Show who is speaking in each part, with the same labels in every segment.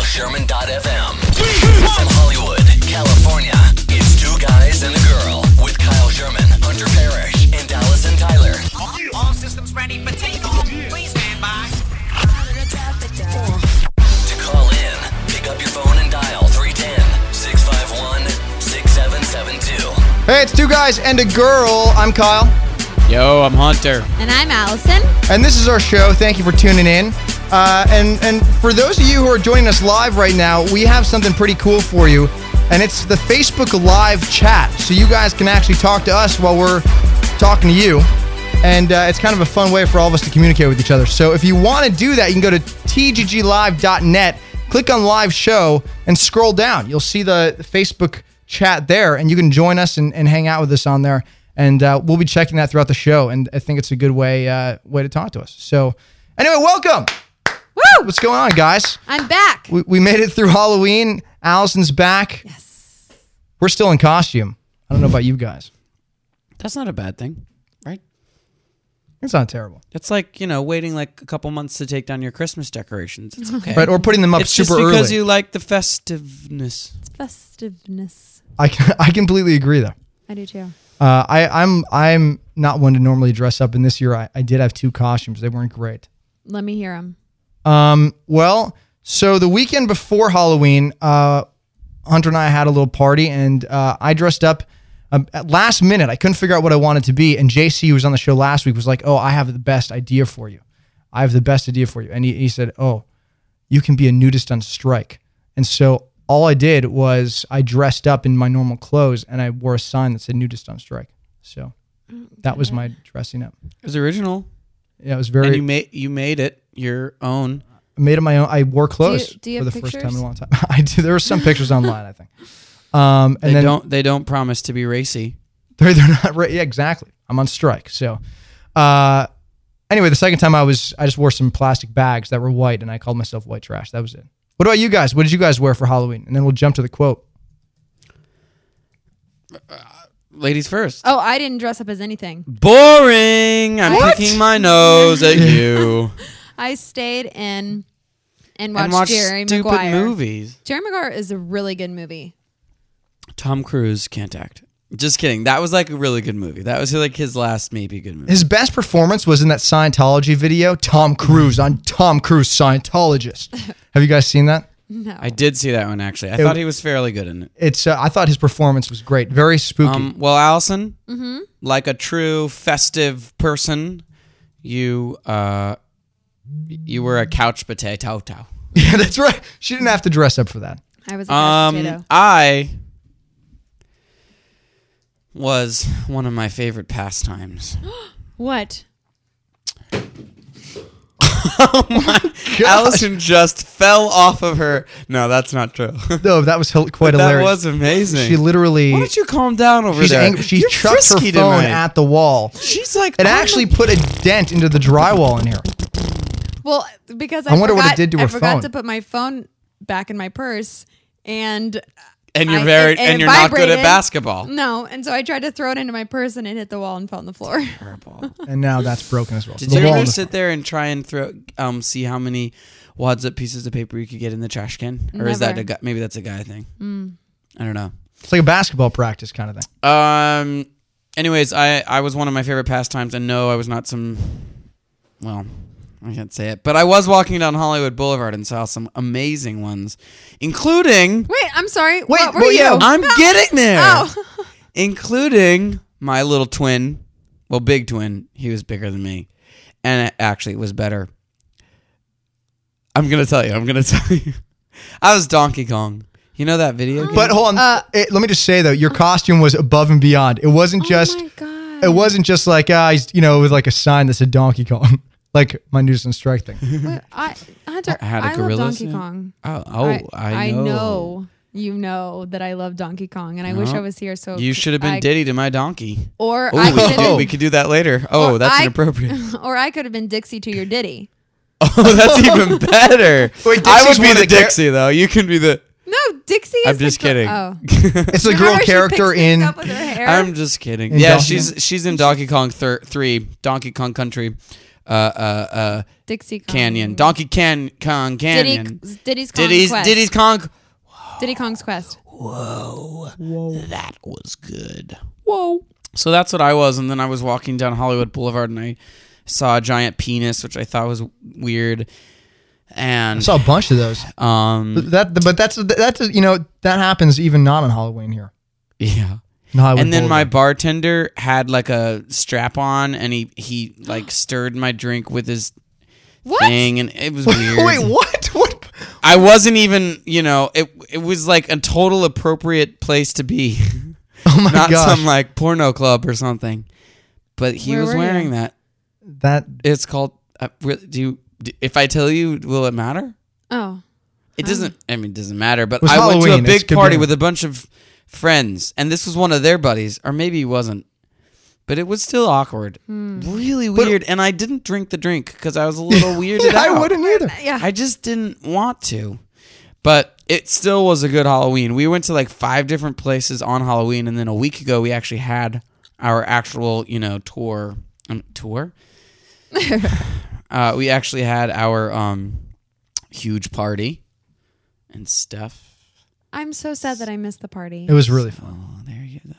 Speaker 1: KyleSherman.fm. From Hollywood, California, it's Two Guys and a Girl with Kyle Sherman, Hunter Parrish, and Allison Tyler.
Speaker 2: All systems ready for takeoff. Please stand by.
Speaker 1: To call in, pick up your phone and dial 310 651 6772.
Speaker 3: Hey, it's two guys and a girl. I'm Kyle,
Speaker 4: Yo, I'm Hunter.
Speaker 5: And I'm Allison.
Speaker 3: and this is our show. Thank you for tuning in. Uh, and and for those of you who are joining us live right now, we have something pretty cool for you, and it's the Facebook Live chat. So you guys can actually talk to us while we're talking to you, and uh, it's kind of a fun way for all of us to communicate with each other. So if you want to do that, you can go to tgglive.net, click on Live Show, and scroll down. You'll see the Facebook chat there, and you can join us and, and hang out with us on there. and uh, we'll be checking that throughout the show. And I think it's a good way uh, way to talk to us. So, anyway, welcome. Woo! What's going on, guys?
Speaker 5: I'm back.
Speaker 3: We, we made it through Halloween. Allison's back. Yes. We're still in costume. I don't know about you guys.
Speaker 4: That's not a bad thing, right?
Speaker 3: It's not terrible,
Speaker 4: It's like you know, waiting like a couple months to take down your Christmas decorations. It's okay.
Speaker 3: right? Or putting them up
Speaker 4: it's
Speaker 3: super
Speaker 4: just because
Speaker 3: early.
Speaker 4: you like the festiveness.
Speaker 5: It's festiveness.
Speaker 3: I can, I completely agree though.
Speaker 5: I do too.
Speaker 3: Uh, I, I'm I'm not one to normally dress up, and this year I, I did have two costumes. They weren't great.
Speaker 5: Let me hear them.
Speaker 3: Um, well, so the weekend before Halloween, uh, Hunter and I had a little party, and uh, I dressed up um, at last minute. I couldn't figure out what I wanted to be, and JC, who was on the show last week, was like, "Oh, I have the best idea for you. I have the best idea for you." And he, he said, "Oh, you can be a nudist on strike." And so all I did was I dressed up in my normal clothes, and I wore a sign that said "Nudist on strike." So that was my dressing up.
Speaker 4: It was original,
Speaker 3: Yeah, it was very
Speaker 4: and you made you made it your own.
Speaker 3: made it my own. I wore clothes
Speaker 5: do you
Speaker 3: for
Speaker 5: have
Speaker 3: the first time in
Speaker 5: pictures?
Speaker 3: a long time. I do. There were some pictures online, I think. Um, and
Speaker 4: They
Speaker 3: then
Speaker 4: don't they don't promise to be racy.
Speaker 3: They're, they're not right. Yeah, exactly. I'm on strike. So, uh, anyway, the second time I was, I just wore some plastic bags that were white, and I called myself white trash. That was it. What about you guys? What did you guys wear for Halloween? And then we'll jump to the quote.
Speaker 4: Ladies first.
Speaker 5: Oh, I didn't dress up as anything.
Speaker 4: Boring. I'm picking my nose at you
Speaker 5: I stayed in and watched
Speaker 4: and watch
Speaker 5: Jerry
Speaker 4: stupid
Speaker 5: Maguire.
Speaker 4: movies.
Speaker 5: Jerry Maguire is a really good movie.
Speaker 4: Tom Cruise can't act. Just kidding. That was like a really good movie. That was like his last maybe good movie.
Speaker 3: His best performance was in that Scientology video. Tom Cruise on Tom Cruise Scientologist. Have you guys seen that?
Speaker 5: No.
Speaker 4: I did see that one actually. I thought he was fairly good in it.
Speaker 3: It's. Uh, I thought his performance was great. Very spooky.
Speaker 4: Um, well, Allison,
Speaker 5: Mm-hmm.
Speaker 4: like a true festive person, you uh, you were a couch potato. Tow.
Speaker 3: yeah, that's right. She didn't have to dress up for that.
Speaker 5: I was a mashed
Speaker 4: Um,
Speaker 5: potato.
Speaker 4: I was one of my favorite pastimes.
Speaker 5: What?
Speaker 4: Allison just fell off of her. No, that's not true.
Speaker 3: No, that was hil- quite
Speaker 4: that
Speaker 3: hilarious.
Speaker 4: was amazing.
Speaker 3: She literally.
Speaker 4: Why don't you calm down over
Speaker 3: she's
Speaker 4: there?
Speaker 3: angry. She
Speaker 4: You're
Speaker 3: chucked her phone
Speaker 4: frisky tonight.
Speaker 3: at the wall.
Speaker 4: She's like,
Speaker 3: It
Speaker 4: I'm a-
Speaker 3: actually put a dent into the drywall in here.
Speaker 5: Well, because I,
Speaker 3: I wonder what it
Speaker 5: forgot-
Speaker 3: did to
Speaker 5: I
Speaker 3: her
Speaker 5: forgot
Speaker 3: phone.
Speaker 5: to put my phone back in my purse, and uh,
Speaker 4: and you're
Speaker 5: I-
Speaker 4: very,
Speaker 5: and-
Speaker 4: and,
Speaker 5: and
Speaker 4: you're not good at
Speaker 5: vibrated.
Speaker 4: basketball.
Speaker 5: no, and so I tried to throw it into my purse, and it hit the wall and fell on the floor.
Speaker 3: And now that's broken as well.
Speaker 4: Did
Speaker 3: The
Speaker 4: you
Speaker 3: wall
Speaker 4: ever
Speaker 3: in the-
Speaker 4: sit there and try and throw, um, see how many wads of pieces of paper you could get in the trash can, or is that
Speaker 5: Never.
Speaker 4: a guy, maybe that's a guy thing? I don't know.
Speaker 3: it's like a basketball practice kind of thing.
Speaker 4: Um. Anyways, I I was one of my favorite pastimes, and no, I was not some. Well, I can't say it, but I was walking down Hollywood Boulevard and saw some amazing ones, including.
Speaker 5: Wait, I'm sorry. Wait,
Speaker 3: Wait,
Speaker 5: what were
Speaker 3: well,
Speaker 5: you?
Speaker 3: yeah,
Speaker 4: I'm getting there,
Speaker 5: Oh.
Speaker 4: including my little twin. Well, big twin. He was bigger than me, and it actually was better. I'm gonna tell you. I'm gonna tell you. I was Donkey Kong. You know that video? game?
Speaker 3: But hold on.
Speaker 5: uh,
Speaker 3: It- let me just say though, your costume was above and beyond. It wasn't just.
Speaker 5: Oh my God.
Speaker 3: It wasn't just like ah, he's you know, with like a sign that said Donkey Kong, like my news and strike thing.
Speaker 5: Wait, I, Hunter,
Speaker 4: I
Speaker 5: I,
Speaker 4: had a
Speaker 5: love
Speaker 4: gorilla
Speaker 5: Donkey
Speaker 4: suit.
Speaker 5: Kong.
Speaker 4: oh, oh, I, know.
Speaker 5: You know that I love Donkey Kong, and I wish
Speaker 4: No.
Speaker 5: I was here. So
Speaker 4: Uh-huh. You should have been
Speaker 5: I-
Speaker 4: Diddy to my donkey.
Speaker 5: or
Speaker 4: Oh, we,
Speaker 5: I
Speaker 4: could
Speaker 5: could
Speaker 4: do,
Speaker 5: have
Speaker 4: we
Speaker 5: been,
Speaker 4: could do that later. Oh,
Speaker 5: Or
Speaker 4: that's
Speaker 5: I-
Speaker 4: inappropriate.
Speaker 5: or I could have been Dixie to your Diddy.
Speaker 4: oh, that's even better.
Speaker 3: Wait,
Speaker 4: I
Speaker 3: Dixie's
Speaker 4: would be
Speaker 3: one of the
Speaker 4: the
Speaker 3: char-
Speaker 4: Dixie though. You can be the.
Speaker 5: No, Dixie. Is
Speaker 4: I'm
Speaker 5: the
Speaker 4: just
Speaker 5: gir-
Speaker 4: kidding.
Speaker 5: Oh.
Speaker 3: It's a girl
Speaker 5: Remember she
Speaker 3: character
Speaker 5: picks things
Speaker 3: in.
Speaker 5: up with her hair?
Speaker 4: I'm just kidding.
Speaker 3: In
Speaker 4: yeah,
Speaker 3: Donkey
Speaker 4: she's she's in Donkey Kong thir- three, Donkey Kong Country, uh, uh, uh,
Speaker 5: Dixie Kong.
Speaker 4: Canyon, Donkey Can Kong
Speaker 5: Diddy,
Speaker 4: Canyon,
Speaker 5: Diddy's Kong
Speaker 4: Diddy's
Speaker 5: Quest.
Speaker 4: Diddy's Kong.
Speaker 5: Diddy Kong's Quest.
Speaker 4: That was good. Whoa. So that's what I was, and then I was walking down Hollywood Boulevard, and I saw a giant penis, which I thought was weird. And
Speaker 3: saw a bunch of those.
Speaker 4: um,
Speaker 3: But that, but that's that's you know that happens even not on Halloween here.
Speaker 4: yeah.
Speaker 3: In Hollywood
Speaker 4: and then my
Speaker 3: Boulevard.
Speaker 4: bartender had like a strap on, and he he like stirred my drink with his
Speaker 5: What?
Speaker 4: thing, and it was weird.
Speaker 3: wait, what? What?
Speaker 4: I wasn't even, you know, it it was like a total appropriate place to be,
Speaker 3: Oh my
Speaker 4: not
Speaker 3: gosh!
Speaker 4: some like porno club or something. But he
Speaker 5: Where
Speaker 4: was
Speaker 5: were you?
Speaker 4: wearing that.
Speaker 3: that
Speaker 4: It's called. Uh, re- do you? d if I tell you, will it matter?
Speaker 5: Oh.
Speaker 4: It doesn't. I mean, it doesn't matter. But
Speaker 3: was
Speaker 4: I went to
Speaker 3: Halloween,
Speaker 4: a
Speaker 3: it's
Speaker 4: big
Speaker 3: good
Speaker 4: party
Speaker 3: beer.
Speaker 4: with a bunch of friends, and this was one of their buddies, or maybe he wasn't. But it was still awkward,
Speaker 5: Hmm.
Speaker 4: really weird. and I didn't drink the drink because I was a little weirded
Speaker 3: I
Speaker 4: out.
Speaker 3: wouldn't either.
Speaker 5: Yeah.
Speaker 4: I just didn't want to. But it still was a good Halloween. We went to like five different places on Halloween, and then a week ago we actually had our actual, you know, tour um, tour. uh, we actually had our um, huge party and stuff.
Speaker 5: I'm so sad that I missed the party.
Speaker 3: It was really fun.
Speaker 4: Oh, there you go.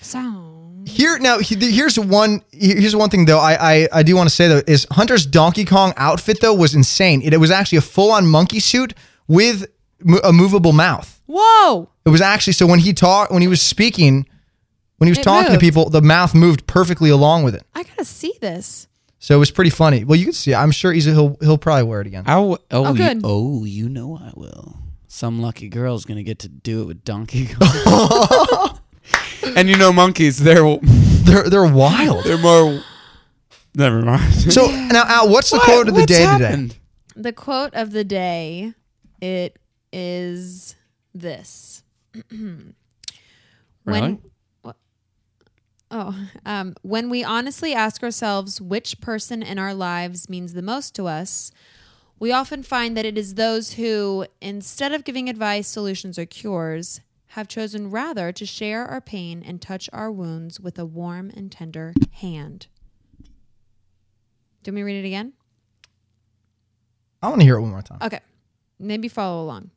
Speaker 5: So
Speaker 3: Here now, he- here's one. Here's one thing though. I I, I do want to say though is Hunter's Donkey Kong outfit though was insane. It, it was actually a full on monkey suit with mo- a movable mouth.
Speaker 5: Whoa.
Speaker 3: It was actually so when he talked when he was speaking, when he was
Speaker 5: It
Speaker 3: talking
Speaker 5: moved.
Speaker 3: to people, the mouth moved perfectly along with it.
Speaker 5: I gotta see this.
Speaker 3: So it was pretty funny. Well, you can see. it. I'm sure he's he'll he'll probably wear it again.
Speaker 4: I w- oh,
Speaker 5: Oh,
Speaker 4: you,
Speaker 5: good.
Speaker 4: oh, you know I will. Some lucky girl's gonna get to do it with Donkey Kong. and you know monkeys, they're
Speaker 3: They're they're wild.
Speaker 4: They're more. Never mind.
Speaker 3: So now, Al, what's the quote of the day today?
Speaker 5: The quote of the day it is this.
Speaker 4: Really?
Speaker 5: Oh, um, when we honestly ask ourselves which person in our lives means the most to us, we often find that it is those who, instead of giving advice, solutions, or cures, have chosen rather to share our pain and touch our wounds with a warm and tender hand. Do you want me to read it again?
Speaker 3: I want to hear it one more time.
Speaker 5: Okay. Maybe follow along.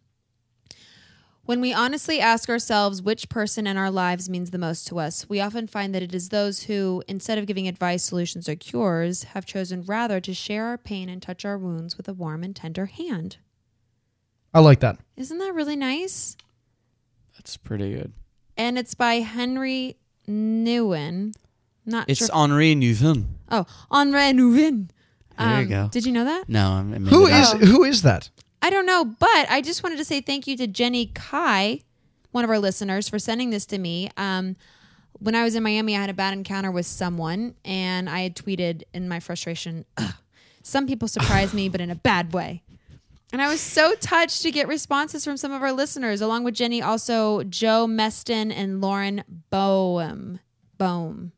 Speaker 5: When we honestly ask ourselves which person in our lives means the most to us, we often find that it is those who, instead of giving advice, solutions, or cures, have chosen rather to share our pain and touch our wounds with a warm and tender hand.
Speaker 3: I like that.
Speaker 5: Isn't that really nice?
Speaker 4: That's pretty good.
Speaker 5: And it's by Henry Nguyen. Not
Speaker 4: It's
Speaker 5: sure.
Speaker 4: Henri Nuvin.
Speaker 5: oh, Henri Nguyen. Um,
Speaker 4: There you go.
Speaker 5: Did you know that?
Speaker 4: No, I made
Speaker 3: Who
Speaker 4: it up.
Speaker 3: is who is that?
Speaker 5: I don't know, but I just wanted to say thank you to Jenny Kai, one of our listeners, for sending this to me. Um, when I was in Miami, I had a bad encounter with someone, and I had tweeted in my frustration, "Ugh, some people surprise me, but in a bad way. And I was so touched to get responses from some of our listeners, along with Jenny, also Joe Meston and Lauren Boehm. Boehm.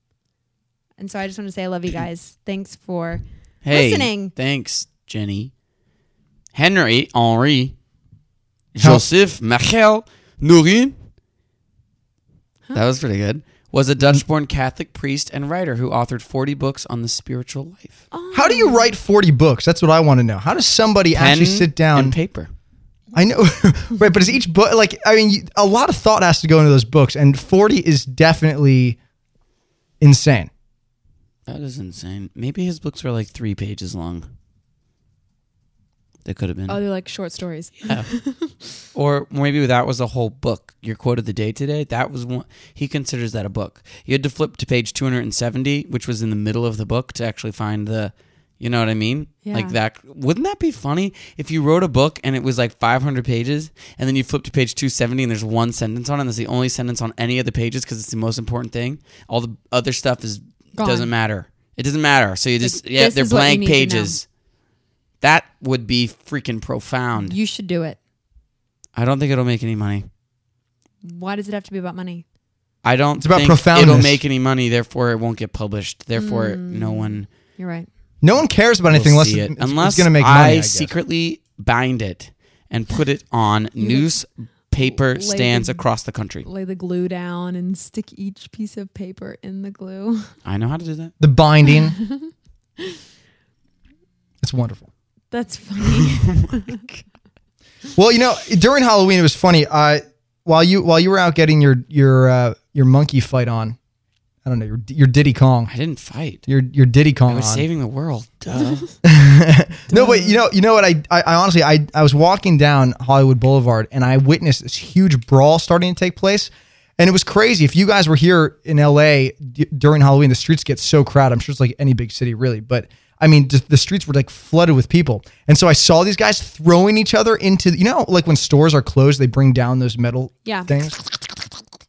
Speaker 5: And so I just want to say I love you guys. Thanks for
Speaker 4: Hey,
Speaker 5: listening.
Speaker 4: Thanks, Jenny. Henry, Henri,
Speaker 3: How-
Speaker 4: Joseph, Michel, Nourin. That was pretty good. Was a Dutch born Catholic priest and writer who authored 40 books on the spiritual life.
Speaker 3: How do you write 40 books? That's what I want to know. How does somebody actually
Speaker 4: Pen
Speaker 3: sit down?
Speaker 4: And paper.
Speaker 3: I know, right? But is each book like? I mean, you, a lot of thought has to go into those books, and 40 is definitely insane.
Speaker 4: That is insane. Maybe his books were like three pages long. They could have been.
Speaker 5: Oh, they're like short stories.
Speaker 4: Or maybe that was a whole book. Your quote of the day today, that was one he considers that a book. You had to flip to page 270, which was in the middle of the book to actually find the you know what I mean?
Speaker 5: Yeah.
Speaker 4: Like that wouldn't that be funny if you wrote a book and it was like 500 pages and then you flip to page 270 and there's one sentence on it and it's the only sentence on any of the pages cuz it's the most important thing. All the other stuff is
Speaker 5: Gone.
Speaker 4: doesn't matter. It doesn't matter. So you just yeah,
Speaker 5: this
Speaker 4: they're
Speaker 5: is what you
Speaker 4: blank
Speaker 5: need to know.
Speaker 4: pages. That would be freaking profound.
Speaker 5: You should do it.
Speaker 4: I don't think it'll make any money.
Speaker 5: Why does it have to be about money?
Speaker 4: I don't
Speaker 3: about
Speaker 4: think it'll
Speaker 3: profoundness.
Speaker 4: make any money, therefore it won't get published. Therefore no one
Speaker 5: You're right.
Speaker 3: No one cares about
Speaker 4: will
Speaker 3: anything unless
Speaker 4: see it.
Speaker 3: it's,
Speaker 4: Unless
Speaker 3: going to make money.
Speaker 4: I,
Speaker 3: I guess.
Speaker 4: secretly bind it and put it on newspaper stands across the country.
Speaker 5: Lay the glue down and stick each piece of paper in the glue.
Speaker 4: I know how to do that.
Speaker 3: the binding. It's wonderful.
Speaker 5: That's funny.
Speaker 3: Well, you know, during Halloween it was funny. Uh, while you while you were out getting your your uh, your monkey fight on, I don't know your your Diddy Kong,
Speaker 4: I didn't fight.
Speaker 3: your your Diddy Kong.
Speaker 4: I was
Speaker 3: on.
Speaker 4: saving the world. Duh.
Speaker 3: No, but you know, you know what? I, I, I honestly, I, I was walking down Hollywood Boulevard and I witnessed this huge brawl starting to take place, and it was crazy. If you guys were here in LA d- during Halloween, the streets get so crowded. I'm sure it's like any big city, really, but I mean, just the streets were like flooded with people, and so I saw these guys throwing each other into, you know, like when stores are closed, they bring down those metal
Speaker 5: Yeah.
Speaker 3: things.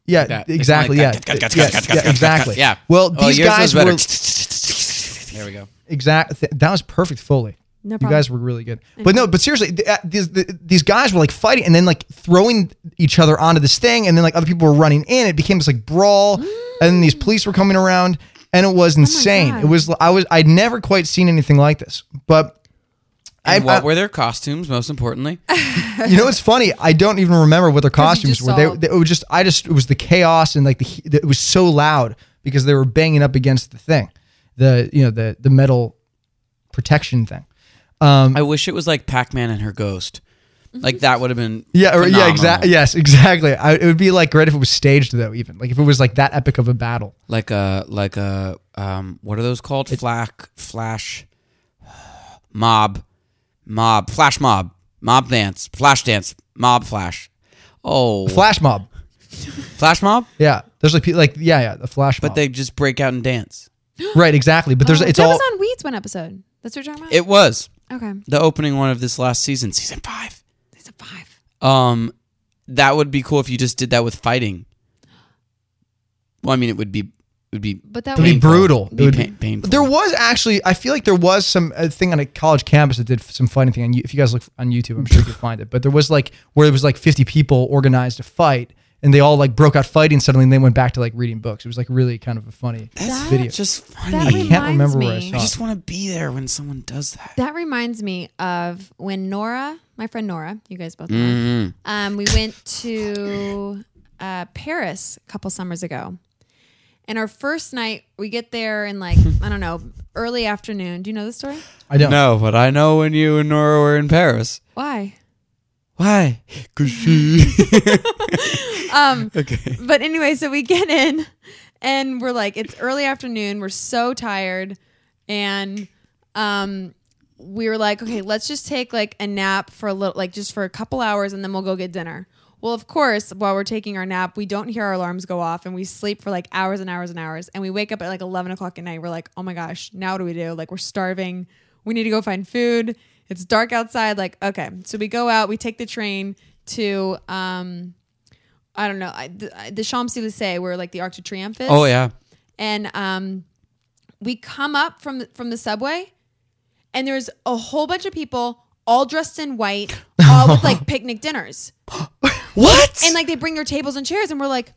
Speaker 3: Yeah,
Speaker 4: that. It's
Speaker 3: exactly.
Speaker 4: like
Speaker 3: yeah. Yeah, yeah, exactly.
Speaker 4: yeah. Oh,
Speaker 3: Well, these
Speaker 4: yours
Speaker 3: guys
Speaker 4: was better.
Speaker 3: were
Speaker 4: there we go.
Speaker 3: exact. th- that was perfect Foley.
Speaker 5: No
Speaker 3: you
Speaker 5: problem.
Speaker 3: guys were really good. But no, but seriously, th- uh, these the, these guys were like fighting and then like throwing each other onto this thing, and then like other people were running in. It became this like brawl,
Speaker 5: Mm.
Speaker 3: and then these police were coming around, and it was insane.
Speaker 5: Oh God.
Speaker 3: it was I was I'd never quite seen anything like this. But I,
Speaker 4: And what
Speaker 3: I-
Speaker 4: were their costumes? Most importantly,
Speaker 3: you know, it's funny. I don't even remember what their costumes
Speaker 5: just
Speaker 3: were. They,
Speaker 5: saw-
Speaker 3: they- it was just I just it was the chaos and like the, he- the it was so loud because they were banging up against the thing, the you know the the metal protection thing. Um,
Speaker 4: I wish it was like Pac-Man and her ghost. Like that would have been
Speaker 3: Yeah, or, yeah,
Speaker 4: phenomenal.
Speaker 3: exactly. Yes, exactly. I, it would be like great if it was staged though, even like if it was like that epic of a battle.
Speaker 4: Like a like a um, what are those called? Flack flash mob mob flash mob mob dance flash dance mob flash. Oh,
Speaker 3: Flash mob.
Speaker 4: flash mob.
Speaker 3: Yeah, there's like pe- like yeah, yeah, the flash
Speaker 4: But
Speaker 3: mob.
Speaker 4: they just break out and dance.
Speaker 3: right, exactly. But there's
Speaker 5: Oh,
Speaker 3: it's
Speaker 5: that
Speaker 3: all
Speaker 5: was on Weeds one episode. That's what you're talking about.
Speaker 4: It was
Speaker 5: okay,
Speaker 4: the opening one of this last season, season five.
Speaker 5: it's a five.
Speaker 4: Um, that would be cool if you just did that with fighting. Well, I mean, it would be it would be
Speaker 5: But that
Speaker 3: It'd be
Speaker 5: would-
Speaker 4: painful.
Speaker 3: brutal.
Speaker 4: It'd be
Speaker 3: It would-
Speaker 4: pain- painful.
Speaker 3: But there was actually, I feel like there was some uh thing on a college campus that did f- some fighting thing. And you- if you guys look on YouTube, I'm sure you can find it. But there was like where it was like 50 people organized a fight, and they all like broke out fighting suddenly, and they went back to like reading books. It was like really kind of a funny
Speaker 4: That's
Speaker 3: video.
Speaker 4: just funny.
Speaker 5: That
Speaker 3: I
Speaker 5: reminds
Speaker 3: can't remember
Speaker 5: me.
Speaker 3: where I saw
Speaker 4: I
Speaker 3: it.
Speaker 4: just want to be there when someone does that.
Speaker 5: That reminds me of when Nora, my friend Nora, you guys both know,
Speaker 3: Mm-hmm.
Speaker 5: her, um, we went to uh, Paris a couple summers ago. And our first night, we get there in like, I don't know, early afternoon. Do you know the story?
Speaker 3: I don't.
Speaker 4: No, but I know when you and Nora were in Paris.
Speaker 5: Why?
Speaker 4: Why? Cause she.
Speaker 5: Um,
Speaker 4: okay.
Speaker 5: but anyway, so we get in and we're like, it's early afternoon. We're so tired. And um, we were like, okay, let's just take like a nap for a little, like just for a couple hours and then we'll go get dinner. Well, of course, while we're taking our nap, we don't hear our alarms go off and we sleep for like hours and hours and hours. And we wake up at like 11 o'clock at night. We're like, oh my gosh, now what do we do? Like, we're starving. We need to go find food. It's dark outside. Like, okay. So we go out, we take the train to, um, I don't know, I, the, I- the Champs Elysees, where like the Arc de Triomphe is.
Speaker 4: Oh yeah.
Speaker 5: And um, we come up from the- from the subway, and there's a whole bunch of people all dressed in white, all with like picnic dinners,
Speaker 4: What?
Speaker 5: and like they bring their tables and chairs, and we're like,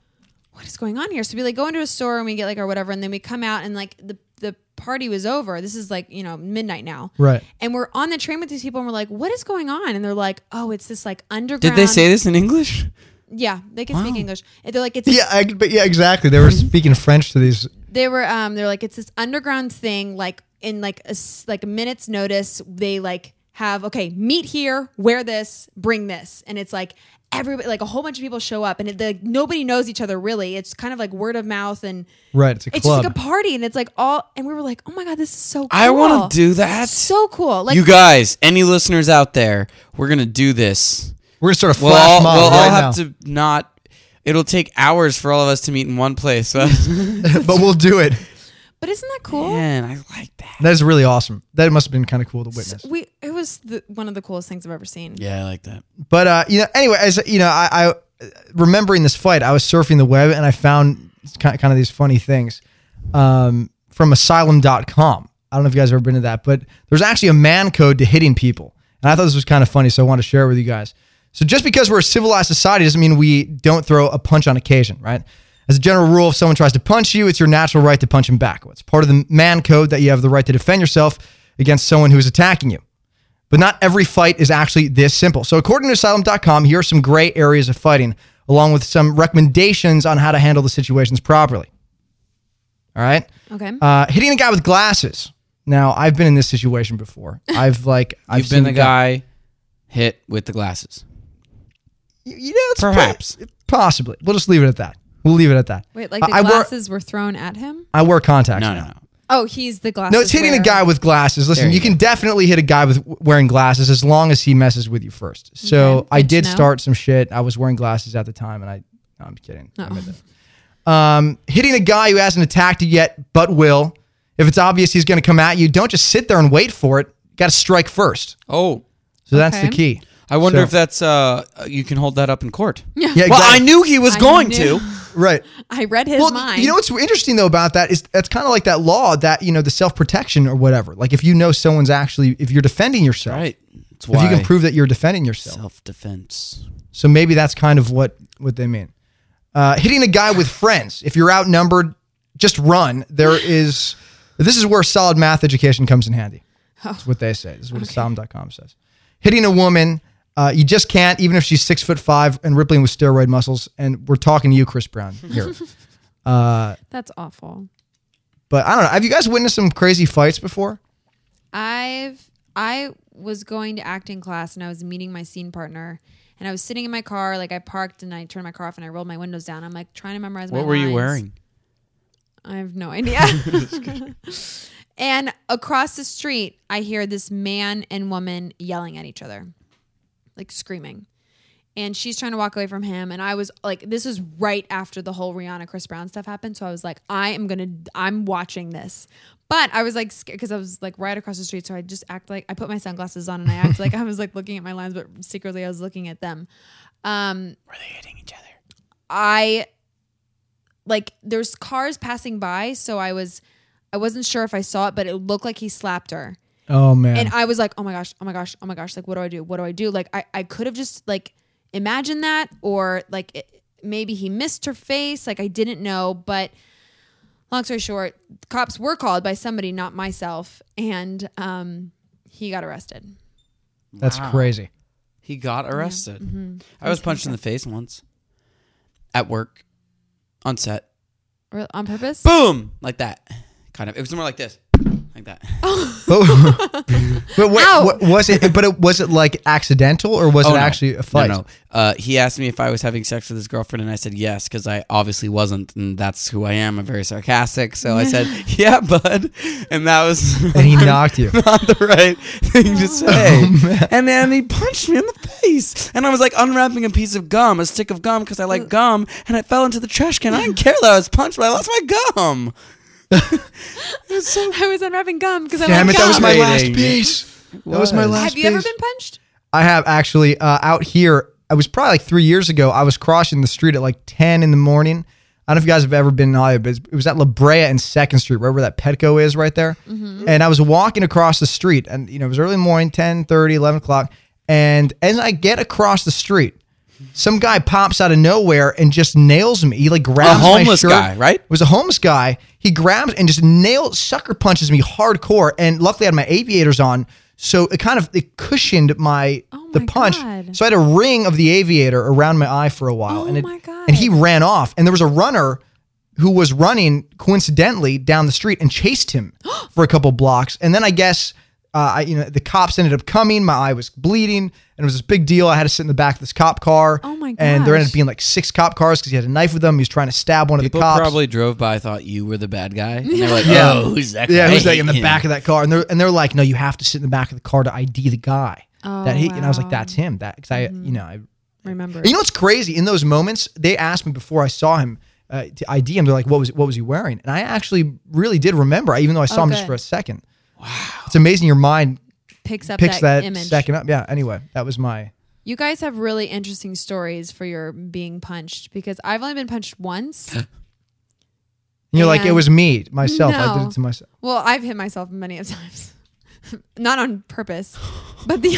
Speaker 5: what is going on here? So we like go into a store and we get like our whatever, and then we come out and like the the party was over. This is like you know midnight now,
Speaker 3: Right.
Speaker 5: And we're on the train with these people, and we're like, what is going on? And they're like, oh, it's this like underground.
Speaker 4: Did they say this in English?
Speaker 5: Yeah, they can speak English. And they're like, it's
Speaker 3: Yeah, I, but yeah, exactly. They were speaking French to these.
Speaker 5: they were um they're like it's this underground thing like in like a s- like a minute's notice they like have okay meet here wear this bring this and it's like everybody like a whole bunch of people show up and it, like nobody knows each other really it's kind of like word of mouth and
Speaker 3: Right, it's a
Speaker 5: it's
Speaker 3: club.
Speaker 5: just like a party and it's like all and we were like oh my god this is so cool
Speaker 4: I want to do that.
Speaker 5: so cool like
Speaker 4: you guys, any listeners out there, we're gonna do this.
Speaker 3: We're gonna start a
Speaker 4: We'll
Speaker 3: flash
Speaker 4: all,
Speaker 3: mob
Speaker 4: we'll all
Speaker 3: right
Speaker 4: have to not. It'll take hours for all of us to meet in one place. Man,
Speaker 3: now, but we'll do it.
Speaker 5: but isn't that cool
Speaker 4: I like that.
Speaker 3: That is really awesome. That must have been kind of cool to witness.
Speaker 5: we it was the, one of the coolest things i've ever seen
Speaker 4: Yeah, I like that.
Speaker 3: But uh, you know, anyway, as you know, I, I remembering this fight, I was surfing the web and I found kind kind of these funny things um, from Asylum.com. I don't know if you guys have ever been to that, but there's actually a man code to hitting people, and I thought this was kind of funny, so I wanted to share it with you guys. So just because we're a civilized society doesn't mean we don't throw a punch on occasion, right? As a general rule, if someone tries to punch you, it's your natural right to punch him back. It's part of the man code that you have the right to defend yourself against someone who is attacking you. But not every fight is actually this simple. So, according to asylum.com, here are some gray areas of fighting, along with some recommendations on how to handle the situations properly. All right.
Speaker 5: okay
Speaker 3: Uh, hitting a guy with glasses. Now, I've been in this situation before. I've like I've
Speaker 4: You've been
Speaker 3: seen
Speaker 4: the guy hit with the glasses.
Speaker 3: You you know, it's
Speaker 4: Perhaps.
Speaker 3: po- possibly. We'll just leave it at that. We'll leave it at that.
Speaker 5: Wait, like the
Speaker 3: I, I wear
Speaker 5: glasses were thrown at him?
Speaker 3: I wear contacts.
Speaker 4: No,
Speaker 3: now.
Speaker 4: no, no.
Speaker 5: Oh, he's the glasses.
Speaker 3: No, it's hitting a
Speaker 5: wearer.
Speaker 3: guy with glasses. Listen,
Speaker 4: There
Speaker 3: you,
Speaker 4: you
Speaker 3: can definitely hit a guy with wearing glasses as long as he messes with you first. So
Speaker 5: Okay,
Speaker 3: I
Speaker 5: good to
Speaker 3: did
Speaker 5: know.
Speaker 3: start some shit. I was wearing glasses at the time, and I. No, I'm kidding. I
Speaker 5: Oh.
Speaker 3: meant that. Um, hitting a guy who hasn't attacked you yet, but will. If it's obvious he's going to come at you, don't just sit there and wait for it. Got to strike first.
Speaker 4: Oh,
Speaker 3: So that's the
Speaker 5: Okay.
Speaker 3: key.
Speaker 4: I wonder
Speaker 3: So-
Speaker 4: if that's uh you can hold that up in court.
Speaker 5: Yeah.
Speaker 3: Yeah,
Speaker 4: Well, I
Speaker 3: exactly.
Speaker 4: knew he was
Speaker 5: I
Speaker 4: going
Speaker 5: knew.
Speaker 4: to.
Speaker 3: Right.
Speaker 5: I read his
Speaker 3: well,
Speaker 5: mind.
Speaker 3: you know what's interesting though about that is that's kind of like that law that you know the self protection or whatever. Like if you know someone's actually if you're defending yourself,
Speaker 4: Right. It's
Speaker 3: if
Speaker 4: why
Speaker 3: you can prove that you're defending yourself.
Speaker 4: self defense.
Speaker 3: So maybe that's kind of what what they mean. Uh, hitting a guy with friends. If you're outnumbered, just run. There is. This is where solid math education comes in handy. That's what they say. This is what Asylum.com says. Hitting a woman, uh, you just can't, even if she's six foot five and rippling with steroid muscles. And we're talking to you, Chris Brown, here.
Speaker 5: That's awful.
Speaker 3: but I don't know. Have you guys witnessed some crazy fights before?
Speaker 5: I've I was going to acting class and I was meeting my scene partner and I was sitting in my car like I parked and I turned my car off and I rolled my windows down. I'm like trying to memorize my
Speaker 4: What were you
Speaker 5: lines.
Speaker 4: wearing?
Speaker 5: I have no idea. and across the street, I hear this man and woman yelling at each other, like screaming. And she's trying to walk away from him. And I was like, this is right after the whole Rihanna Chris Brown stuff happened. So I was like, I am going to, I'm watching this. But I was like, scared because I was like right across the street. So I just act like, I put my sunglasses on and I act like I was like looking at my lines, but secretly I was looking at them. Um,
Speaker 4: Were they hitting each other?
Speaker 5: I like there's cars passing by, so I was I wasn't sure if I saw it, but it looked like he slapped her.
Speaker 3: Oh man.
Speaker 5: And I was like, oh my gosh, oh my gosh, oh my gosh, like what do I do? What do I do? Like I, I could have just like imagined that or like it, maybe he missed her face. Like I didn't know, but long story short, cops were called by somebody, not myself, and um he got arrested.
Speaker 3: that's crazy.
Speaker 4: He got arrested.
Speaker 3: Mm-hmm.
Speaker 4: I was punched in the face once at work on set.
Speaker 5: Or on purpose?
Speaker 4: Boom! Like that. Kind of. It was more like this. Like that.
Speaker 3: but but what, what was it? But it, was it like accidental or was it
Speaker 4: Oh, no.
Speaker 3: actually a fight?
Speaker 4: No, no. Uh, he asked me if I was having sex with his girlfriend, and I said yes because I obviously wasn't, and that's who I am. I'm very sarcastic, so I said, "Yeah, bud," and that was
Speaker 3: And
Speaker 5: Oh
Speaker 3: he knocked you.
Speaker 4: not the right thing to
Speaker 3: Oh,
Speaker 4: say. and then he punched me in the face, and I was like unwrapping a piece of gum, a stick of gum, because I like gum, and it fell into the trash can. I didn't care that I was punched, but I lost my gum.
Speaker 5: I was unwrapping gum because I'm
Speaker 3: Damn
Speaker 5: like,
Speaker 3: it! That was my
Speaker 5: "Gum."
Speaker 3: last
Speaker 4: Dominating.
Speaker 3: piece. That was my
Speaker 4: Was.
Speaker 3: last.
Speaker 5: Have you ever
Speaker 3: piece.
Speaker 5: been punched?
Speaker 3: I have actually uh, out here. I was probably like three years ago. I was crossing the street at like ten in the morning. I don't know if you guys have ever been in Hollywood, but it was at La Brea and Second Street, right where that Petco is, right there. And I was walking across the street, and you know it was early morning, 10, 30, 11 o'clock. And as I get across the street, some guy pops out of nowhere and just nails me. He like grabs my
Speaker 4: homeless
Speaker 3: shirt.
Speaker 4: guy, right?
Speaker 3: It was a homeless guy. He grabs and just nails, sucker punches me hardcore. And luckily, I had my aviators on, so it kind of it cushioned my
Speaker 5: Oh
Speaker 3: the
Speaker 5: my
Speaker 3: punch.
Speaker 5: God.
Speaker 3: So I had a ring of the aviator around my eye for a while,
Speaker 5: Oh
Speaker 3: and it,
Speaker 5: my God.
Speaker 3: and he ran off. And there was a runner who was running coincidentally down the street and chased him for a couple blocks. And then I guess uh, I, you know the cops ended up coming. My eye was bleeding, and it was this big deal. I had to sit in the back of this cop car.
Speaker 5: Oh my
Speaker 3: And there ended
Speaker 5: gosh.
Speaker 3: up being like six cop cars because he had a knife with him. He was trying to stab one
Speaker 4: People
Speaker 3: of the cops.
Speaker 4: probably drove by, thought you were the bad guy, and they're like,
Speaker 3: Yeah.
Speaker 4: "Oh, who's that?"
Speaker 3: Yeah,
Speaker 4: guy?
Speaker 3: who's like in the
Speaker 4: Yeah.
Speaker 3: back of that car? And they're and they're like, no, you have to sit in the back of the car to ID the guy.
Speaker 5: Oh,
Speaker 3: that he and I was like,
Speaker 5: wow. Mm-hmm.
Speaker 3: that's him. That because I, you know, I
Speaker 5: Remember.
Speaker 3: You know what's crazy? In those moments, they asked me before I saw him uh, to ID him. They're like, "What was what was he wearing?" And I actually really did remember, even though I saw
Speaker 5: Oh,
Speaker 3: him just
Speaker 5: good.
Speaker 3: for a second. Wow, it's amazing your mind
Speaker 5: picks up
Speaker 3: picks
Speaker 5: that,
Speaker 3: that,
Speaker 5: image.
Speaker 3: second up. Yeah. Anyway, that was my.
Speaker 5: You guys have really interesting stories for your being punched because I've only been punched once.
Speaker 3: You're like it
Speaker 5: And-
Speaker 3: was me myself. I did
Speaker 5: No.
Speaker 3: it to myself.
Speaker 5: well, I've hit myself many of times, not on purpose, but the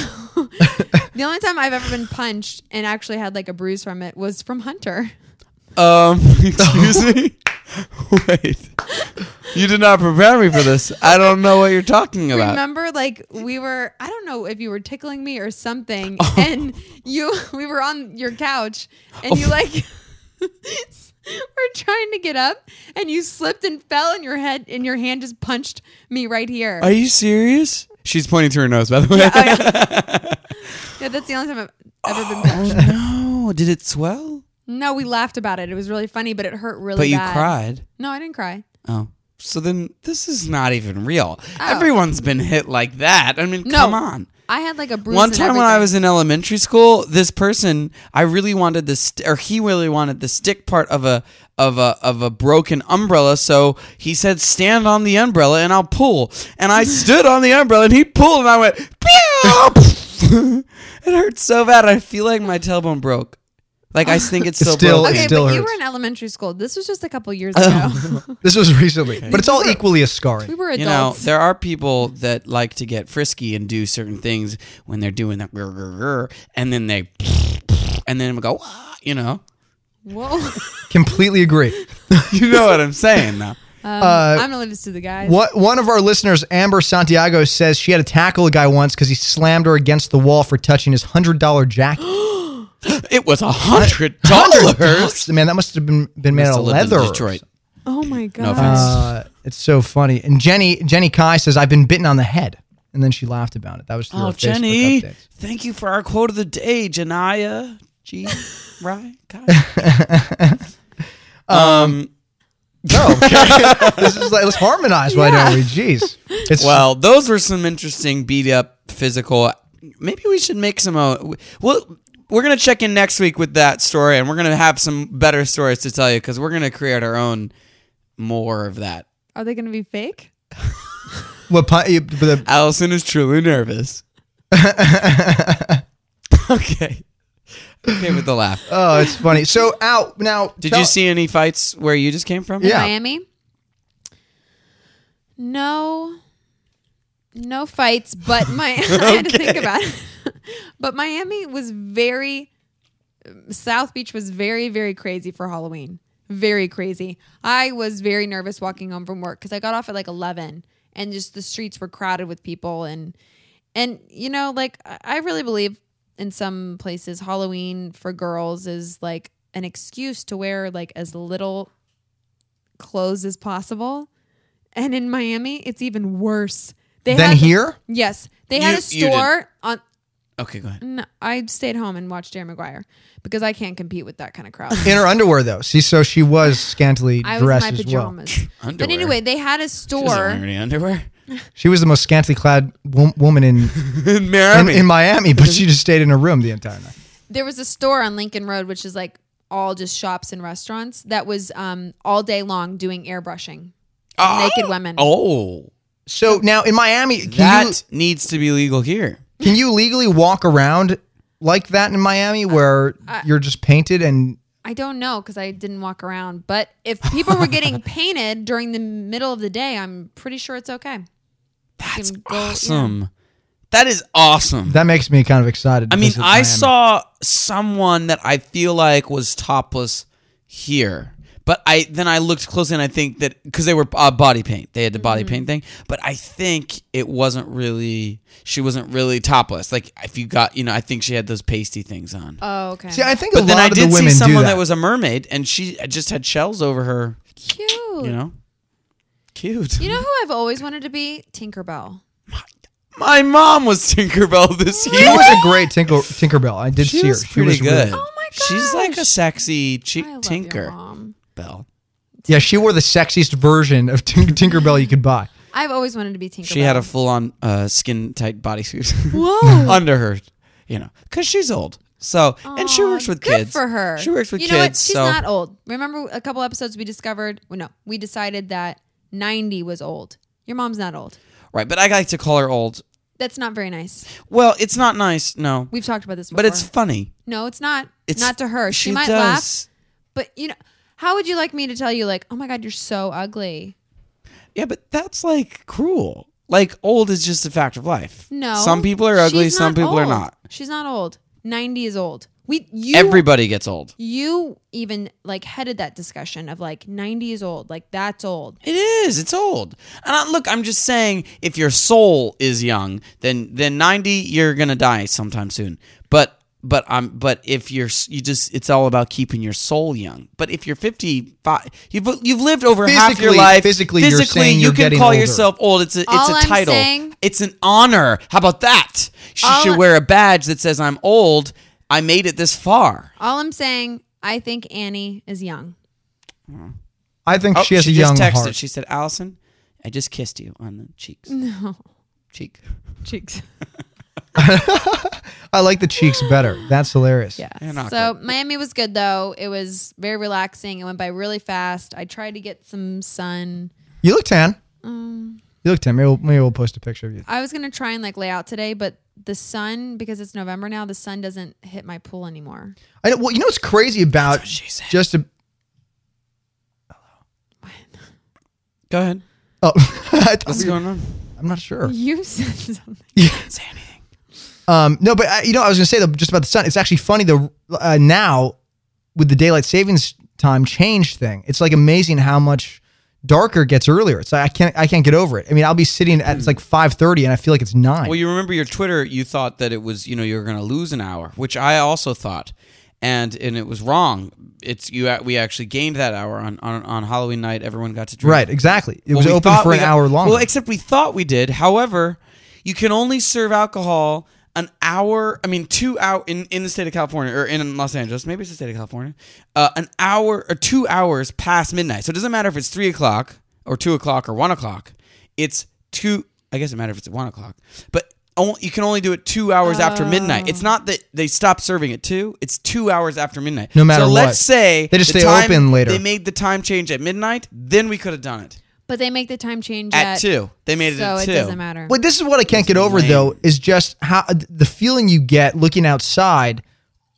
Speaker 5: the only time I've ever been punched and actually had like a bruise from it was from Hunter.
Speaker 4: Um, excuse me. Wait, you did not prepare me for this. I don't know what you're talking about.
Speaker 5: Remember, like we were, I don't know if you were tickling me or something, and you, we were on your couch, and you like were trying to get up and you slipped and fell and your head and your hand just punched me right here.
Speaker 4: Are you serious? She's pointing to her nose, by the way.
Speaker 5: Oh, yeah. Yeah, that's the only time I've ever been punched.
Speaker 4: no, did it swell?
Speaker 5: No, we laughed about it. It was really funny, but it hurt really
Speaker 4: But you
Speaker 5: bad.
Speaker 4: cried.
Speaker 5: No, I didn't cry.
Speaker 4: Oh. So then this is not even real. Everyone's been hit like that. I mean,
Speaker 5: Oh. No.
Speaker 4: come on.
Speaker 5: I had like a bruise.
Speaker 4: One
Speaker 5: and
Speaker 4: time when I
Speaker 5: everything.
Speaker 4: was in elementary school, this person, I really wanted the st- or he really wanted the stick part of a of a of a broken umbrella, so he said stand on the umbrella and I'll pull. And I stood on the umbrella and he pulled and I went pew! It hurt so bad. I feel like my tailbone broke. Like I think it's still,
Speaker 3: still-
Speaker 4: broken.
Speaker 5: Okay,
Speaker 3: still
Speaker 5: but you
Speaker 3: hurts.
Speaker 5: were in elementary school. This was just a couple years ago.
Speaker 3: This was recently, but it's all equally as
Speaker 5: we
Speaker 3: scarring.
Speaker 5: were adults.
Speaker 4: You know, there are people that like to get frisky and do certain things when they're doing that, grr, grr, grr, and then they, and then we go, "Ah," you know, uh,
Speaker 5: Whoa.
Speaker 3: Completely agree.
Speaker 4: you know what I'm saying though.
Speaker 5: I'm gonna leave this to the guys.
Speaker 3: What one of our listeners, Amber Santiago, says she had to tackle a guy once because he slammed her against the wall for touching his hundred dollar jacket.
Speaker 4: It was a hundred dollars.
Speaker 3: man, that must have been been made out
Speaker 4: Still
Speaker 3: of
Speaker 4: lived in
Speaker 3: leather. or
Speaker 4: Detroit.
Speaker 5: Oh my god.
Speaker 4: offense.
Speaker 3: Uh, it's so funny. And Jenny Jenny Kai says, "I've been bitten on the head," and then she laughed about it. That was through
Speaker 4: Oh,
Speaker 3: her
Speaker 4: Jenny,
Speaker 3: Facebook updates.
Speaker 4: thank you for our quote of the day, Janaya G. Right? um.
Speaker 3: No, okay. this is like let's harmonize. Why don't we? Jeez, it's
Speaker 4: Well, those were some interesting beat up physical. Maybe we should make some. Uh, well, we're gonna check in next week with that story, and we're gonna have some better stories to tell you because we're gonna create our own more of that.
Speaker 5: Are they gonna be fake?
Speaker 3: what pi- you- but the-
Speaker 4: Allison is truly nervous. okay. Okay with the laugh.
Speaker 3: oh, it's funny. So out now.
Speaker 4: Did
Speaker 3: tell-
Speaker 4: you see any fights where you just came from?
Speaker 3: Yeah.
Speaker 5: Miami. No. No fights, but my I had to think about it. but Miami was very South Beach was very very crazy for Halloween. Very crazy. I was very nervous walking home from work cuz I got off at like 11 and just the streets were crowded with people and and you know like I- I really believe in some places Halloween for girls is like an excuse to wear like as little clothes as possible. And in Miami, it's even worse. They
Speaker 3: Then
Speaker 5: had-
Speaker 3: here?
Speaker 5: yes, they had
Speaker 4: You-
Speaker 5: a
Speaker 4: you did.
Speaker 5: store on.
Speaker 4: Okay, go ahead.
Speaker 5: No, I stayed home and watched Jerry Maguire because I can't compete with that kind of crowd.
Speaker 3: in her underwear though? See, so she was scantily
Speaker 5: I was
Speaker 3: dressed
Speaker 5: in my
Speaker 3: as well.
Speaker 5: pajamas. but
Speaker 4: Underwear.
Speaker 5: anyway, they had a
Speaker 4: She doesn't
Speaker 5: store.
Speaker 4: wear any underwear.
Speaker 3: She was the most scantily clad wo- woman in in,
Speaker 4: Miami.
Speaker 3: in Miami, but she just stayed in her room the entire night.
Speaker 5: there was a store on Lincoln Road, which is like all just shops and restaurants that was um, all day long doing airbrushing naked women.
Speaker 4: Ah. oh,
Speaker 3: So now in Miami, can you
Speaker 4: that needs to be legal here.
Speaker 3: Can you legally walk around like that in Miami where you're just painted and
Speaker 5: I don't know because I didn't walk around. But if people were getting painted during the middle of the day, I'm pretty sure it's okay.
Speaker 4: That's
Speaker 5: go- yeah.
Speaker 4: awesome. That is awesome.
Speaker 3: that makes me kind of excited. to
Speaker 4: I mean,
Speaker 3: visit
Speaker 4: I
Speaker 3: Miami.
Speaker 4: saw someone that I feel like was topless here, but I then I looked closely and I think that because they were uh, body paint, they had the
Speaker 5: Mm-hmm.
Speaker 4: body paint thing, but I think it wasn't really she wasn't really topless. Like if you got, you know, I think she had those pasty things on.
Speaker 5: Oh, okay.
Speaker 3: See, I think a
Speaker 4: but
Speaker 3: lot
Speaker 4: then I
Speaker 3: of
Speaker 4: did
Speaker 3: the
Speaker 4: see
Speaker 3: women
Speaker 4: someone
Speaker 3: do
Speaker 4: that. was a mermaid, and she just had shells over her.
Speaker 5: Cute.
Speaker 4: You know, cute.
Speaker 5: You know who I've always wanted to be? Tinkerbell.
Speaker 4: My mom was Tinkerbell this
Speaker 3: She
Speaker 4: year.
Speaker 3: was a great tinker, Tinkerbell. I did
Speaker 4: She
Speaker 3: see her.
Speaker 4: was pretty
Speaker 3: really-
Speaker 4: good.
Speaker 5: Oh my
Speaker 4: She's like a
Speaker 5: gosh.
Speaker 4: sexy
Speaker 5: I
Speaker 4: chi-
Speaker 5: love Your
Speaker 4: Tinker
Speaker 5: mom.
Speaker 4: Bell.
Speaker 3: yeah, she wore the sexiest version of tin- Tinkerbell you could buy.
Speaker 5: I've always wanted to be Tinkerbell.
Speaker 4: She had a full on uh, skin tight bodysuit
Speaker 5: whoa.
Speaker 4: under her, you know, because she's old. So, and she
Speaker 5: Aw,
Speaker 4: works with
Speaker 5: good
Speaker 4: kids.
Speaker 5: for her.
Speaker 4: She works with
Speaker 5: you
Speaker 4: kids.
Speaker 5: Know what? She's
Speaker 4: so,
Speaker 5: not old. Remember a couple episodes we discovered? Well, no, we decided that 90 was old. Your mom's not old.
Speaker 4: right. But I like to call her old.
Speaker 5: That's not very nice.
Speaker 4: Well, it's not nice. No.
Speaker 5: We've talked about this before.
Speaker 4: but it's funny.
Speaker 5: no, it's not.
Speaker 4: It's
Speaker 5: not to her. She, might laugh, but you know, how would you like me to tell you, like, oh my God, you're so ugly?
Speaker 4: Yeah, but that's like cruel. Like, old is just a fact of life.
Speaker 5: No.
Speaker 4: Some people are ugly,
Speaker 5: She's
Speaker 4: some
Speaker 5: not
Speaker 4: people are
Speaker 5: old.
Speaker 4: not.
Speaker 5: She's not old. 90 is old. We, you,
Speaker 4: Everybody gets old.
Speaker 5: you even like headed that discussion of like 90 is old. Like, that's old.
Speaker 4: It is. It's old. And I, look, I'm just saying, if your soul is young, then then 90, you're gonna die sometime soon. But but I'm but if you're s- you just it's all about keeping your soul young. But if you're 55, you've you've lived over half your
Speaker 3: Physically-
Speaker 4: life.
Speaker 3: physically, you're saying
Speaker 4: you
Speaker 3: you're
Speaker 4: can
Speaker 3: getting
Speaker 4: call
Speaker 3: older.
Speaker 4: yourself old. It's a it's
Speaker 5: All
Speaker 4: a
Speaker 5: I'm
Speaker 4: title.
Speaker 5: saying-
Speaker 4: it's an honor. How about that? She
Speaker 5: All I-
Speaker 4: should wear a badge that says I'm old. I made it this far.
Speaker 5: All I'm saying, I think Annie is young.
Speaker 3: I think
Speaker 4: Oh,
Speaker 3: she has a
Speaker 4: just
Speaker 3: young
Speaker 4: texted.
Speaker 3: heart.
Speaker 4: She said, "Allison, I just kissed you on the cheeks.
Speaker 5: No.
Speaker 4: Cheek.
Speaker 5: Cheeks.
Speaker 3: I like the cheeks better. That's hilarious.
Speaker 5: Yeah.
Speaker 4: Yeah, not
Speaker 5: So Miami was good though. It was very relaxing. It went by really fast. I tried to get some sun.
Speaker 3: You look tan. you look tan. Maybe we'll, maybe we'll post a picture of you.
Speaker 5: I was gonna try and like lay out today, but the sun because it's November now. The sun doesn't hit my pool anymore.
Speaker 3: I know, well, you know what's crazy about
Speaker 4: she said.
Speaker 3: just a.
Speaker 4: Go ahead.
Speaker 3: Oh, I thought
Speaker 4: What's
Speaker 3: we were-
Speaker 4: going on?
Speaker 3: I'm not sure.
Speaker 5: You said something.
Speaker 4: Say anything.
Speaker 3: Um, no, but I, you know, I was going to say though, just about the sun. It's actually funny though. Uh, now, with the daylight savings time change thing, it's like amazing how much darker it gets earlier. It's like I can't, I can't get over it. I mean, I'll be sitting at it's like five thirty, and I feel like it's nine.
Speaker 4: Well, you remember your Twitter. You thought that it was you know you were going to lose an hour, which I also thought, and and it was wrong. It's you. a- We actually gained that hour on on, on Halloween night. Everyone got to drink.
Speaker 3: right, exactly. It
Speaker 4: Well,
Speaker 3: was
Speaker 4: we
Speaker 3: open
Speaker 4: thought
Speaker 3: for
Speaker 4: we
Speaker 3: an
Speaker 4: got-
Speaker 3: hour longer.
Speaker 4: Well, except we thought we did. However, you can only serve alcohol an hour. I mean, two hour in, in the state of California or in Los Angeles. Maybe it's the state of California. Uh, an hour or two hours past midnight. So it doesn't matter if it's three o'clock or two o'clock or one o'clock. It's two. I guess it matters if it's at one o'clock, but. on- You can only do it two hours after midnight. It's not that they stop serving at two; it's two hours after midnight.
Speaker 3: No matter
Speaker 4: so
Speaker 3: what.
Speaker 4: let's say
Speaker 3: They just
Speaker 4: the
Speaker 3: stay
Speaker 4: time-
Speaker 3: open later.
Speaker 4: They made the time change at midnight, then we could have done it
Speaker 5: But they make the time change
Speaker 4: at two. They made it
Speaker 5: so
Speaker 4: at
Speaker 5: it
Speaker 4: two.
Speaker 5: doesn't matter.
Speaker 3: Well, this is what I can't get over
Speaker 4: lame.
Speaker 3: though is just how uh, the feeling you get looking outside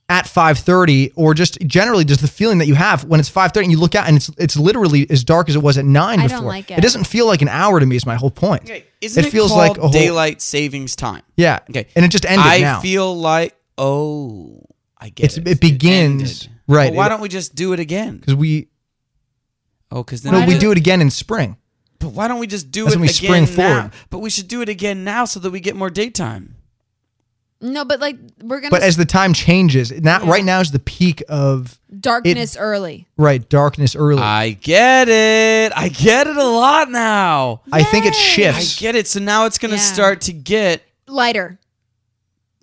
Speaker 3: at 5:30 or just generally just the feeling that you have when it's 5:30 and you look out and it's it's literally as dark as it was at 9
Speaker 5: I don't
Speaker 3: before.
Speaker 5: like it.
Speaker 3: doesn't feel like an hour to me is my whole point.
Speaker 4: Okay, isn't it,
Speaker 3: feels
Speaker 4: called
Speaker 3: like a whole
Speaker 4: daylight savings time?
Speaker 3: Yeah.
Speaker 4: Okay,
Speaker 3: And it just ended
Speaker 4: I
Speaker 3: now.
Speaker 4: feel like oh, I get
Speaker 3: It's-
Speaker 4: it.
Speaker 3: it begins,
Speaker 4: ended.
Speaker 3: right,
Speaker 4: Well, why
Speaker 3: it-
Speaker 4: don't we just do it again?
Speaker 3: Cuz we
Speaker 4: Oh, because then
Speaker 3: no,
Speaker 5: Why
Speaker 3: we
Speaker 5: did-
Speaker 3: do it again in spring.
Speaker 4: But why don't we just do
Speaker 3: That's
Speaker 4: it
Speaker 3: when we
Speaker 4: again
Speaker 3: spring
Speaker 4: now?
Speaker 3: forward.
Speaker 4: But we should do it again now so that we get more daytime.
Speaker 5: no, but like we're gonna
Speaker 3: But as the time changes, now right now is the peak of
Speaker 5: darkness early.
Speaker 3: right darkness early.
Speaker 4: I get it. I get it a lot now.
Speaker 3: I think it
Speaker 4: I
Speaker 3: shifts.
Speaker 4: get it. So now it's going to
Speaker 5: Yeah.
Speaker 4: start to get.
Speaker 5: Lighter.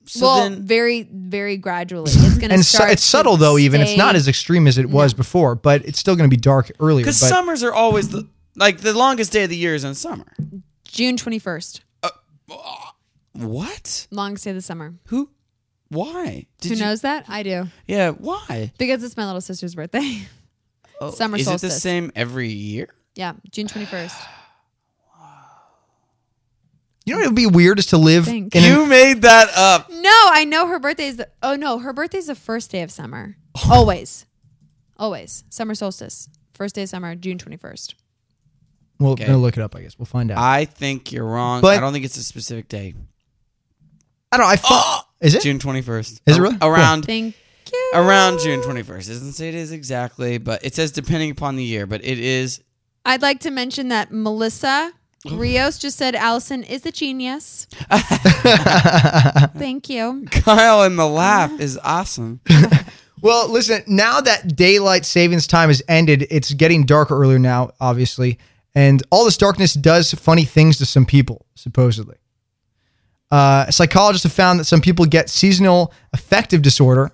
Speaker 4: So
Speaker 5: well,
Speaker 4: then,
Speaker 5: very, very gradually. It's gonna
Speaker 3: and su-
Speaker 5: start
Speaker 3: it's
Speaker 5: to
Speaker 3: subtle though even it's not
Speaker 5: stay-
Speaker 3: as extreme as it was before, but it's still going to be dark earlier.
Speaker 4: because
Speaker 3: but-
Speaker 4: summers are always the like the longest day of the year is in summer.
Speaker 5: June twenty first.
Speaker 4: What?
Speaker 5: Longest day of the summer.
Speaker 4: Who? Why? Did
Speaker 5: Who
Speaker 4: you-
Speaker 5: knows that? I do.
Speaker 4: Yeah. Why?
Speaker 5: Because it's my little sister's birthday.
Speaker 4: Oh,
Speaker 5: Summer
Speaker 4: is it the
Speaker 5: solstice.
Speaker 4: same every year?
Speaker 5: yeah, June 21st.
Speaker 3: You know what would be weird is to live
Speaker 5: Think.
Speaker 3: in
Speaker 4: you made that up.
Speaker 5: No, I know her birthday is the, Oh no, her birthday is the first day of summer.
Speaker 4: Oh.
Speaker 5: Always. Always. Summer solstice. First day of summer, June 21st.
Speaker 3: a, we'll
Speaker 4: Okay.
Speaker 3: we'll look it up, I guess. We'll find out. I,
Speaker 4: I think you're wrong.
Speaker 3: But-
Speaker 4: I don't think it's a specific day.
Speaker 3: don't know. I fo- is it?
Speaker 4: June 21st.
Speaker 3: Is it
Speaker 4: Ar-
Speaker 3: really? Cool.
Speaker 4: around
Speaker 5: Thank you.
Speaker 4: around June 21st? It doesn't say it is exactly, but it says depending upon the year. But it is.
Speaker 5: I'd like to mention that Melissa
Speaker 4: Oh.
Speaker 5: Rios just said Allison is a genius. Thank you.
Speaker 4: Kyle and the laugh is awesome.
Speaker 3: Well, listen, now that daylight savings time has ended, it's getting darker earlier now, obviously. And all this darkness does funny things to some people, supposedly. Uh, psychologists have found that some people get seasonal affective disorder,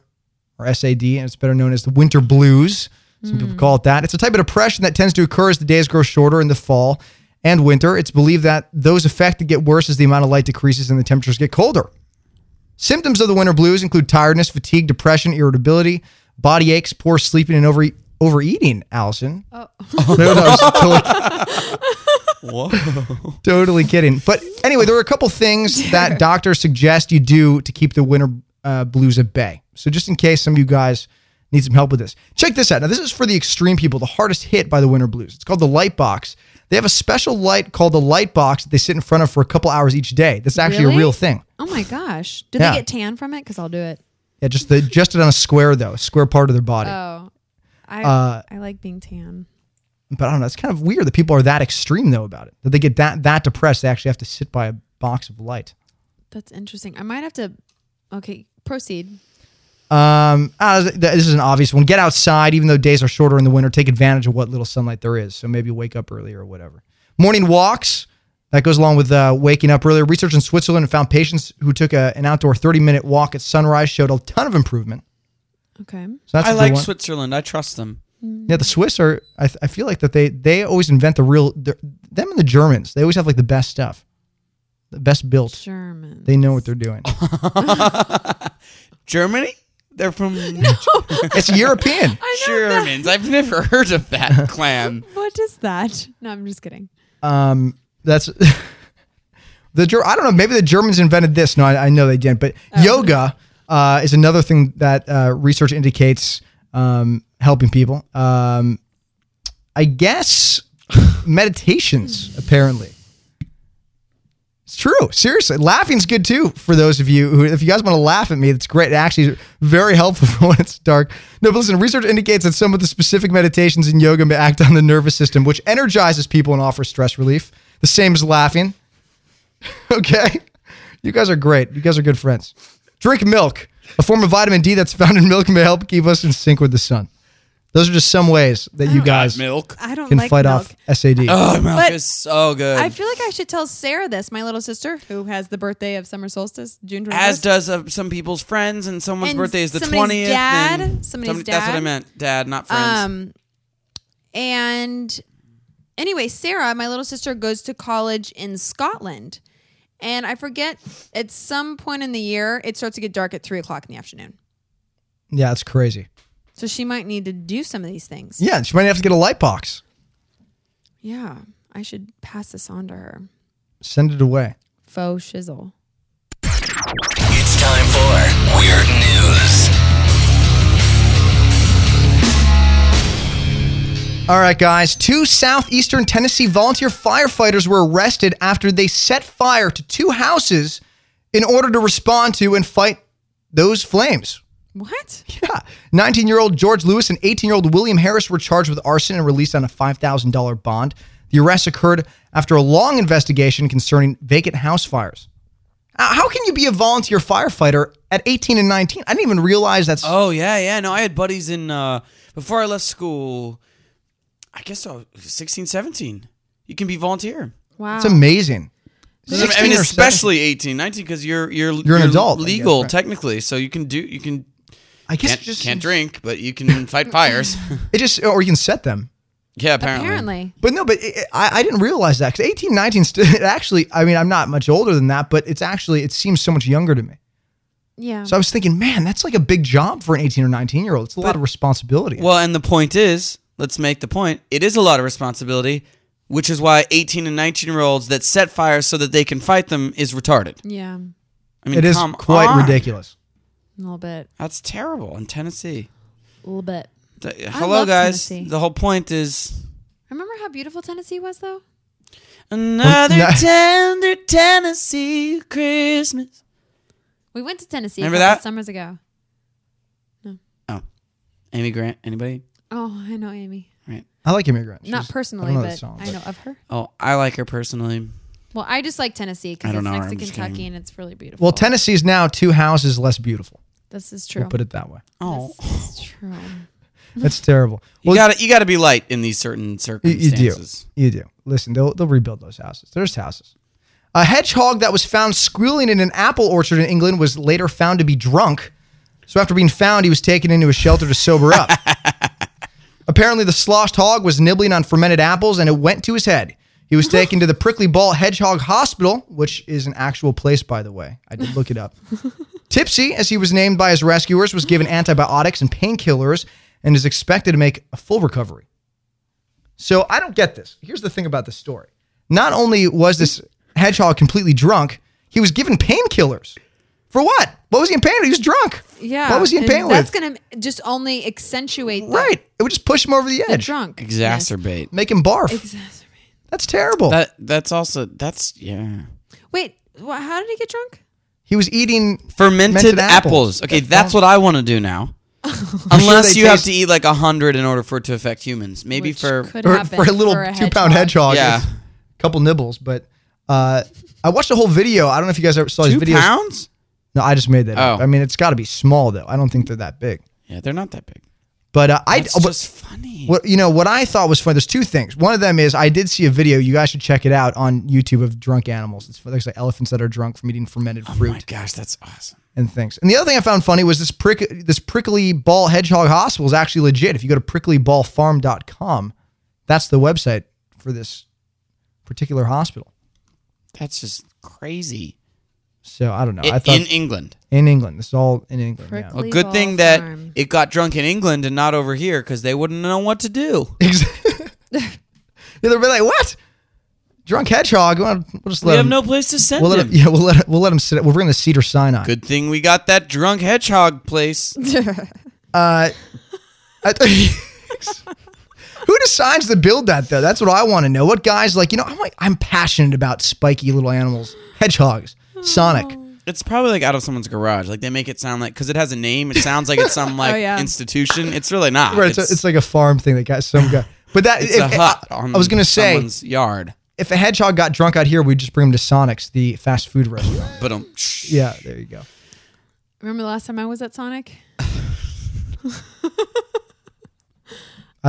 Speaker 3: or SAD, and it's better known as the winter blues. Some people call it that. It's a type of depression that tends to occur as the days grow shorter in the fall and winter. It's believed that those affected get worse as the amount of light decreases and the temperatures get colder. Symptoms of the winter blues include tiredness, fatigue, depression, irritability, body aches, poor sleeping, and over overeating. Allison, oh. totally,
Speaker 4: Whoa.
Speaker 3: totally kidding. But anyway, there are a couple things that doctors suggest you do to keep the winter uh, blues at bay. So just in case some of you guys need some help with this, check this out. Now this is for the extreme people, the hardest hit by the winter blues. It's called the light box. They have a special light called the light box that they sit in front of for a couple hours each day. That's actually a
Speaker 5: Really?
Speaker 3: real thing.
Speaker 5: Oh my gosh. Did
Speaker 3: Yeah.
Speaker 5: they get tan from it? Because I'll do it.
Speaker 3: Yeah, just the, just it on a square though, a square part of their body.
Speaker 5: Oh. I
Speaker 4: Uh,
Speaker 5: I like being tan.
Speaker 3: but I don't know. It's kind of weird that people are that extreme though about it. That they get that that depressed, they actually have to sit by a box of light.
Speaker 5: That's interesting. I might have to Okay, proceed.
Speaker 3: Um, ah, th- this is an obvious one. Get outside, even though days are shorter in the winter. Take advantage of what little sunlight there is. So maybe wake up earlier or whatever. Morning walks. That goes along with uh, waking up earlier. Research in Switzerland found patients who took a, an outdoor 30 minute walk at sunrise showed a ton of improvement.
Speaker 5: Okay.
Speaker 3: So that's a
Speaker 4: I
Speaker 3: good
Speaker 4: like
Speaker 3: one.
Speaker 4: Switzerland. I trust them.
Speaker 3: Yeah, the Swiss are. I, I feel like that they they always invent the real they're- them and the Germans. They always have like the best stuff, the best built.
Speaker 5: German.
Speaker 3: They know what they're doing.
Speaker 4: Germany? They're from
Speaker 3: it's European.
Speaker 4: Germans. I've never heard of that clan.
Speaker 5: what is that? No, I'm just kidding.
Speaker 3: Um, that's the Ger- I don't know. Maybe the Germans invented this. No, I, I know they didn't. But yoga uh, is another thing that uh, research indicates um, helping people. Um, I guess meditations apparently. It's true. Seriously, laughing's good too for those of you who, if you guys want to laugh at me, it's great. It actually is very helpful for when it's dark. No, but listen, research indicates that some of the specific meditations in yoga may act on the nervous system, which energizes people and offers stress relief. The same as laughing. okay, you guys are great. You guys are good friends. Drink milk, a form of vitamin D that's found in milk, may help keep us in sync with the sun. Those are just some ways that you guys
Speaker 4: Milk.
Speaker 5: I don't
Speaker 3: can
Speaker 5: like
Speaker 3: fight
Speaker 5: milk.
Speaker 3: off SAD.
Speaker 4: Oh, milk
Speaker 5: But-
Speaker 4: is so good.
Speaker 5: I feel like I should tell Sarah this, my little sister, who has the birthday of summer solstice, June 21st.
Speaker 4: As does uh, some people's friends, and someone's
Speaker 5: And
Speaker 4: birthday is the
Speaker 5: somebody's
Speaker 4: twentieth.
Speaker 5: dad, somebody's
Speaker 4: That's what I
Speaker 5: dad.
Speaker 4: meant. Dad, not friends.
Speaker 5: Um, and anyway, Sarah, my little sister, goes to college in Scotland, and I forget at some point in the year it starts to get dark at three o'clock in the afternoon.
Speaker 3: yeah, it's crazy.
Speaker 5: So she might need to do some of these things.
Speaker 3: Yeah, she might have to get a light box.
Speaker 5: Yeah, I should pass this on to her.
Speaker 3: Send it away.
Speaker 5: Faux shizzle.
Speaker 1: It's time for Weird News.
Speaker 3: All right, guys. Two southeastern Tennessee volunteer firefighters were arrested after they set fire to two houses in order to respond to and fight those flames.
Speaker 5: What?
Speaker 3: Yeah. 19 year old George Lewis and 18 year old William Harris were charged with arson and released on a $5,000 bond. The arrest occurred after a long investigation concerning vacant house fires. Uh, How can you be a volunteer firefighter at 18 and 19? I didn't even realize that's.
Speaker 4: Oh yeah, yeah. No, I had buddies in uh before I left school. I guess I was 16, 17. You can be volunteer.
Speaker 5: Wow.
Speaker 3: It's amazing.
Speaker 4: I
Speaker 3: 16
Speaker 4: mean,
Speaker 3: or
Speaker 4: especially 18, 19 because you're you're
Speaker 3: You're an adult, I guess,
Speaker 4: legal
Speaker 3: right?
Speaker 4: technically. So you can do you can
Speaker 3: I guess
Speaker 4: can't,
Speaker 3: it just
Speaker 4: can't drink, but you can fight fires.
Speaker 3: It just or you can set them.
Speaker 4: yeah, apparently.
Speaker 5: Apparently.
Speaker 3: But no, but it, I, I didn't realize that because 18, 19, st- it actually, I mean, I'm not much older than that, but it's actually, it seems so much younger to me.
Speaker 5: Yeah.
Speaker 3: So I was thinking, man, that's like a big job for an 18 or 19 year old. It's a lot of responsibility.
Speaker 4: Well, and the point is, let's make the point. It is a lot of responsibility, which is why 18 and 19 year olds that set fires so that they can fight them is retarded.
Speaker 5: yeah.
Speaker 4: I mean,
Speaker 3: it is
Speaker 4: come
Speaker 3: quite
Speaker 4: on.
Speaker 3: ridiculous.
Speaker 5: A little bit.
Speaker 4: That's terrible in Tennessee.
Speaker 5: A little bit.
Speaker 4: Th- Hello,
Speaker 5: love
Speaker 4: guys.
Speaker 5: Tennessee.
Speaker 4: The whole point is
Speaker 5: Remember how beautiful Tennessee was, though?
Speaker 4: another
Speaker 3: no.
Speaker 4: tender Tennessee Christmas.
Speaker 5: We went to Tennessee
Speaker 4: Remember
Speaker 5: a couple
Speaker 4: that?
Speaker 5: summers ago.
Speaker 4: Oh, Amy Grant. Anybody?
Speaker 5: Oh, I know Amy.
Speaker 4: Right.
Speaker 3: I like immigrants.
Speaker 5: Not
Speaker 3: She's-
Speaker 5: personally,
Speaker 3: I don't know
Speaker 5: but
Speaker 3: that song,
Speaker 5: I know of her.
Speaker 4: Oh, I like her personally.
Speaker 5: Well, I just like Tennessee
Speaker 4: I
Speaker 5: because
Speaker 4: don't
Speaker 5: it's
Speaker 4: know her,
Speaker 5: next to
Speaker 4: I'm just
Speaker 5: Kentucky
Speaker 4: kidding.
Speaker 5: and it's really beautiful.
Speaker 3: Well, Tennessee's now two houses less beautiful.
Speaker 5: This is true.
Speaker 3: Put it that way.
Speaker 4: Oh,
Speaker 5: This is true.
Speaker 3: That's terrible.
Speaker 4: you
Speaker 3: Well,
Speaker 4: gotta you gotta be light in these certain
Speaker 3: You, you do.
Speaker 4: circumstances.
Speaker 3: You do. Listen, they'll, they'll rebuild those houses. There's houses. A hedgehog that was found squealing in an apple orchard in England was later found to be drunk. So after being found, he was taken into a shelter to sober up. Apparently, the sloshed hog was nibbling on fermented apples and it went to his head. He was taken to the Prickly Ball Hedgehog Hospital, which is an actual place, by the way. I did look it up. Tipsy, as he was named by his rescuers, was given antibiotics and painkillers and is expected to make a full recovery. So I don't get this. Here's the thing about this story. Not only was this hedgehog completely drunk, he was given painkillers. For what? What was he in pain? with? He was drunk.
Speaker 5: Yeah.
Speaker 3: What was he in
Speaker 5: and
Speaker 3: pain
Speaker 5: That's
Speaker 3: with?
Speaker 5: going to just only accentuate the-
Speaker 3: right. It would just push him over the
Speaker 5: the
Speaker 3: edge,
Speaker 5: drunk.
Speaker 4: Exacerbate.
Speaker 3: make him barf.
Speaker 5: Exacerbate.
Speaker 3: That's terrible.
Speaker 4: That that's also that's yeah.
Speaker 5: Wait, wha how did he get drunk?
Speaker 3: he was eating
Speaker 4: Fermented, apples. Okay, that's what I want to do now. Unless
Speaker 3: they
Speaker 4: you have
Speaker 3: taste-
Speaker 4: to eat like a hundred in order for it to affect humans. Maybe
Speaker 5: Which
Speaker 4: for
Speaker 5: could
Speaker 3: or,
Speaker 5: happen
Speaker 3: for a little
Speaker 5: for
Speaker 3: two pound hedgehog.
Speaker 4: Yeah.
Speaker 3: it's A couple nibbles, but uh, I watched a whole video. I don't know if you guys ever saw his
Speaker 4: two
Speaker 3: video.
Speaker 4: pounds.
Speaker 3: No, I just made that. up.
Speaker 4: Oh.
Speaker 3: I mean, it's got to be small though. I don't think they're that big.
Speaker 4: Yeah, they're not that big.
Speaker 3: But uh, I
Speaker 4: It's
Speaker 3: but-
Speaker 4: just funny.
Speaker 3: What you know, what I thought was funny. There's two things. One of them is I did see a video. You guys should check it out on YouTube of drunk animals. It's there's like elephants that are drunk from eating fermented
Speaker 4: Oh my
Speaker 3: fruit
Speaker 4: gosh, that's awesome.
Speaker 3: and things. And the other thing I found funny was this prick, this prickly ball hedgehog hospital is actually legit. If you go to pricklyballfarm.com, that's the website for this particular hospital.
Speaker 4: That's just crazy.
Speaker 3: So I don't know.
Speaker 4: I-
Speaker 3: I thought
Speaker 4: in England.
Speaker 3: in England, this is all in England. yeah.
Speaker 5: Prickly-
Speaker 4: Well, good thing
Speaker 5: Ball
Speaker 4: that
Speaker 5: Farm.
Speaker 4: it got drunk in England and not over here because they wouldn't know what to do.
Speaker 3: Exactly. They'll be like, what? Drunk hedgehog? We'll we'll just let
Speaker 4: we have
Speaker 3: him-
Speaker 4: no place to send
Speaker 3: We'll let
Speaker 4: them.
Speaker 3: him, yeah, we'll let we'll let him sit. We'll bring the Cedar Sinai.
Speaker 4: Good thing we got that drunk hedgehog place.
Speaker 3: Uh, I- who decides to build that though? That's what I want to know. What guys like? You know, I'm like I'm passionate about spiky little animals, hedgehogs, Sonic.
Speaker 4: It's probably like out of someone's garage. Like they make it sound like because it has a name. It sounds like it's some like
Speaker 5: yeah.
Speaker 4: institution. It's really not.
Speaker 3: Right, it's, a- it's like a farm thing that got some guy. But that
Speaker 4: it's
Speaker 3: if,
Speaker 4: a hut
Speaker 3: I,
Speaker 4: on
Speaker 3: I was gonna say
Speaker 4: someone's yard.
Speaker 3: if a hedgehog got drunk out here, we'd just bring him to Sonic's, the fast food restaurant.
Speaker 4: But um,
Speaker 3: yeah, there you go.
Speaker 5: Remember the last time I was at Sonic?
Speaker 3: I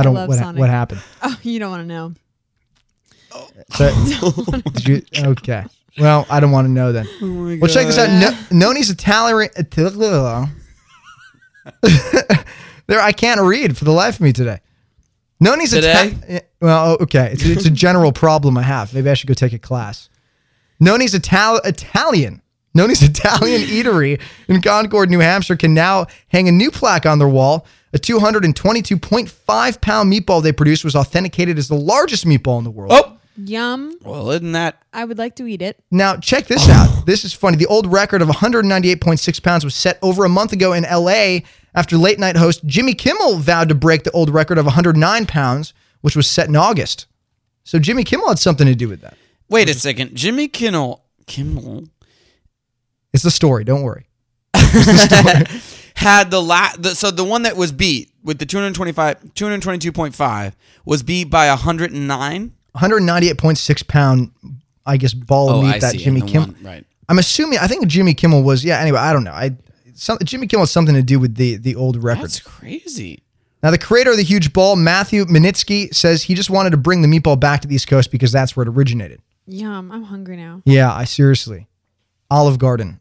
Speaker 3: don't
Speaker 5: love
Speaker 3: what,
Speaker 5: Sonic.
Speaker 3: what happened.
Speaker 5: Oh, you don't want to know.
Speaker 3: So,
Speaker 4: Oh
Speaker 3: did you, okay. Well, I don't want to know then. well, check this out. No, Noni's Italian. there, I can't read for the life of me today. Noni's
Speaker 4: Today?
Speaker 3: Italian. Well, oh, okay. It's, it's a general problem I have. Maybe I should go take a class. Noni's Ital- Italian. Noni's Italian Eatery in Concord, New Hampshire can now hang a new plaque on their wall. A 222.5 pound meatball they produced was authenticated as the largest meatball in the world.
Speaker 4: Oh,
Speaker 5: Yum.
Speaker 4: well, isn't that
Speaker 5: I would like to eat it.
Speaker 3: Now, check this out. This is funny. The old record of 198.6 pounds was set over a month ago in LA after late night host Jimmy Kimmel vowed to break the old record of 109 pounds, which was set in August. So Jimmy Kimmel had something to do with that.
Speaker 4: Wait a second, Jimmy Kimmel. Kimmel
Speaker 3: It's the story. Don't worry.
Speaker 4: had the last. The, so the one that was beat with the 225, 222.5 was beat by 109.
Speaker 3: 198.6 pound, I guess, ball of
Speaker 4: Oh,
Speaker 3: meat
Speaker 4: I
Speaker 3: that
Speaker 4: see.
Speaker 3: Jimmy
Speaker 4: and the
Speaker 3: Kimmel.
Speaker 4: one- right.
Speaker 3: I'm assuming. I think Jimmy Kimmel was. Yeah. Anyway, I don't know. I some, Jimmy Kimmel had something to do with the the old record.
Speaker 4: That's crazy.
Speaker 3: Now, the creator of the huge ball, Matthew Minitsky, says he just wanted to bring the meatball back to the East Coast because that's where it originated.
Speaker 5: Yum. I'm hungry now.
Speaker 3: Yeah, I seriously. Olive Garden.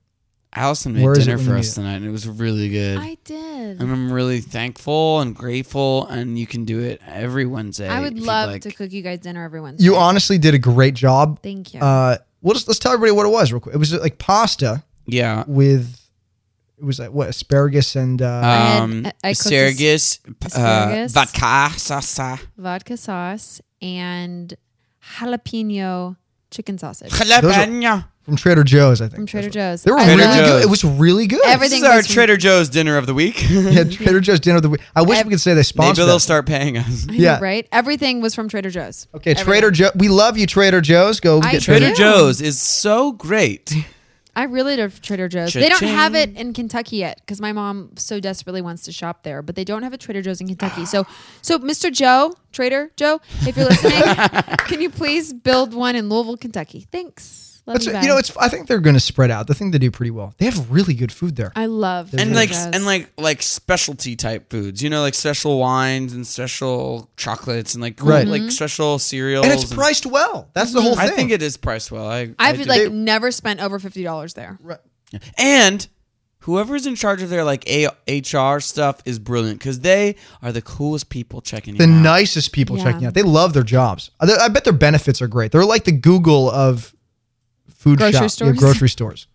Speaker 4: Allison made
Speaker 3: Where is it
Speaker 4: dinner
Speaker 3: when
Speaker 4: for
Speaker 3: you
Speaker 4: us
Speaker 3: need
Speaker 4: tonight, and it was really good.
Speaker 5: I did.
Speaker 4: and I'm really thankful and grateful, and you can do it every Wednesday.
Speaker 5: I would
Speaker 4: if you'd
Speaker 5: love
Speaker 4: like.
Speaker 5: to cook you guys dinner every Wednesday.
Speaker 3: You honestly did a great job.
Speaker 5: Thank you.
Speaker 3: Uh, we'll just let's tell everybody what it was real quick. It was like pasta
Speaker 4: Yeah.
Speaker 3: with it was like what asparagus and uh,
Speaker 5: had-
Speaker 4: Um,
Speaker 5: I- I cooked
Speaker 4: asparagus, p-
Speaker 5: asparagus.
Speaker 4: Uh, vodka, salsa,
Speaker 5: Vodka sauce and jalapeno chicken sausage
Speaker 4: jalapeno.
Speaker 3: from Trader Joe's, I think.
Speaker 5: from Trader
Speaker 3: That's what-
Speaker 5: Joe's.
Speaker 3: They were
Speaker 5: I
Speaker 3: really
Speaker 4: Trader
Speaker 5: love-
Speaker 3: good.
Speaker 4: Joe's.
Speaker 3: It was really good.
Speaker 4: This
Speaker 5: Everything
Speaker 4: is our
Speaker 5: goes from-
Speaker 4: Trader Joe's dinner of the week.
Speaker 3: Yeah, Trader Joe's dinner of the week. I wish we could say they
Speaker 4: Maybe
Speaker 3: sponsored.
Speaker 4: they'll
Speaker 3: that.
Speaker 4: start paying us.
Speaker 5: I know,
Speaker 3: yeah.
Speaker 5: Right? Everything was from Trader Joe's.
Speaker 3: Okay, Trader Joe. We love you, Trader Joe's. Go
Speaker 5: I
Speaker 3: get
Speaker 5: do.
Speaker 4: Trader
Speaker 5: Yeah.
Speaker 4: Joe's is so great.
Speaker 5: I really love Trader Joe's. They don't
Speaker 4: Cha-ching.
Speaker 5: have it in Kentucky yet because my mom so desperately wants to shop there, but they don't have a Trader Joe's in Kentucky. So, so Mr. Joe, Trader Joe, if you're listening, can you please build one in Louisville, Kentucky? Thanks. Love
Speaker 3: That's,
Speaker 5: you,
Speaker 3: you know, it's. I think they're going to spread out. I think they do pretty well. They have really good food there.
Speaker 5: I love
Speaker 4: and
Speaker 5: Trader
Speaker 4: like
Speaker 5: Joe's.
Speaker 4: and like like specialty type foods, you know, like special wines and special chocolates and like cool,
Speaker 3: Right.
Speaker 5: Mm-hmm.
Speaker 4: like special cereals.
Speaker 3: and it's priced well. That's the whole thing.
Speaker 4: I think it is priced well. I, I
Speaker 5: I've
Speaker 4: do.
Speaker 5: like
Speaker 3: They-
Speaker 5: never spent over fifty dollars there.
Speaker 4: And whoever's in charge of their like A- HR stuff is brilliant because they are the coolest people checking
Speaker 3: the
Speaker 4: you out.
Speaker 3: nicest people
Speaker 5: Yeah.
Speaker 3: checking out. They love their jobs. I I bet their benefits are great. They're like the Google of food
Speaker 5: Grocery
Speaker 3: shop- yeah,
Speaker 5: stores.
Speaker 3: grocery stores.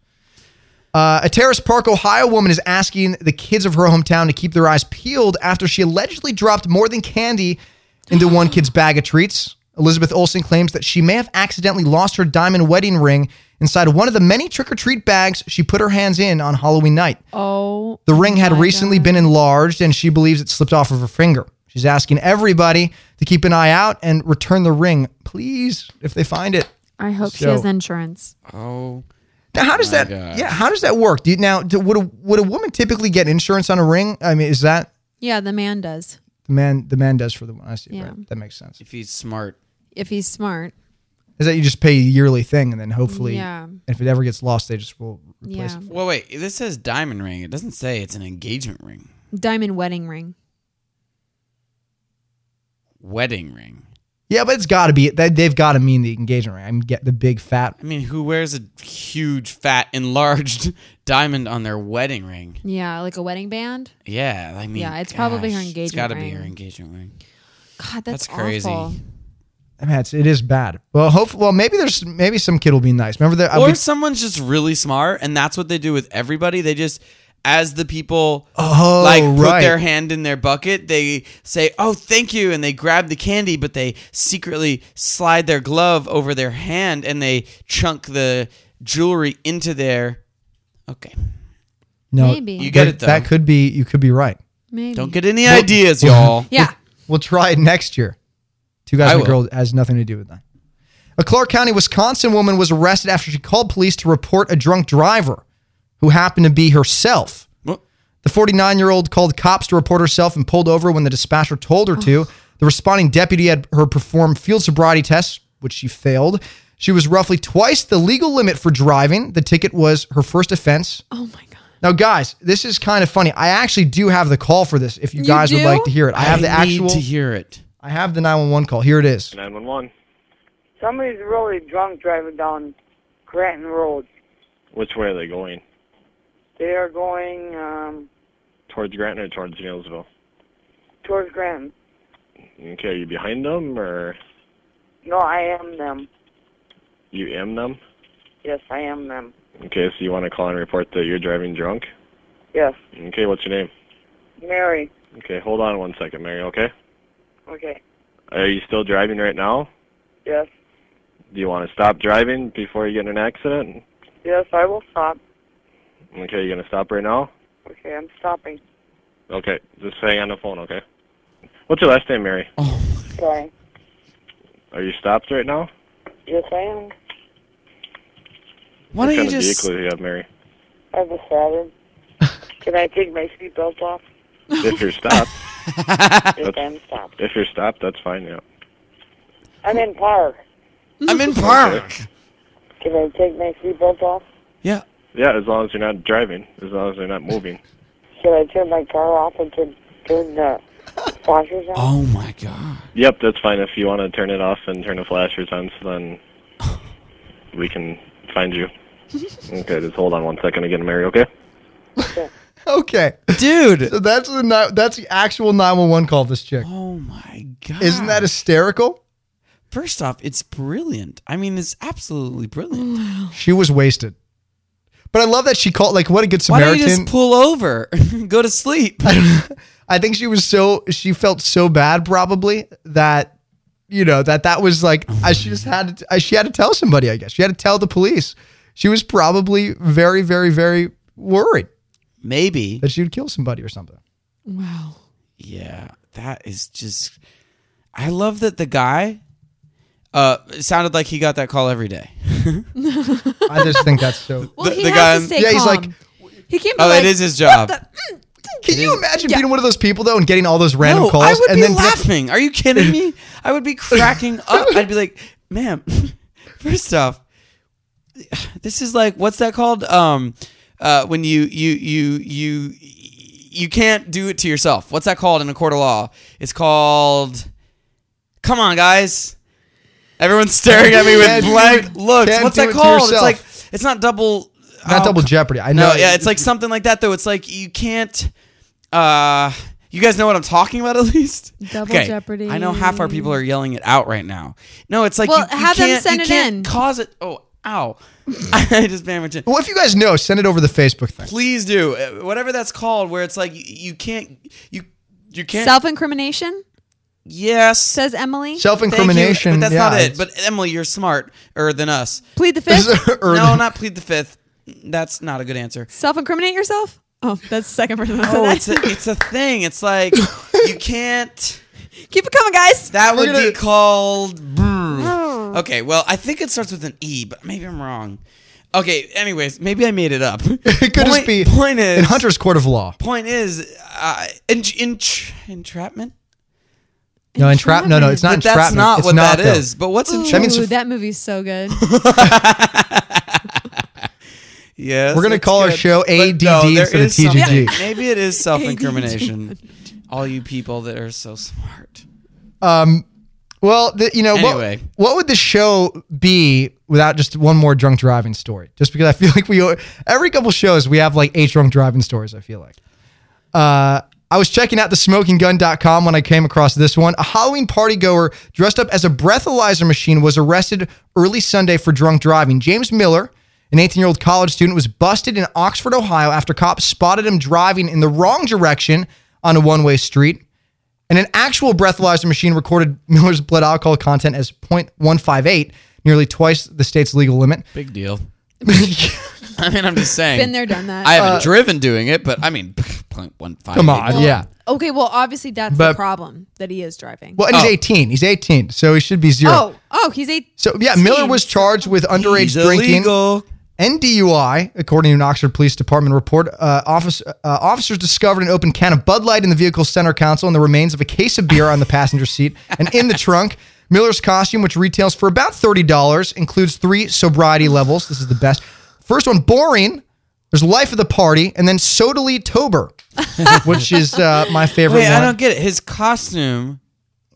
Speaker 3: Uh, a Terrace Park, Ohio woman is asking the kids of her hometown to keep their eyes peeled after she allegedly dropped more than candy into one kid's bag of treats. Elizabeth Olsen claims that she may have accidentally lost her diamond wedding ring inside one of the many trick or treat bags she put her hands in on Halloween night.
Speaker 5: Oh,
Speaker 3: The ring had
Speaker 5: my
Speaker 3: recently
Speaker 5: God.
Speaker 3: been enlarged and she believes it slipped off of her finger. She's asking everybody to keep an eye out and return the ring, please, if they find it.
Speaker 5: I hope she
Speaker 3: So-
Speaker 5: has insurance.
Speaker 4: oh,
Speaker 3: Now, how does that?
Speaker 4: gosh.
Speaker 3: Yeah, how does that work? Do you, now, do, would a, would a woman typically get insurance on a ring? I mean, is that
Speaker 5: Yeah, the man does
Speaker 3: the man? The man does for the one. I see.
Speaker 5: Yeah.
Speaker 3: Right. That makes sense.
Speaker 4: if he's smart.
Speaker 5: if he's smart.
Speaker 3: is that you just pay a yearly thing and then hopefully
Speaker 5: Yeah.
Speaker 3: if it ever gets lost they just will replace
Speaker 5: Yeah.
Speaker 3: it.
Speaker 4: Well, wait. This says diamond ring. It doesn't say it's an engagement ring.
Speaker 5: Diamond wedding ring.
Speaker 4: Wedding ring.
Speaker 3: Yeah, but it's got to be they, they've got to mean the engagement ring. I mean, get the big fat.
Speaker 4: I mean, who wears a huge, fat, enlarged diamond on their wedding ring?
Speaker 5: Yeah, like a wedding band.
Speaker 4: Yeah, I mean,
Speaker 5: Yeah, it's probably her
Speaker 4: gosh, It's
Speaker 5: engagement
Speaker 4: got to be
Speaker 5: ring.
Speaker 4: her engagement ring.
Speaker 5: God,
Speaker 4: That's,
Speaker 5: that's,
Speaker 4: crazy.
Speaker 5: awful.
Speaker 3: I mean, it's, it is bad. Well, hopefully, well maybe there's maybe some kid will be nice. Remember that? uh, I
Speaker 4: Or
Speaker 3: would-
Speaker 4: someone's just really smart, and that's what they do with everybody. They just, as the people
Speaker 3: Oh,
Speaker 4: like put
Speaker 3: right.
Speaker 4: their hand in their bucket, they say, "Oh, thank you," and they grab the candy, but they secretly slide their glove over their hand and they chunk the jewelry into their. Okay,
Speaker 3: no,
Speaker 5: Maybe.
Speaker 4: you
Speaker 5: You
Speaker 4: get
Speaker 3: that,
Speaker 4: it though.
Speaker 3: That could be. You could be right.
Speaker 5: Maybe.
Speaker 4: Don't get any
Speaker 3: Well-
Speaker 4: ideas, y'all.
Speaker 5: Yeah.
Speaker 3: We'll try it next year. Two guys
Speaker 4: I
Speaker 3: and a
Speaker 4: will.
Speaker 3: girl has nothing to do with that. A Clark County, Wisconsin woman was arrested after she called police to report a drunk driver who happened to be herself.
Speaker 4: Well,
Speaker 3: The 49 year old called cops to report herself and pulled over when the dispatcher told her to. The responding deputy had her perform field sobriety tests, which she failed. She was roughly twice the legal limit for driving. The ticket was her first offense.
Speaker 5: Oh my god.
Speaker 3: Now, guys, this is kind of funny. I actually do have the call for this if you,
Speaker 5: You
Speaker 3: guys would
Speaker 5: do?
Speaker 3: like to hear it. I have the
Speaker 4: need
Speaker 3: actual.
Speaker 4: to hear it.
Speaker 3: I have the 911 call. Here it is.
Speaker 6: 911.
Speaker 7: Somebody's really drunk driving down Granton Road.
Speaker 6: Which way are they going?
Speaker 7: They are going um,
Speaker 6: Towards Granton or towards Nielsville?
Speaker 7: towards Granton.
Speaker 6: Okay, are you behind them or
Speaker 7: No, I am them.
Speaker 6: you am them?
Speaker 7: Yes, I am them.
Speaker 6: Okay, so you want to call and report that you're driving drunk?
Speaker 7: Yes,
Speaker 6: Okay, what's your name?
Speaker 7: Mary.
Speaker 6: Okay, hold on one second, Mary, okay?
Speaker 7: Okay.
Speaker 6: Are you still driving right now?
Speaker 7: Yes,
Speaker 6: Do you want to stop driving before you get in an accident?
Speaker 7: yes, I will stop.
Speaker 6: Okay, you going to stop right now?
Speaker 7: Okay, I'm stopping.
Speaker 6: Okay, just hang on the phone, okay? What's your last name, Mary?
Speaker 7: Sorry.
Speaker 6: Are you stopped right now?
Speaker 7: Yes, I am.
Speaker 4: Why
Speaker 6: what
Speaker 4: don't
Speaker 6: kind
Speaker 4: you
Speaker 6: of
Speaker 4: just?
Speaker 6: vehicle do you have, Mary?
Speaker 7: I have a Saturn. Can I take my seatbelt off?
Speaker 6: if you're stopped,
Speaker 7: Yes, I'm stopped.
Speaker 6: if you're stopped, that's fine, yeah.
Speaker 7: I'm in park.
Speaker 4: I'm in park.
Speaker 7: Can I take my seatbelt off?
Speaker 4: Yeah.
Speaker 6: Yeah, as long as you're not driving, as long as you're not moving.
Speaker 7: Should I turn my car off and turn, turn the washers on?
Speaker 4: Oh my god.
Speaker 6: Yep, that's fine. If you want to turn it off and turn the flashers on, so then we can find you. Okay, just hold on one second again, Mary. Okay.
Speaker 3: Okay.
Speaker 4: Dude.
Speaker 3: So that's the ni- that's the actual 911 call of this chick.
Speaker 4: Oh my god.
Speaker 3: Isn't that hysterical?
Speaker 4: First off, it's brilliant. I mean, it's absolutely
Speaker 3: Mm.
Speaker 4: brilliant.
Speaker 3: She was wasted. But I love that she called like what a good
Speaker 4: Why don't you
Speaker 3: Samaritan.
Speaker 4: just pull over, go to sleep?
Speaker 3: I think she was so she felt so bad probably that you know that that was like I, she just had to, I, she had to tell somebody I guess she had to tell the police. She was probably very very very worried
Speaker 4: Maybe.
Speaker 3: that she would kill somebody or something.
Speaker 5: Wow.
Speaker 4: Yeah, that is just. I love that the guy. Uh, it sounded like he got that call every day.
Speaker 3: I just think that's so.
Speaker 5: Well,
Speaker 4: The-
Speaker 5: he
Speaker 4: the
Speaker 5: has
Speaker 4: guy-
Speaker 5: to stay
Speaker 3: Yeah,
Speaker 5: calm.
Speaker 3: he's like-
Speaker 5: he can't be
Speaker 4: Oh,
Speaker 5: like,
Speaker 4: it is his job.
Speaker 3: Can you imagine
Speaker 5: Yeah.
Speaker 3: being one of those people though and getting all those random
Speaker 4: no,
Speaker 3: calls
Speaker 4: I would
Speaker 3: and
Speaker 4: be
Speaker 3: then
Speaker 4: laughing. Are you kidding me? I would be cracking up. I'd be like, "Ma'am, first off, this is like what's that called? Um, uh, when you you you you you can't do it to yourself. What's that called in a court of law? It's called. Come on, guys. Everyone's staring at me
Speaker 3: Can't
Speaker 4: with
Speaker 3: do
Speaker 4: blank
Speaker 3: it-
Speaker 4: looks.
Speaker 3: can't
Speaker 4: What's
Speaker 3: do
Speaker 4: that
Speaker 3: it to
Speaker 4: called? It's
Speaker 3: yourself.
Speaker 4: like it's not double.
Speaker 3: not
Speaker 4: oh,
Speaker 3: double
Speaker 4: come-
Speaker 3: jeopardy. I know.
Speaker 4: no, yeah, it's like something like that though. It's like you can't. uh You guys know what I'm talking about at least.
Speaker 5: Double Jeopardy.
Speaker 4: I know half our people are yelling it out right now. No, it's like
Speaker 5: Well,
Speaker 4: you, you
Speaker 5: have them
Speaker 4: can't,
Speaker 5: send
Speaker 4: you
Speaker 5: it
Speaker 4: can't
Speaker 5: in.
Speaker 4: Cause it. Oh, ow! I just banged my chin.
Speaker 3: Well, if you guys know, send it over the Facebook thing.
Speaker 4: Please do Uh, whatever that's called, where it's like you, you can't you you can't.
Speaker 5: self-incrimination.
Speaker 4: yes.
Speaker 5: Says Emily.
Speaker 3: Self
Speaker 4: Thank you,
Speaker 3: incrimination.
Speaker 4: but that's
Speaker 3: yeah,
Speaker 4: not it.
Speaker 3: it's-
Speaker 4: But Emily, you're smarter than us.
Speaker 5: Plead the fifth.
Speaker 3: or
Speaker 4: no,
Speaker 3: the-
Speaker 4: not plead the fifth. That's not a good answer.
Speaker 5: Self-incriminate yourself. Oh, that's the second person. that said
Speaker 4: Oh,
Speaker 5: that.
Speaker 4: it's a, it's a thing. It's like you can't.
Speaker 5: Keep it coming, guys.
Speaker 4: That Oh. would
Speaker 3: We're gonna-
Speaker 4: be called. Okay, well, I think it starts with an E, but maybe I'm wrong. Okay, anyways, maybe I made it up.
Speaker 3: it could just
Speaker 4: Point-
Speaker 3: be
Speaker 4: Point is.
Speaker 3: in Hunter's court of law.
Speaker 4: Point is, uh, en- en- entrapment?
Speaker 3: No, entrap. No, no, it's not
Speaker 4: But that's
Speaker 3: entrapment.
Speaker 4: not
Speaker 3: it's
Speaker 4: what
Speaker 3: not,
Speaker 4: that is.
Speaker 3: though.
Speaker 4: But what's in
Speaker 5: Ooh,
Speaker 3: means-
Speaker 5: that movie's so good.
Speaker 4: Yes.
Speaker 3: We're gonna
Speaker 4: that's
Speaker 3: call our
Speaker 4: good.
Speaker 3: show
Speaker 4: But no,
Speaker 3: ADD
Speaker 4: there
Speaker 3: instead of
Speaker 4: is something-
Speaker 3: TGG.
Speaker 4: Maybe it is self incrimination. All you people that are so smart.
Speaker 3: Um, Well, the, you know,
Speaker 4: Anyway.
Speaker 3: what, what would the show be without just one more drunk driving story? Just because I feel like we every couple shows we have like eight drunk driving stories. I feel like. Uh, I was checking out the smokinggun.com when I came across this one. A Halloween party goer dressed up as a breathalyzer machine was arrested early Sunday for drunk driving. James Miller, an 18 year old college student, was busted in Oxford, Ohio after cops spotted him driving in the wrong direction on a one way street. And an actual breathalyzer machine recorded Miller's blood alcohol content as 0.158, nearly twice the state's legal limit.
Speaker 4: Big deal. I mean, I'm just saying.
Speaker 5: Been there, done that.
Speaker 4: I haven't
Speaker 3: Uh,
Speaker 4: driven doing it, but I mean, point one five.
Speaker 3: Come on,
Speaker 5: Well,
Speaker 3: yeah.
Speaker 5: Okay, well, obviously that's
Speaker 3: But-
Speaker 5: the problem that he is driving.
Speaker 3: Well, and he's
Speaker 4: Oh.
Speaker 3: 18. He's 18, so he should be zero.
Speaker 5: oh, oh, he's eight.
Speaker 3: So yeah, Miller was charged with underage
Speaker 4: He's
Speaker 3: drinking
Speaker 4: illegal.
Speaker 3: and DUI, according to an Oxford Police Department report. Uh, office, uh, officers discovered an open can of Bud Light in the vehicle's center console and the remains of a case of beer on the passenger seat and in the trunk. Miller's costume, which retails for about thirty dollars, includes three sobriety levels. This is the best. First one, boring. There's life of the party, and then sodally tober, which is uh, my favorite
Speaker 4: Wait, I
Speaker 3: one.
Speaker 4: don't get it. His costume.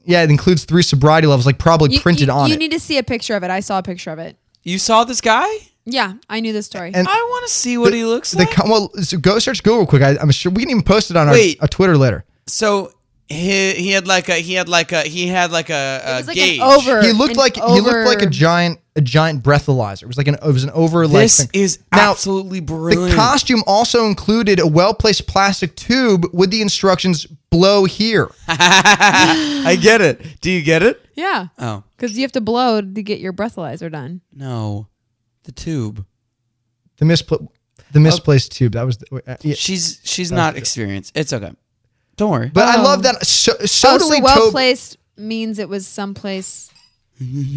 Speaker 3: yeah, it includes three sobriety levels, like probably
Speaker 5: You-
Speaker 3: printed
Speaker 5: you,
Speaker 3: on
Speaker 5: you
Speaker 3: it.
Speaker 5: need to see a picture of it. I saw a picture of it.
Speaker 4: You saw this guy?
Speaker 5: Yeah, I knew this story.
Speaker 3: And-
Speaker 4: I want to see what he looks
Speaker 3: The
Speaker 4: like.
Speaker 3: com- well, so go search Google quick. I, I'm sure we can even post it on our,
Speaker 4: Wait.
Speaker 3: our Twitter later.
Speaker 4: so he he had like a he had like a he had like a, a
Speaker 5: it was like
Speaker 4: gauge.
Speaker 5: an over.
Speaker 3: He looked
Speaker 5: an
Speaker 3: like he looked like a
Speaker 5: over-
Speaker 3: giant a giant breathalyzer. It was like an it was an over like
Speaker 4: This
Speaker 3: thing.
Speaker 4: is
Speaker 3: Now,
Speaker 4: absolutely
Speaker 3: The
Speaker 4: brilliant.
Speaker 3: costume also included a well placed plastic tube with the instructions "blow here."
Speaker 4: I get it. Do you get it?
Speaker 5: Yeah,
Speaker 4: Oh
Speaker 5: because you have to blow to get your breathalyzer done.
Speaker 4: no, the tube.
Speaker 3: The mispla-
Speaker 4: Oh.
Speaker 3: the misplaced tube. That was. The, uh, yeah.
Speaker 4: She's she's not experienced. It's okay. Don't worry.
Speaker 3: But I
Speaker 5: Oh.
Speaker 3: love that. So,
Speaker 5: Oh,
Speaker 3: totally
Speaker 5: so well placed means it was someplace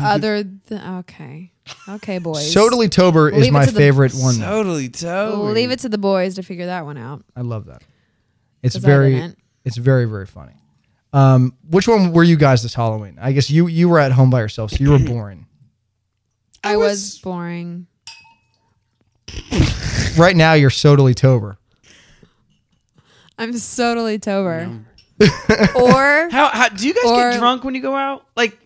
Speaker 5: other than. Okay, okay, boys.
Speaker 3: Sodally Tober is
Speaker 5: Leave it
Speaker 3: my
Speaker 5: to the-
Speaker 3: favorite one. though.
Speaker 4: totally totally.
Speaker 5: Leave it to the boys to figure that one out.
Speaker 3: I love that. It's
Speaker 5: 'Cause I
Speaker 3: very,
Speaker 5: didn't.
Speaker 3: it's very, very funny. Um, which one were you guys this Halloween? I guess you you were at home by yourself, so you were boring.
Speaker 5: I, was, boring.
Speaker 3: Right now, you're sodily tober.
Speaker 5: I'm totally tober. or
Speaker 4: How, how do you guys
Speaker 5: Or-
Speaker 4: get drunk when you go out? Like,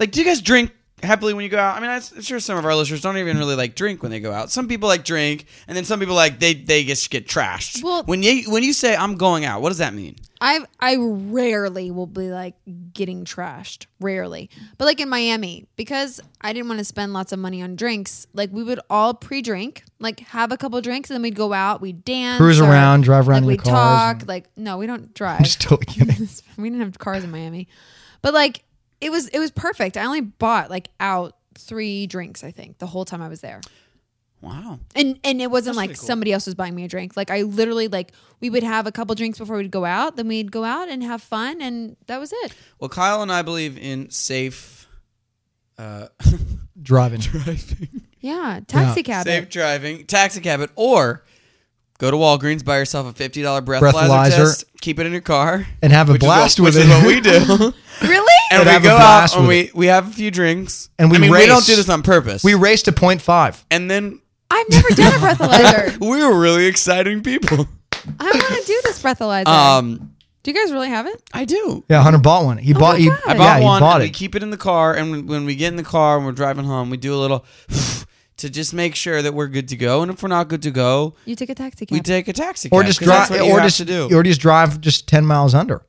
Speaker 4: like do you guys drink happily when you go out? I mean, I'm sure some of our listeners don't even really like drink when they go out. Some people like drink, and then some people like they they just get trashed.
Speaker 5: Well-
Speaker 4: when you when you say I'm going out, what does that mean?
Speaker 5: I I rarely will be like getting trashed, rarely. But like in Miami, because I didn't want to spend lots of money on drinks, like we would all pre-drink, like have a couple drinks, and then we'd go out, we'd dance,
Speaker 3: Cruise
Speaker 5: or,
Speaker 3: around, drive around in
Speaker 5: like,
Speaker 3: your
Speaker 5: we'd
Speaker 3: cars
Speaker 5: talk,
Speaker 3: and-
Speaker 5: like no, we don't drive.
Speaker 3: I'm just totally kidding.
Speaker 5: we didn't have cars in Miami, but like it was it was perfect. I only bought like out three drinks, I think, the whole time I was there
Speaker 4: Wow.
Speaker 5: and and it wasn't like
Speaker 4: pretty cool.
Speaker 5: somebody else was buying me a drink like i literally like we would have a couple drinks before we'd go out then we'd go out and have fun and that was it
Speaker 4: Well, Kyle and I believe in safe uh,
Speaker 3: Driving.
Speaker 4: driving,
Speaker 5: yeah taxi cab
Speaker 4: safe
Speaker 5: it.
Speaker 4: driving, taxi cab it, or go to Walgreens, buy yourself a fifty dollar breathalyzer,
Speaker 3: Breathalyzer.
Speaker 4: test, keep it in your car,
Speaker 3: And have a
Speaker 4: which is
Speaker 3: blast
Speaker 4: what-
Speaker 3: with
Speaker 4: which
Speaker 3: it.
Speaker 4: is what we do.
Speaker 5: really
Speaker 4: and we
Speaker 3: have a
Speaker 4: go
Speaker 3: blast
Speaker 4: out and
Speaker 3: with
Speaker 4: we, we have a few drinks
Speaker 3: And we
Speaker 4: I mean,
Speaker 3: race.
Speaker 4: we don't do this on purpose.
Speaker 3: We raced to point five.
Speaker 4: and then
Speaker 5: i've never done a breathalyzer
Speaker 4: we were really exciting people.
Speaker 5: i want to do this breathalyzer
Speaker 4: Um,
Speaker 5: do you guys really have it
Speaker 4: I do.
Speaker 3: Yeah, Hunter bought one. He bought.
Speaker 5: Oh my
Speaker 3: He,
Speaker 5: God.
Speaker 4: I
Speaker 5: Yeah,
Speaker 4: bought
Speaker 3: yeah,
Speaker 4: one.
Speaker 3: He bought
Speaker 4: and We
Speaker 3: it.
Speaker 4: keep it in the car, and when- when we get in the car and we're driving home, we do a little to just make sure that we're good to go. And if we're not good to go,
Speaker 5: you take a taxi cab
Speaker 4: we take a taxi.
Speaker 3: Or
Speaker 4: cab,
Speaker 3: just
Speaker 4: 'cause that's
Speaker 3: drive.
Speaker 4: what you
Speaker 3: Or
Speaker 4: have
Speaker 3: just
Speaker 4: to do.
Speaker 3: Or just drive just ten miles under.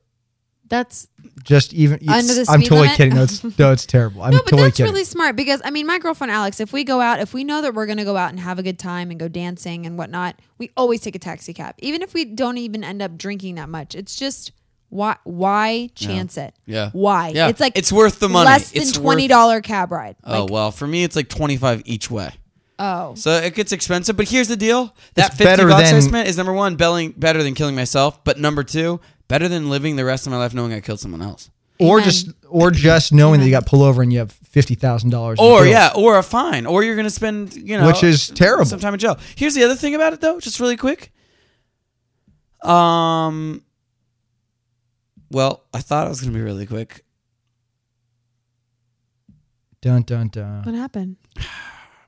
Speaker 5: that's
Speaker 3: Just even.
Speaker 5: Under the
Speaker 3: I'm
Speaker 5: speed
Speaker 3: totally
Speaker 5: limit?
Speaker 3: kidding. No, it's no, it's terrible. I'm
Speaker 5: no but
Speaker 3: totally
Speaker 5: that's
Speaker 3: kidding.
Speaker 5: really smart because i mean my girlfriend alex if we go out if we know that we're going to go out and have a good time and go dancing and whatnot we always take a taxi cab even if we don't even end up drinking that much it's just why why chance it
Speaker 4: Yeah.
Speaker 5: why
Speaker 4: Yeah.
Speaker 5: it's like
Speaker 4: It's worth the money.
Speaker 5: less than
Speaker 4: It's worth-
Speaker 5: $20 cab ride
Speaker 4: oh
Speaker 5: like,
Speaker 4: well, for me it's like twenty five each way.
Speaker 5: oh
Speaker 4: So it gets expensive, but here's the deal: that
Speaker 3: It's
Speaker 4: fifty
Speaker 3: better
Speaker 4: bucks I
Speaker 3: than-
Speaker 4: spent is number one, belling, better than killing myself, but number two, better than living the rest of my life knowing I killed someone else.
Speaker 3: Or
Speaker 5: Amen.
Speaker 3: just or just knowing that you got pulled over and you have fifty thousand dollars.
Speaker 4: or yeah, or a fine, or you're gonna spend you know,
Speaker 3: Which is terrible.
Speaker 4: Some time in jail. Here's the other thing about it though, just really quick. Um, Well, I thought it was gonna be really quick.
Speaker 3: Dun dun dun.
Speaker 5: What happened?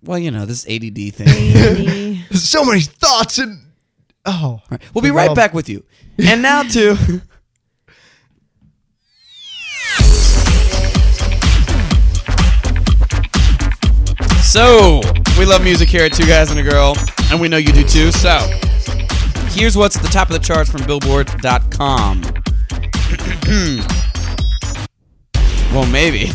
Speaker 4: Well, you know this ADD thing.
Speaker 5: Andy.
Speaker 3: So many thoughts and oh,
Speaker 4: All right, We'll be right
Speaker 3: Well-
Speaker 4: back with you. And now to So, we love music here at Two Guys and a Girl, and we know you do too. So, here's what's at the top of the charts from billboard.com. well, maybe.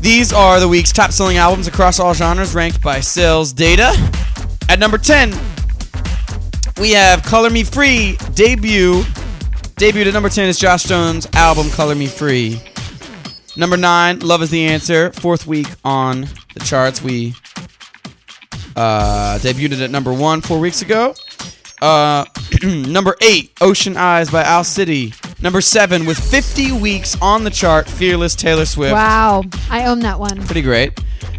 Speaker 4: These are the week's top selling albums across all genres ranked by sales data. At number 10, we have Color Me Free debut. Debut at number 10 is Josh Stone's album Color Me Free. Number 9, Love is the Answer. Fourth week on the charts. We uh, debuted it at number 1 four weeks ago. Uh, number 8, Ocean Eyes by Al City. Number 7, with 50 weeks on the chart, Fearless Taylor Swift.
Speaker 5: wow, I own that one.
Speaker 4: Pretty great.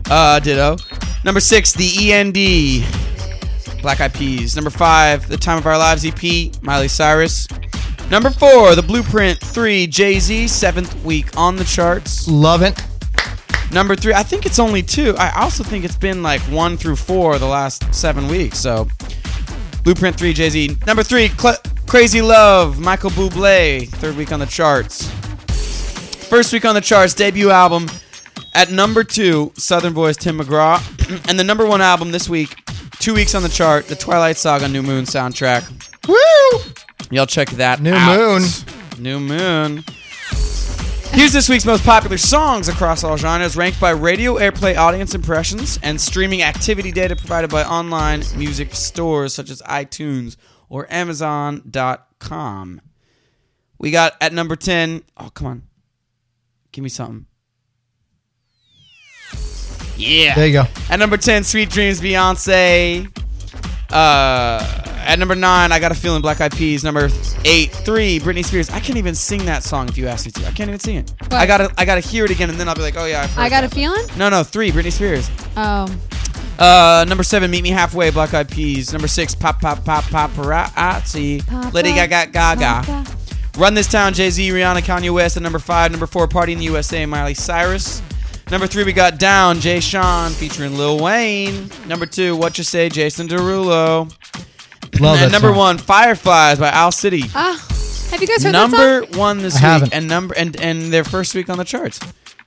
Speaker 4: Uh, ditto. Number six, the END. Black Eyed Peas. Number five, The Time of Our Lives EP, Miley Cyrus. Number four, The Blueprint 3, Jay Z, seventh week on the charts.
Speaker 3: love it.
Speaker 4: Number three, I think it's only two. I also think it's been like one through four the last seven weeks. So, Blueprint 3, Jay Z. Number three, Cl- Crazy Love, Michael Bublé, third week on the charts. First week on the charts, debut album. At number two, Southern Voice, Tim McGraw. and the number one album this week, two weeks on the chart, the Twilight Saga New Moon soundtrack.
Speaker 3: Woo!
Speaker 4: Y'all check that
Speaker 3: New
Speaker 4: out.
Speaker 3: Moon.
Speaker 4: New Moon. Here's this week's most popular songs across all genres, ranked by radio airplay audience impressions and streaming activity data provided by online music stores such as iTunes or Amazon.com. We got at number 10. Oh, come on. Give me something. Yeah.
Speaker 3: There you go.
Speaker 4: At number 10, Sweet Dreams, Beyonce. Uh, at number 9, I Got a Feeling, Black Eyed Peas. Number 8, 3, Britney Spears. I can't even sing that song if you ask me to. I can't even sing it. I gotta, I gotta hear it again and then I'll be like, oh yeah, I've heard
Speaker 5: I got a
Speaker 4: that.
Speaker 5: feeling.
Speaker 4: No, no, 3, Britney Spears.
Speaker 5: Oh,
Speaker 4: Uh, number 7, Meet Me Halfway, Black Eyed Peas. Number 6, Pop Pop Pop Paparazzi. Lady Gaga Gaga.
Speaker 5: Papa.
Speaker 4: Run This Town, Jay Z, Rihanna, Kanye West. At number five, number four, Party in the USA, Miley Cyrus. Number three, we got Down, Jay Sean featuring Lil Wayne. Number two, What You Say, Jason Derulo.
Speaker 3: Love
Speaker 4: and
Speaker 3: that
Speaker 4: at number
Speaker 3: song.
Speaker 4: one, Fireflies by Owl City.
Speaker 5: Ah, have you guys heard that
Speaker 4: Number one this
Speaker 3: I
Speaker 4: week,
Speaker 3: haven't.
Speaker 4: and number and and their first week on the charts.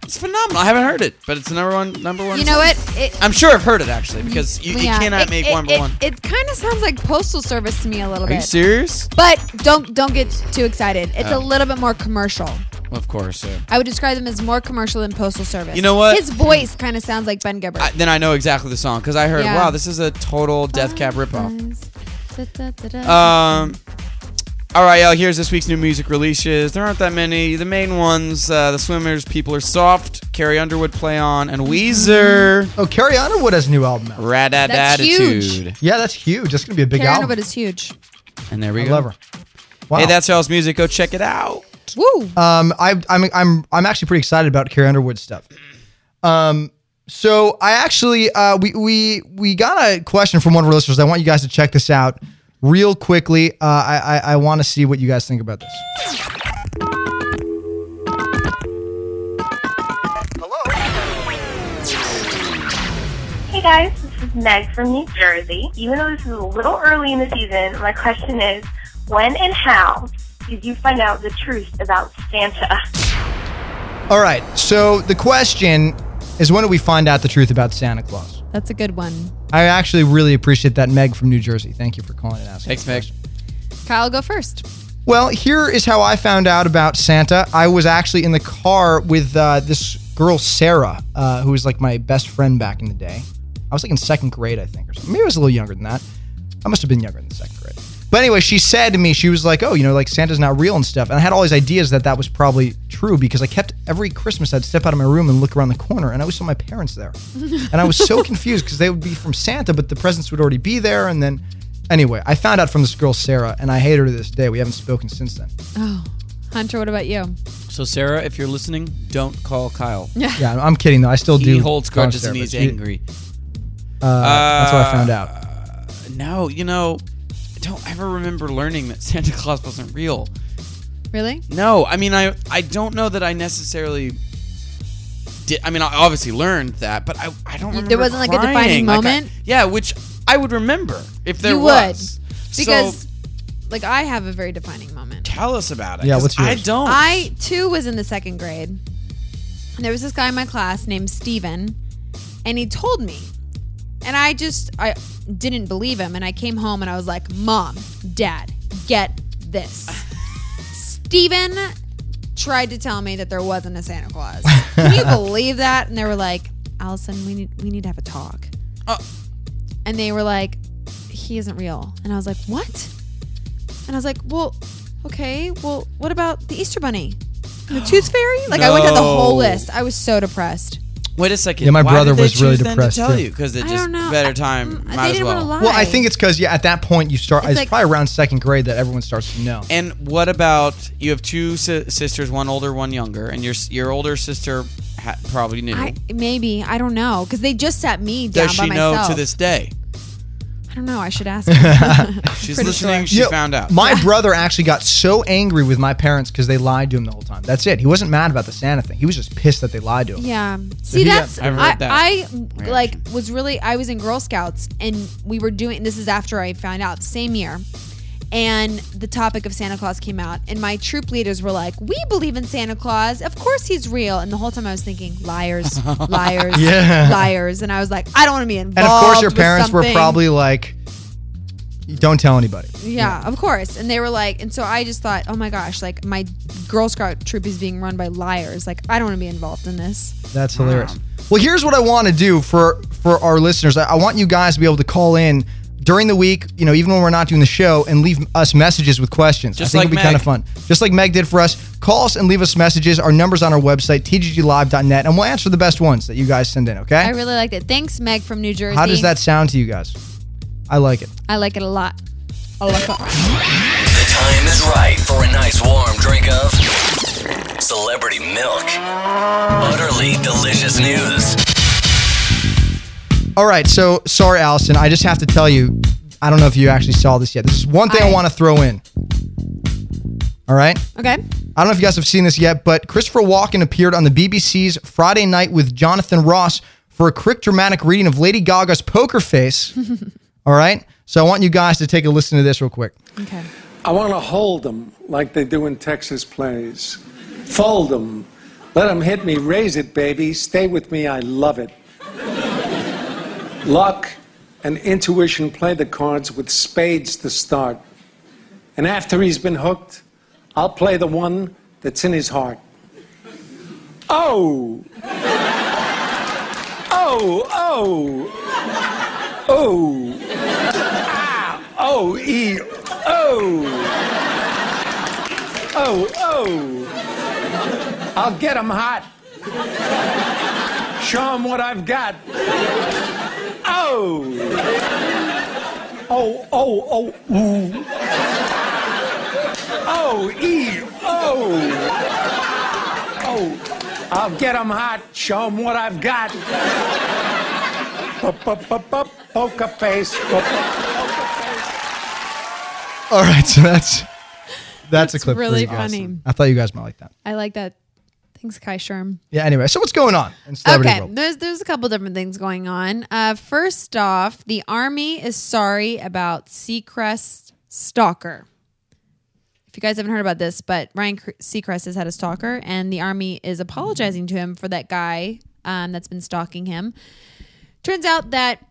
Speaker 4: It's phenomenal. I haven't heard it, but it's the number one. Number one.
Speaker 5: song? You know
Speaker 4: song.
Speaker 5: what? It,
Speaker 4: I'm sure I've heard it actually because you, you
Speaker 5: yeah,
Speaker 4: cannot
Speaker 5: it-
Speaker 4: make
Speaker 5: it-
Speaker 4: one but
Speaker 5: it-
Speaker 4: one.
Speaker 5: It kind of sounds like postal service to me a little
Speaker 4: Are
Speaker 5: bit.
Speaker 4: you serious?
Speaker 5: But don't don't get too excited. It's
Speaker 4: Oh.
Speaker 5: a little bit more commercial.
Speaker 4: Of course. yeah.
Speaker 5: I would describe them as more commercial than postal service.
Speaker 4: You know what?
Speaker 5: His voice kind of sounds like Ben Gibbard.
Speaker 4: I, then I know exactly the song because I heard.
Speaker 5: Yeah. Uh,
Speaker 4: Wow, this is a total Death Cab ripoff.
Speaker 5: ripoff.
Speaker 4: Um, all right, y'all. Here's this week's new music releases. There aren't that many. The main ones: uh, The Swimmers, People Are Soft, Carrie Underwood, Play On,
Speaker 3: Mm-hmm.
Speaker 4: and Weezer.
Speaker 3: Oh, Carrie Underwood has a new album out.
Speaker 5: That's huge.
Speaker 4: Radadaditude.
Speaker 3: Yeah, that's huge. That's gonna be a big
Speaker 5: Carrie
Speaker 3: album.
Speaker 5: Underwood is huge.
Speaker 4: And there we
Speaker 3: I
Speaker 4: go.
Speaker 3: love her. Wow.
Speaker 4: Hey, that's y'all's music. Go check it out.
Speaker 5: Woo!
Speaker 3: Um, I, I'm I'm I'm actually pretty excited about Carrie Underwood stuff. Um, so I actually uh, we we we got a question from one of our listeners. I want you guys to check this out real quickly. Uh, I I, I want to see what you guys think about this.
Speaker 8: Hey guys, this is Meg from New Jersey. Even though this is a little early in the season, my question is when and how did you find out the truth about Santa?
Speaker 3: All right. So the question is, when do we find out the truth about Santa Claus?
Speaker 5: That's a good one.
Speaker 3: I actually really appreciate that, Meg from New Jersey. Thank you for calling and asking.
Speaker 4: Thanks,
Speaker 3: that
Speaker 4: Meg.
Speaker 3: question.
Speaker 5: Kyle, go first.
Speaker 3: Well, here is how I found out about Santa. I was actually in the car with uh, this girl, Sarah, uh, who was like my best friend back in the day. I was like in second grade, I think, or something. Maybe I was a little younger than that. I must have been younger than second grade. But anyway, she said to me, she was like, oh, you know, like Santa's not real and stuff. And I had all these ideas that that was probably true because I kept every Christmas, I'd step out of my room and look around the corner and I always saw my parents there. and I was so confused because they would be from Santa, but the presents would already be there. And then, anyway, I found out from this girl, Sarah, and I hate her to this day. We haven't spoken since then.
Speaker 5: Hunter, what about you?
Speaker 4: So, Sarah, if you're listening, don't call Kyle.
Speaker 3: Yeah, I'm- I'm kidding though. I still do.
Speaker 4: He holds
Speaker 3: call her
Speaker 4: grudges and
Speaker 3: Sarah,
Speaker 4: he's
Speaker 3: but she-
Speaker 4: angry.
Speaker 3: Uh, that's what I found out.
Speaker 4: No, you know, don't ever remember learning that Santa Claus wasn't real.
Speaker 5: Really?
Speaker 4: No, I mean I I don't know that I necessarily did. I mean I obviously learned that, but I I don't
Speaker 5: You-
Speaker 4: remember.
Speaker 5: there wasn't, like, a
Speaker 4: crying.
Speaker 5: defining
Speaker 4: Like, I-
Speaker 5: moment?
Speaker 4: yeah, which I would remember if there
Speaker 5: You would,
Speaker 4: was.
Speaker 5: Because,
Speaker 4: so
Speaker 5: like, I have a very defining moment.
Speaker 4: tell us about it.
Speaker 3: Yeah,
Speaker 4: 'cause
Speaker 3: what's
Speaker 4: I
Speaker 3: yours?
Speaker 4: don't.
Speaker 5: I too was in the second grade. And there was this guy in my class named Steven, and he told me. And I just I didn't believe him and I came home and I was like, "Mom, dad, get this." Steven tried to tell me that there wasn't a Santa Claus. Can you believe that? And they were like, "Allison, we need we need to have a talk."
Speaker 4: Oh.
Speaker 5: And they were like, "He isn't real." And I was like, "What?" And I was like, well, okay, well, what about the Easter Bunny? And the Tooth Fairy? Like, I went down the whole
Speaker 4: No.
Speaker 5: list. I was so depressed.
Speaker 4: Wait a second.
Speaker 3: Yeah, my
Speaker 4: Why
Speaker 3: brother
Speaker 4: did they
Speaker 3: was really
Speaker 4: choose then
Speaker 3: depressed,
Speaker 4: To tell
Speaker 3: too.
Speaker 4: you because it
Speaker 5: I
Speaker 4: just
Speaker 5: don't know.
Speaker 4: better
Speaker 5: I-
Speaker 4: time.
Speaker 5: mm,
Speaker 4: might
Speaker 5: they
Speaker 4: as
Speaker 5: didn't
Speaker 4: well.
Speaker 5: wanna lie.
Speaker 3: Well, I think it's because yeah, at that point you start.
Speaker 5: It's
Speaker 3: It's,
Speaker 5: like-
Speaker 3: probably around second grade that everyone starts to know.
Speaker 4: And what about you have two si- sisters, one older, one younger, and your s- your older sister ha- probably knew.
Speaker 5: I, maybe. I don't know. Because they just sat me down
Speaker 4: Does
Speaker 5: by
Speaker 4: she know
Speaker 5: myself.
Speaker 4: to this day?
Speaker 5: I don't know. I should ask her.
Speaker 4: She's
Speaker 5: Pretty
Speaker 4: listening.
Speaker 5: sure.
Speaker 4: She
Speaker 3: You know,
Speaker 4: found out.
Speaker 3: My brother actually got so angry with my parents because they lied to him the whole time. That's it. He wasn't mad about the Santa thing. He was just pissed that they lied to him.
Speaker 5: yeah.
Speaker 3: he-
Speaker 5: See, that's,
Speaker 4: I've heard
Speaker 5: I,
Speaker 4: that
Speaker 5: I,
Speaker 4: reaction.
Speaker 5: like, was really, I was in Girl Scouts and we were doing, this is after I found out, same year. And the topic of Santa Claus came out, and my troop leaders were like, We believe in Santa Claus. Of course he's real. And the whole time I was thinking, Liars, liars,
Speaker 3: Yeah.
Speaker 5: liars. And I was like, I don't want to be involved.
Speaker 3: And of course, your
Speaker 5: with
Speaker 3: parents were
Speaker 5: something.
Speaker 3: probably like, "Don't tell anybody."
Speaker 5: Yeah, of course. And they were like, and so I just thought, oh my gosh, like my Girl Scout troop is being run by liars. Like, I don't want to be involved in this.
Speaker 3: That's hilarious. Well, here's what I want to do for for our listeners. I, I want you guys to be able to call in during the week, you know, even when we're not doing the show, and leave us messages with questions.
Speaker 4: Just
Speaker 3: I think
Speaker 4: like
Speaker 3: it'd be kind of
Speaker 4: Meg.
Speaker 3: fun, just like Meg did for us. Call us and leave us messages. Our numbers on our website, tgglive.net, and we'll answer the best ones that you guys send in. Okay?
Speaker 5: I really liked it. Thanks, Meg from New Jersey.
Speaker 3: How does that sound to you guys? I like it.
Speaker 5: I like it a lot. I like it.
Speaker 1: The time is right for a nice warm drink of celebrity milk. Utterly delicious news.
Speaker 3: All right. So sorry, Allison. I just have to tell you, I don't know if you actually saw this yet. This is one thing I
Speaker 5: I-
Speaker 3: want to throw in. All right.
Speaker 5: Okay.
Speaker 3: I don't know if you guys have seen this yet, but Christopher Walken appeared on the BBC's Friday Night with Jonathan Ross for a quick dramatic reading of Lady Gaga's Poker Face. All right. So I want you guys to take a listen to this real quick.
Speaker 5: Okay.
Speaker 9: I want to hold them like they do in Texas plays. Fold them. Let them hit me. Raise it, baby. Stay with me. I love it. Luck and intuition play the cards with spades to start. And after he's been hooked, I'll play the one that's in his heart. Oh! Oh, oh! Oh! Ah! Oh, e! Oh! Oh, oh! I'll get 'em hot. Show 'em what I've got. Oh! Oh, oh, oh, ooh. Oh, e, oh. Oh, I'll get 'em hot. Show 'em what I've got. P-p-p-p- Poker face. P-p-
Speaker 3: All right. So that's that's, a clip. for
Speaker 5: really
Speaker 3: you guys.
Speaker 5: funny.
Speaker 3: I thought you guys might like that.
Speaker 5: I like that. Thanks, Kai Sherm.
Speaker 3: Yeah. Anyway, so what's going on in celebrity
Speaker 5: Okay.
Speaker 3: world?
Speaker 5: There's there's a couple different things going on. Uh, first off, the army is sorry about Seacrest stalker. If you guys haven't heard about this, but Ryan Cre- Seacrest has had a stalker, and the army is apologizing to him for that guy um, that's been stalking him. Turns out that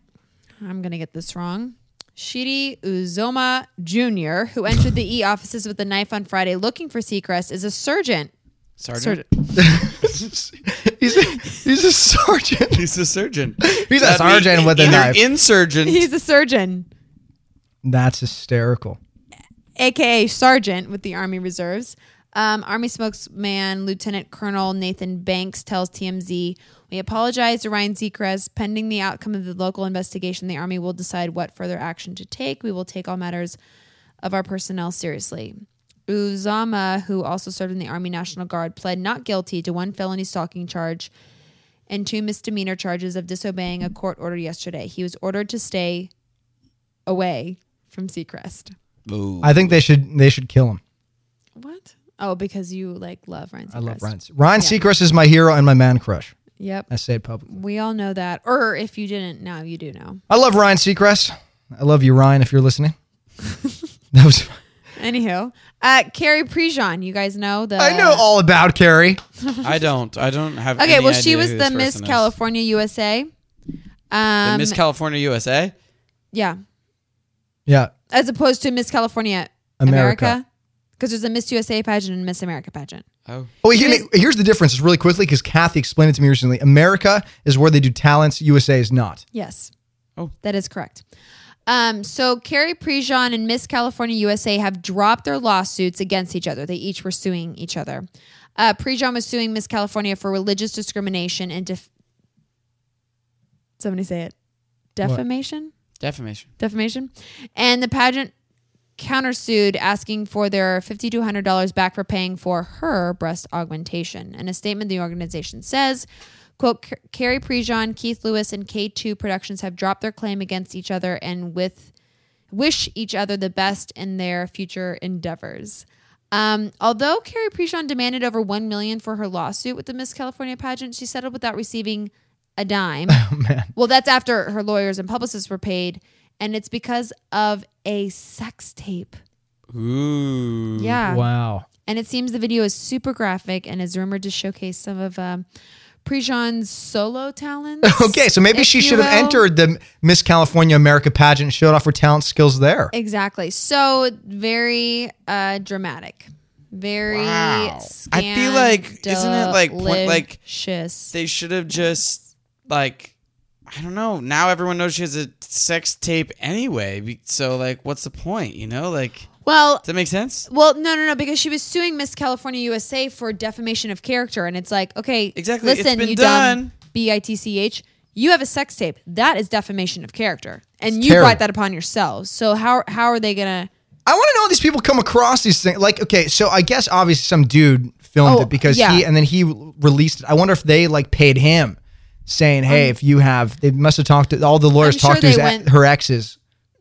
Speaker 5: I'm gonna get this wrong. Shiri Uzoma Jr., who entered the E offices with a knife on Friday looking for Seacrest, is a surgeon.
Speaker 4: Sergeant.
Speaker 5: Surgeon.
Speaker 3: He's a, he's a sergeant.
Speaker 4: He's a surgeon.
Speaker 3: He's a
Speaker 4: That'd be
Speaker 3: sergeant with a
Speaker 4: either
Speaker 3: knife.
Speaker 4: Insurgent.
Speaker 5: He's a surgeon.
Speaker 3: That's hysterical.
Speaker 5: aka sergeant with the Army Reserves. Um, Army spokesman Lieutenant Colonel Nathan Banks tells TMZ, "We apologize to Ryan Seacrest. Pending the outcome of the local investigation, the Army will decide what further action to take. We will take all matters of our personnel seriously." Uzama, who also served in the Army National Guard, pled not guilty to one felony stalking charge and two misdemeanor charges of disobeying a court order yesterday. He was ordered to stay away from Seacrest.
Speaker 4: Ooh.
Speaker 3: I think they should they should kill him.
Speaker 5: What? Oh, because you like love Ryan Seacrest.
Speaker 3: I love Ryan. Se- Ryan Seacrest is my hero and my man crush.
Speaker 5: Yep.
Speaker 3: I say it publicly.
Speaker 5: We all know that. Or if you didn't, now you do know.
Speaker 3: I love Ryan Seacrest. I love you, Ryan, if you're listening. that was.
Speaker 5: Anywho, uh, Carrie Prejean, you guys know the.
Speaker 3: I know all about Carrie.
Speaker 4: I don't. I don't have.
Speaker 5: Okay,
Speaker 4: any
Speaker 5: well, she
Speaker 4: idea
Speaker 5: was
Speaker 4: who
Speaker 5: the
Speaker 4: this
Speaker 5: Miss
Speaker 4: person is.
Speaker 5: California USA.
Speaker 4: The
Speaker 5: Um,
Speaker 4: Miss California USA.
Speaker 5: yeah,
Speaker 3: Yeah,
Speaker 5: as opposed to Miss California
Speaker 3: America.
Speaker 5: America, because there's a Miss USA pageant and Miss America pageant.
Speaker 4: Oh,
Speaker 3: Oh, wait, here- here's the difference. It's really quickly because Kathy explained it to me recently. America is where they do talents. USA is not.
Speaker 5: Yes.
Speaker 4: Oh.
Speaker 5: That is correct. Um, so Carrie Prejean and Miss California USA have dropped their lawsuits against each other. They each were suing each other. Uh, Prejean was suing Miss California for religious discrimination and def- somebody say it defamation
Speaker 4: defamation.
Speaker 5: defamation, and the pageant countersued asking for their $5200 back for paying for her breast augmentation in a statement the organization says quote "Car- carrie prejean keith lewis and k2 productions have dropped their claim against each other and with wish each other the best in their future endeavors um, although carrie prejean demanded over $1 million for her lawsuit with the miss california pageant she settled without receiving a dime
Speaker 3: Oh,
Speaker 5: well, that's after her lawyers and publicists were paid, and it's because of a sex tape.
Speaker 4: Ooh.
Speaker 5: Yeah.
Speaker 3: Wow.
Speaker 5: And it seems the video is super graphic and is rumored to showcase some of um, Prejean's solo talents.
Speaker 3: Okay, so maybe
Speaker 5: if
Speaker 3: she
Speaker 5: you
Speaker 3: should have
Speaker 5: will.
Speaker 3: entered the Miss California America pageant, and showed off her talent skills there.
Speaker 5: Exactly. So very uh, dramatic. Very.
Speaker 4: Wow. I feel like- isn't it like point- like-
Speaker 5: scandalicious.
Speaker 4: They should have just like I don't know. Now everyone knows she has a sex tape anyway. be- So like, what's the point? You know, like does
Speaker 5: Well,
Speaker 4: that make sense?
Speaker 5: Well, no, no, no, because she was suing Miss California USA for defamation of character, and it's like, okay,
Speaker 4: Exactly, it's
Speaker 5: Listen,
Speaker 4: been
Speaker 5: you
Speaker 4: done.
Speaker 5: dumb B I T C H. You have a sex tape. That is defamation of character, and you
Speaker 3: terrible.
Speaker 5: brought that upon yourselves. So how how are they gonna?
Speaker 3: I want to know how these people come across these things. Like, okay, so I guess obviously some dude filmed
Speaker 5: Oh,
Speaker 3: it because
Speaker 5: yeah.
Speaker 3: he and then he released it. I wonder if they like paid him, saying, "Hey, if you have, they must have talked to all the lawyers
Speaker 5: I'm sure
Speaker 3: talked to
Speaker 5: they
Speaker 3: his, ex-
Speaker 5: went-
Speaker 3: her exes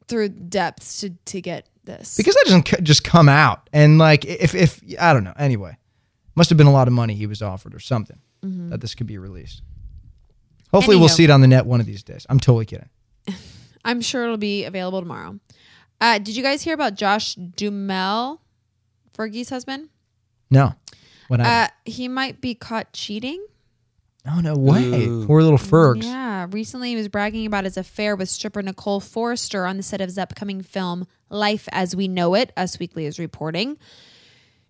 Speaker 5: Through depths to to get this.
Speaker 3: because that doesn't c- just come out." And like, if if I don't know, anyway, must have been a lot of money he was offered or something
Speaker 5: Mm-hmm.
Speaker 3: that this could be released. Hopefully, we'll
Speaker 5: Anyhow.
Speaker 3: see it on the net one of these days. I'm totally kidding.
Speaker 5: I'm sure it'll be available tomorrow. Uh, did you guys hear about Josh Dumel, Fergie's husband?
Speaker 3: No, what?
Speaker 5: Uh,
Speaker 3: happened?
Speaker 5: he might be caught cheating.
Speaker 3: oh no way!
Speaker 4: Ooh.
Speaker 3: Poor little Fergs.
Speaker 5: Yeah, recently he was bragging about his affair with stripper Nicole Forrester on the set of his upcoming film Life as We Know It, Us Weekly is reporting.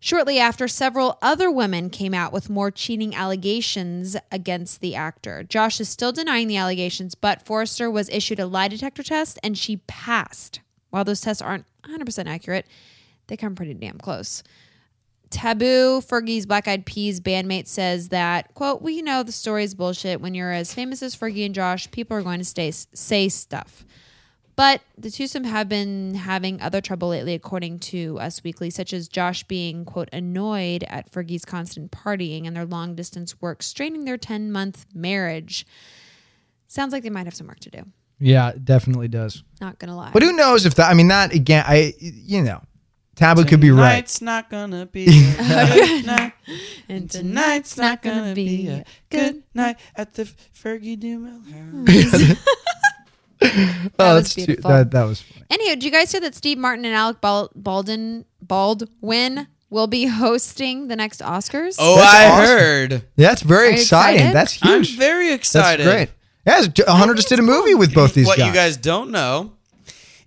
Speaker 5: Shortly after, several other women came out with more cheating allegations against the actor. Josh is still denying the allegations, but Forrester was issued a lie detector test and she passed. While those tests aren't 100% accurate, they come pretty damn close. Taboo, Fergie's Black Eyed Peas bandmate says that, quote, we know the story is bullshit. When you're as famous as Fergie and Josh, people are going to stay, say stuff. But the twosome have been having other trouble lately, according to Us Weekly, such as Josh being, quote, annoyed at Fergie's constant partying and their long distance work, straining their 10 month marriage. Sounds like they might have some work to do.
Speaker 3: yeah, it definitely does.
Speaker 5: Not going to lie.
Speaker 3: But who knows if that? I mean, that again. I you know, Taboo could be right.
Speaker 4: Tonight's not gonna be a good night. And tonight's not gonna be a good night at the Fergie Dumel house.
Speaker 5: That
Speaker 3: oh,
Speaker 5: was
Speaker 3: that's too,
Speaker 5: beautiful.
Speaker 3: that that was funny.
Speaker 5: Anywho, do you guys hear that Steve Martin and Alec Bal- Baldwin Baldwin will be hosting the next Oscars?
Speaker 4: Oh,
Speaker 3: That's
Speaker 4: I
Speaker 3: awesome.
Speaker 4: heard.
Speaker 3: That's very
Speaker 5: you
Speaker 3: exciting.
Speaker 5: excited?
Speaker 3: That's
Speaker 4: I'm
Speaker 3: huge.
Speaker 4: very
Speaker 3: that's
Speaker 4: excited.
Speaker 3: great. Yeah, it's- Hunter just did a movie with both these
Speaker 4: What
Speaker 3: guys.
Speaker 4: you guys don't know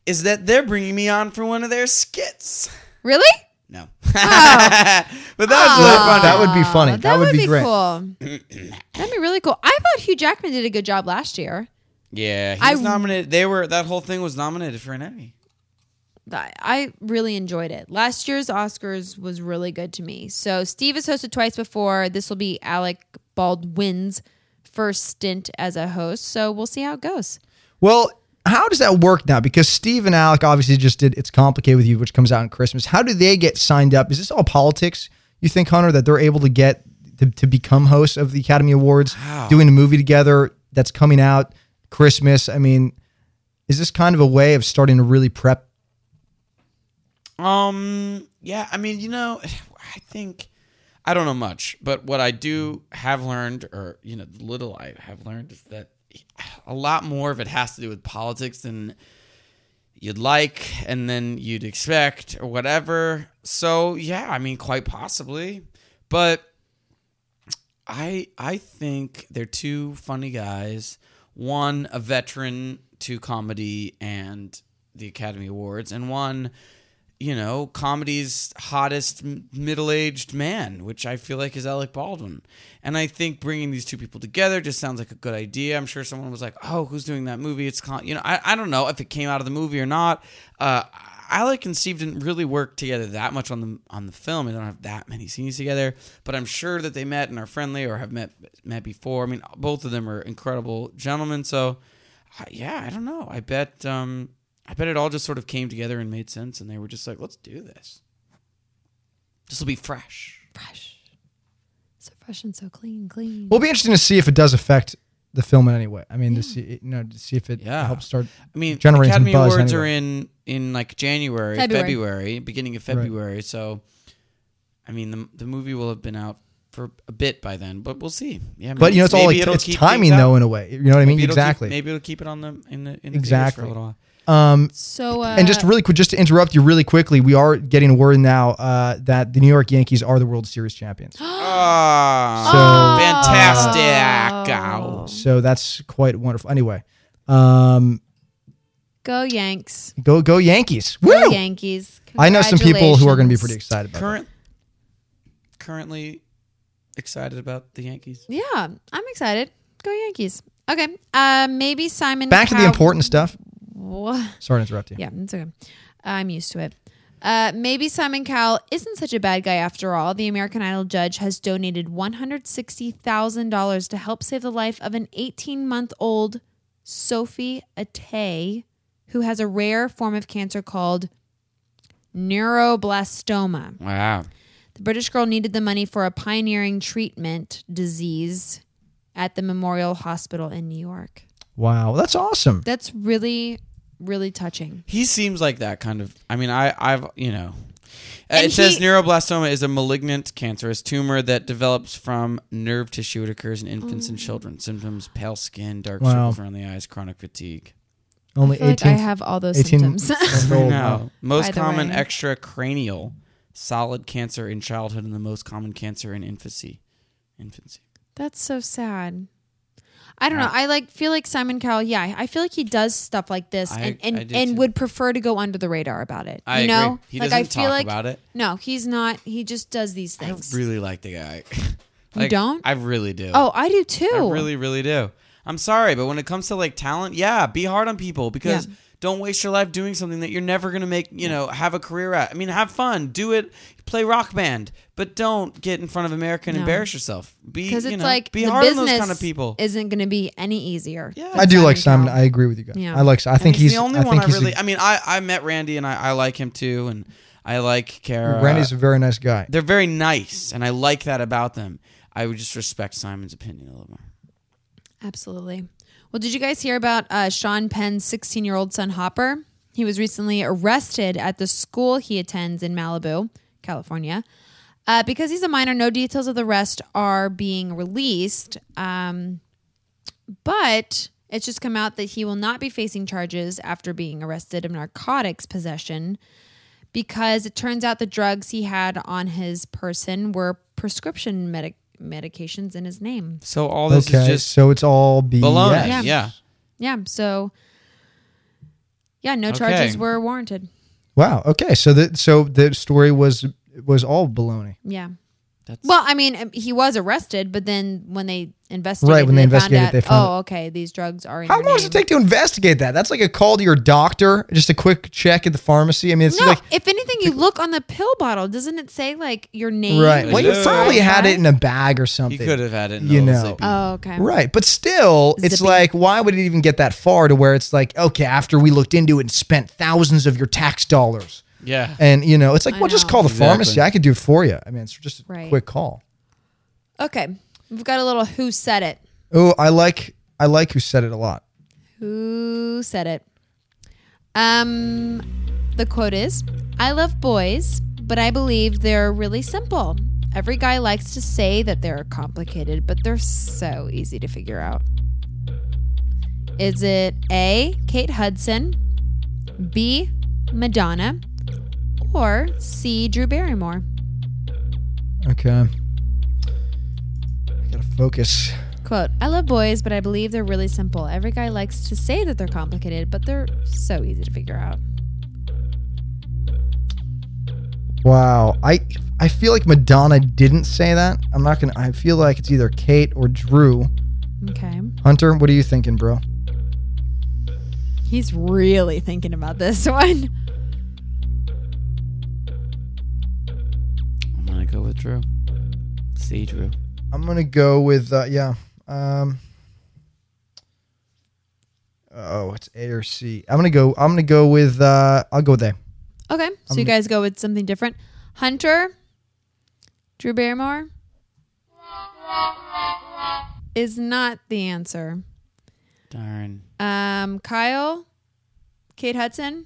Speaker 4: is that they're bringing me on for one of their skits.
Speaker 5: really?
Speaker 4: No. but that was really
Speaker 3: That-
Speaker 4: funny.
Speaker 3: that would be funny.
Speaker 5: Oh,
Speaker 3: That, would, be, great.
Speaker 5: cool. That'd be really cool. I thought Hugh Jackman did a good job last year.
Speaker 4: yeah, he
Speaker 5: I-
Speaker 4: was nominated. They were that whole thing was nominated for an Emmy.
Speaker 5: I- I really enjoyed it. Last year's Oscars was really good to me. So Steve has hosted twice before. This will be Alec Baldwin's first stint as a host. So we'll see how it goes.
Speaker 3: Well, how does that work now? Because Steve and Alec obviously just did "It's Complicated with You," which comes out in Christmas. How do they get signed up? Is this all politics? You think Hunter that they're able to get to, to become hosts of the Academy Awards, doing a movie together that's coming out Christmas? I mean, is this kind of a way of starting to really prep
Speaker 4: Um. Yeah. I mean, you know, I think I don't know much, but what I do have learned, or you know, little I have learned, is that a lot more of it has to do with politics than you'd like, and then you'd expect, or whatever. So yeah, I mean, quite possibly, but I I think they're two funny guys. One a veteran to comedy and the Academy Awards, and one, you know, comedy's hottest m- middle-aged man, which I feel like is Alec Baldwin. And I think bringing these two people together just sounds like a good idea. I'm sure someone was like, "Oh, who's doing that movie?" It's con-. you know, I I don't know if it came out of the movie or not. Uh, Alec and Steve didn't really work together that much on the on the film. They don't have that many scenes together, but I'm sure that they met and are friendly or have met met before. I mean, both of them are incredible gentlemen. So, I- yeah, I don't know. I bet um, I bet it all just sort of came together and made sense, and they were just like, let's do this. This will be fresh.
Speaker 5: Fresh. So fresh and so clean, clean.
Speaker 3: We'll be interesting to see if it does affect the film in any way. I mean, to see you know to see if it
Speaker 4: Yeah.
Speaker 3: helps start.
Speaker 4: I mean,
Speaker 3: generating
Speaker 4: Academy
Speaker 3: some buzz
Speaker 4: Awards
Speaker 3: anyway.
Speaker 4: are in in like January, February,
Speaker 5: February.
Speaker 4: beginning of February. So, I mean, the the movie will have been out for a bit by then, but we'll see. Yeah,
Speaker 3: But you know, it's all
Speaker 4: maybe
Speaker 3: like
Speaker 4: it'll
Speaker 3: it's
Speaker 4: keep
Speaker 3: timing
Speaker 4: things up.
Speaker 3: though in a way. You know what I mean?
Speaker 4: Maybe it'll keep-
Speaker 3: Exactly.
Speaker 4: maybe it'll keep it on the in the in the theaters for
Speaker 3: Exactly.
Speaker 4: a little while.
Speaker 3: um,
Speaker 5: So uh,
Speaker 3: and just really quick, just to interrupt you really quickly, we are getting word now uh, that the New York Yankees are the World Series champions.
Speaker 4: Oh,
Speaker 3: So-
Speaker 4: fantastic! Ow.
Speaker 3: So that's quite wonderful. Anyway, um,
Speaker 5: go Yanks,
Speaker 3: go go Yankees! Woo!
Speaker 5: go Yankees.
Speaker 3: I know some people who are going to be
Speaker 5: Congratulations.
Speaker 3: pretty excited about
Speaker 4: Current, currently excited about the Yankees.
Speaker 5: Yeah, I'm excited. Go Yankees. Okay, uh, maybe Simon.
Speaker 3: it. Back to the
Speaker 5: Cow-
Speaker 3: important stuff.
Speaker 5: Wha-
Speaker 3: Sorry to interrupt you.
Speaker 5: Yeah, it's okay. I'm used to it. Uh, maybe Simon Cowell isn't such a bad guy after all. The American Idol judge has donated $160,000 to help save the life of an 18 month old Sophie Atay, who has a rare form of cancer called neuroblastoma.
Speaker 4: Wow.
Speaker 5: The British girl needed the money for a pioneering treatment disease at the Memorial Hospital in New York.
Speaker 3: Wow, that's awesome.
Speaker 5: That's really, really touching.
Speaker 4: He seems like that kind of. I mean, I, I've, you know, Uh,
Speaker 5: And
Speaker 4: it says
Speaker 5: he-
Speaker 4: neuroblastoma is a malignant cancerous tumor that develops from nerve tissue. It occurs in infants
Speaker 5: Mm.
Speaker 4: and children. Symptoms: pale skin, dark
Speaker 3: Wow.
Speaker 4: circles around the eyes, chronic fatigue.
Speaker 3: Only
Speaker 5: I feel like I
Speaker 3: 18
Speaker 5: have all those
Speaker 3: 18
Speaker 5: symptoms.
Speaker 3: old,
Speaker 4: No, most
Speaker 5: Either
Speaker 4: common
Speaker 5: way.
Speaker 4: extracranial solid cancer in childhood, and the most common cancer in infancy. Infancy.
Speaker 5: That's so sad. I don't know. I like feel like Simon Cowell. Yeah, I- I feel like he does stuff like this,
Speaker 4: I-
Speaker 5: and
Speaker 4: I
Speaker 5: and,
Speaker 4: do
Speaker 5: and
Speaker 4: too.
Speaker 5: would prefer to go under the radar about it.
Speaker 4: I
Speaker 5: you know,
Speaker 4: agree. He
Speaker 5: like I
Speaker 4: doesn't
Speaker 5: feel
Speaker 4: talk
Speaker 5: like
Speaker 4: about it.
Speaker 5: no, he's not. He just does these things.
Speaker 4: I really like the guy.
Speaker 5: You don't?
Speaker 4: I really do.
Speaker 5: oh, I do too.
Speaker 4: I really, really do. I'm sorry, but when it comes to like talent, yeah, be hard on people because
Speaker 5: Yeah.
Speaker 4: don't waste your life doing something that you're never gonna make, you know, have a career at. I mean, have fun, do it, play rock band, but don't get in front of America and
Speaker 5: No.
Speaker 4: embarrass yourself. Be
Speaker 5: because it's
Speaker 4: you know,
Speaker 5: like
Speaker 4: be
Speaker 5: the
Speaker 4: hard on
Speaker 5: business
Speaker 4: those kind of people.
Speaker 5: isn't going to be any easier.
Speaker 4: Yeah.
Speaker 3: I do like
Speaker 5: Simon
Speaker 3: Simon.
Speaker 5: Cowell.
Speaker 3: I agree with you guys.
Speaker 5: Yeah.
Speaker 3: I like. I
Speaker 4: And
Speaker 3: think
Speaker 4: he's
Speaker 3: he's,
Speaker 4: the only
Speaker 3: I
Speaker 4: one
Speaker 3: think
Speaker 4: I
Speaker 3: he's a-
Speaker 4: really. I mean, I I met Randy and I, I like him too, and I like Kara.
Speaker 3: Randy's a very nice guy.
Speaker 4: They're very nice, and I like that about them. I would just respect Simon's opinion a little more.
Speaker 5: Absolutely. Well, did you guys hear about uh, Sean Penn's 16 year old son, Hopper? He was recently arrested at the school he attends in Malibu, California. Uh, because he's a minor, no details of the arrest are being released. Um, but it's just come out that he will not be facing charges after being arrested of narcotics possession because it turns out the drugs he had on his person were prescription medic- medications in his name.
Speaker 4: So all this
Speaker 3: Okay,
Speaker 4: is just
Speaker 3: so it's all E BS.
Speaker 4: baloney.
Speaker 5: Yeah.
Speaker 4: yeah.
Speaker 5: Yeah. So, yeah, no
Speaker 4: Okay.
Speaker 5: charges were warranted.
Speaker 3: Wow. Okay. So the so the story was was all baloney.
Speaker 5: Yeah.
Speaker 4: That's-
Speaker 5: well, I mean, um, he was arrested, but then when they investigated,
Speaker 3: Right, when they
Speaker 5: found
Speaker 3: investigated,
Speaker 5: out,
Speaker 3: they found-
Speaker 5: oh, okay, these drugs are. In
Speaker 3: How
Speaker 5: your
Speaker 3: long does it
Speaker 5: name."
Speaker 3: take to investigate that? That's like a call to your doctor, just a quick check at the pharmacy. I mean, it's
Speaker 5: No,
Speaker 3: like
Speaker 5: if anything, you look on the pill bottle. Doesn't it say like your name?
Speaker 3: right.
Speaker 5: and
Speaker 3: Well, you
Speaker 5: stuff
Speaker 3: probably
Speaker 5: like
Speaker 3: had
Speaker 5: that?
Speaker 3: it in a bag or something.
Speaker 4: You could have had it. In
Speaker 3: You
Speaker 4: the
Speaker 3: know.
Speaker 4: Zippy.
Speaker 5: Oh, okay.
Speaker 3: Right, but still, it's
Speaker 5: Zippy.
Speaker 3: like, why would it even get that far to where it's like, okay, after we looked into it and spent thousands of your tax dollars,
Speaker 4: yeah.
Speaker 3: and you know, it's like,
Speaker 5: I
Speaker 3: well, just
Speaker 5: know.
Speaker 3: call the
Speaker 4: Exactly.
Speaker 3: pharmacy. I could do it for you. I mean, it's just a
Speaker 5: Right.
Speaker 3: quick call.
Speaker 5: Okay, we've got a little who said it.
Speaker 3: Oh, I like, I like who said it a lot.
Speaker 5: Who said it? Um, the quote is I love boys, but I believe they're really simple. Every guy likes to say that they're complicated, but they're so easy to figure out. Is it A, Kate Hudson, B, Madonna, or C, Drew Barrymore?
Speaker 3: Okay. I gotta focus.
Speaker 5: Quote, I love boys, but I believe they're really simple. Every guy likes to say that they're complicated, but they're so easy to figure out.
Speaker 3: Wow. I I feel like Madonna didn't say that. I'm not gonna. I feel like it's either Kate or Drew.
Speaker 5: Okay.
Speaker 3: Hunter, what are you thinking, bro?
Speaker 5: He's really thinking about this one.
Speaker 4: I'm gonna go with Drew. See Drew.
Speaker 3: I'm gonna go with uh, yeah. Um, oh, it's A or C. I'm gonna go. I'm gonna go with. Uh, I'll go with A.
Speaker 5: Okay. So you guys go with something different. Hunter, Drew Barrymore is not the answer.
Speaker 4: Darn.
Speaker 5: Um, Kyle, Kate Hudson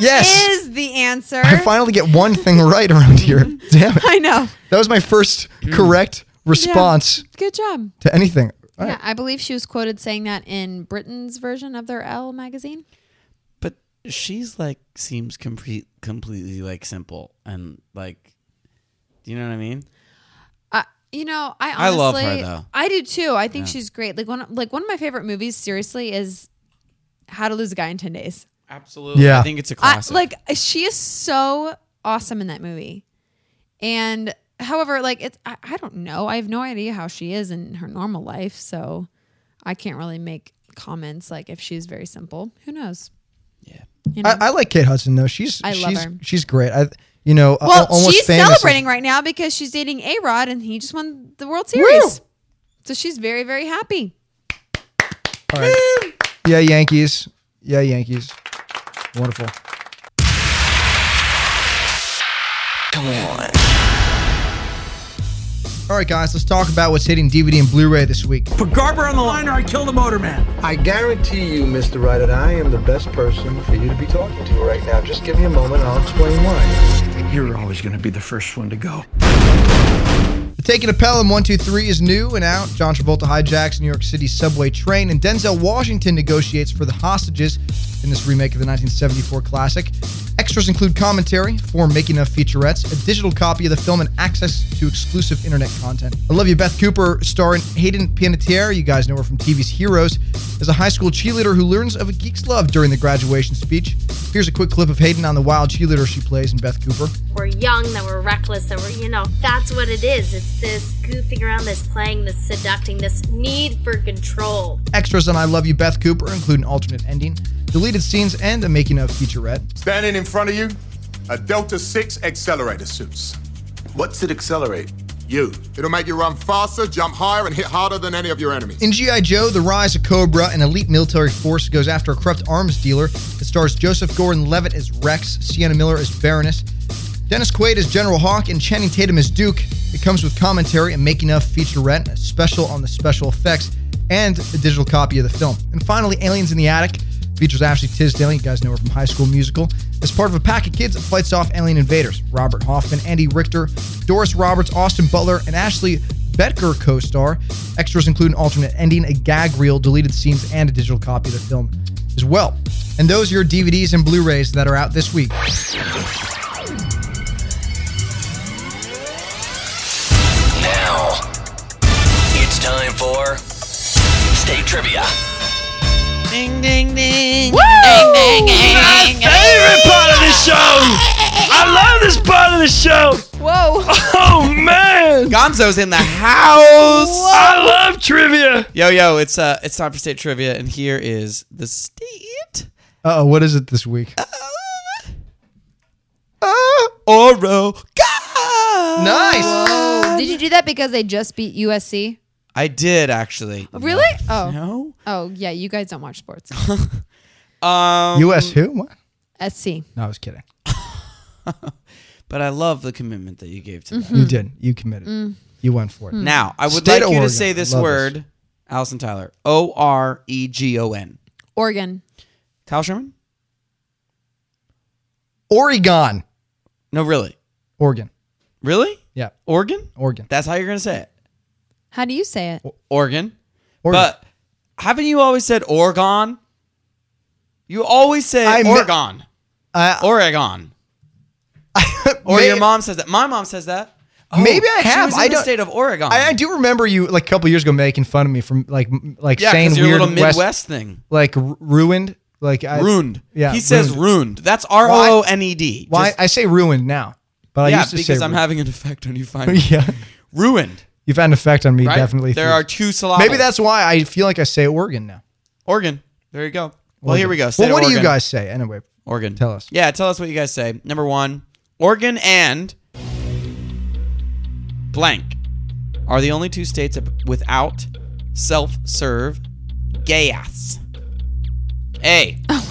Speaker 3: Yes,
Speaker 5: is the answer.
Speaker 3: I finally get one thing right around here. Damn it!
Speaker 5: I know.
Speaker 3: That was my first correct response
Speaker 5: Good job.
Speaker 3: to anything. All right.
Speaker 5: Yeah, I believe she was quoted saying that in Britain's version of their Elle magazine.
Speaker 4: But she's like seems complete completely like simple and like do you know what I mean?
Speaker 5: Uh, you know, I
Speaker 4: I
Speaker 5: honestly,
Speaker 4: love her, though.
Speaker 5: I do too. I think she's great. Like one, like one of my favorite movies, seriously, is How to Lose a Guy in Ten Days.
Speaker 4: Absolutely.
Speaker 3: Yeah.
Speaker 4: I think it's a
Speaker 5: I,
Speaker 4: classic.
Speaker 5: like she is so awesome in that movie. And however, like it's, I, I don't know. I have no idea how she is in her normal life, so I can't really make comments. Like if she's very simple, who knows?
Speaker 4: yeah.
Speaker 5: You know?
Speaker 3: I, I like Kate Hudson though. She's
Speaker 5: I love
Speaker 3: she's
Speaker 5: her.
Speaker 3: she's great. I you know uh,
Speaker 5: Well,
Speaker 3: almost
Speaker 5: she's
Speaker 3: famous.
Speaker 5: celebrating right now because she's dating A Rod and he just won the World Series. So she's very, very happy.
Speaker 3: All right. Yeah, Yankees. Yeah, Yankees. Wonderful.
Speaker 1: Come on.
Speaker 3: All right, guys, let's talk about what's hitting DVD and Blu-ray this week.
Speaker 10: I guarantee you, Mr. Right, that I am the best person for you to be talking to right now. Just give me a moment and I'll explain why. You're always going to be the first one to go.
Speaker 3: The Taking a Pelham 123 is new and out. John Travolta hijacks New York City subway train, and Denzel Washington negotiates for the hostages in this remake of the 1974 classic. Extras include commentary, four making of featurettes, a digital copy of the film, and access to exclusive internet content. Olivia Beth Cooper, starring Hayden Panettiere, you guys know her from TV's Heroes, is a high school cheerleader who learns of a geek's love during the graduation speech. Here's a quick clip of Hayden on the wild cheerleader she plays in Beth Cooper.
Speaker 11: we're young, that we're reckless, that we're, you know, that's what it is. It's this goofing around, this playing, this seducting, this need for control.
Speaker 3: Extras on I Love You Beth Cooper include an alternate ending, deleted scenes, and a making of featurette.
Speaker 12: Standing in front of you, a Delta 6 accelerator suits. What's it accelerate? You. It'll make you run faster, jump higher, and hit harder than any of your enemies.
Speaker 3: In G.I. Joe, The Rise of Cobra, an elite military force goes after a corrupt arms dealer. It stars Joseph Gordon Levitt as Rex, Sienna Miller as Baroness, Dennis Quaid as General Hawk, and Channing Tatum as Duke. It comes with commentary and making of featurette, a special on the special effects, and a digital copy of the film. And finally, Aliens in the Attic features Ashley Tisdale, you guys know her from High School Musical, as part of a pack of kids that fights off alien invaders. Robert Hoffman, Andy Richter, Doris Roberts, Austin Butler, and Ashley Betker co star. Extras include an alternate ending, a gag reel, deleted scenes, and a digital copy of the film as well. And those are your DVDs and Blu rays that are out this week.
Speaker 1: Now, it's time for State Trivia.
Speaker 4: Ding ding ding. Woo!
Speaker 5: Ding, ding, ding, ding.
Speaker 13: favorite part of the show. I love this part of the show.
Speaker 5: Whoa.
Speaker 13: Oh man,
Speaker 4: Gonzo's in the house.
Speaker 13: I love trivia.
Speaker 4: Yo yo, it's uh it's time for state trivia and here is the state
Speaker 3: Uh oh, what is it this week?
Speaker 4: Oro.
Speaker 3: Nice! Um,
Speaker 5: Did you do that because they just beat USC?
Speaker 4: I did actually.
Speaker 5: Really? Oh.
Speaker 4: No.
Speaker 5: Oh, yeah. You guys don't watch sports.
Speaker 4: Um
Speaker 3: US who? What?
Speaker 5: SC.
Speaker 3: No, I was kidding.
Speaker 4: but I love the commitment that you gave to that.
Speaker 3: You didn't. You committed. You went for it.
Speaker 4: Now, I would
Speaker 3: State
Speaker 4: like
Speaker 3: of
Speaker 4: you
Speaker 3: Oregon.
Speaker 4: to say this
Speaker 3: Love this.
Speaker 4: word, Allison Tyler. O R E G O N.
Speaker 5: Oregon.
Speaker 4: Kyle Sherman?
Speaker 3: Oregon.
Speaker 4: No, really.
Speaker 3: Oregon.
Speaker 4: Really?
Speaker 3: Yeah.
Speaker 4: Oregon?
Speaker 3: Oregon.
Speaker 4: That's how you're going to say it.
Speaker 5: How do you say it?
Speaker 4: Oregon. But haven't you always said Oregon? You always say Oregon.
Speaker 3: Uh,
Speaker 4: Oregon. or your mom says that. My mom says that. Oh,
Speaker 3: Maybe I
Speaker 4: She
Speaker 3: have.
Speaker 4: was in
Speaker 3: I
Speaker 4: the
Speaker 3: don't-
Speaker 4: state of Oregon.
Speaker 3: I, I do remember you like a couple years ago making fun of me from like m- like
Speaker 4: Yeah,
Speaker 3: saying
Speaker 4: 'cause your
Speaker 3: weird
Speaker 4: little
Speaker 3: West-
Speaker 4: Midwest thing.
Speaker 3: like r- ruined, like I,
Speaker 4: ruined.
Speaker 3: Yeah,
Speaker 4: He says ruined. That's R O O N E D.
Speaker 3: Why
Speaker 4: Just-
Speaker 3: I say ruined now, but I
Speaker 4: yeah,
Speaker 3: used to say
Speaker 4: because I'm
Speaker 3: ruined.
Speaker 4: having an effect on you finally.
Speaker 3: yeah,
Speaker 4: Ruined.
Speaker 3: You've had an effect on me
Speaker 4: Right?
Speaker 3: definitely.
Speaker 4: There
Speaker 3: through-
Speaker 4: are two syllables.
Speaker 3: Maybe that's why I feel like I say Oregon now.
Speaker 4: Oregon. There you go. Well,
Speaker 3: Oregon.
Speaker 4: here we go.
Speaker 3: Well,
Speaker 4: State of
Speaker 3: what do you
Speaker 4: Oregon.
Speaker 3: guys say anyway?
Speaker 4: Oregon.
Speaker 3: Tell us.
Speaker 4: Yeah, tell us what you guys say. Number one, Oregon and blank are the only two states ab- without self serve gas. A.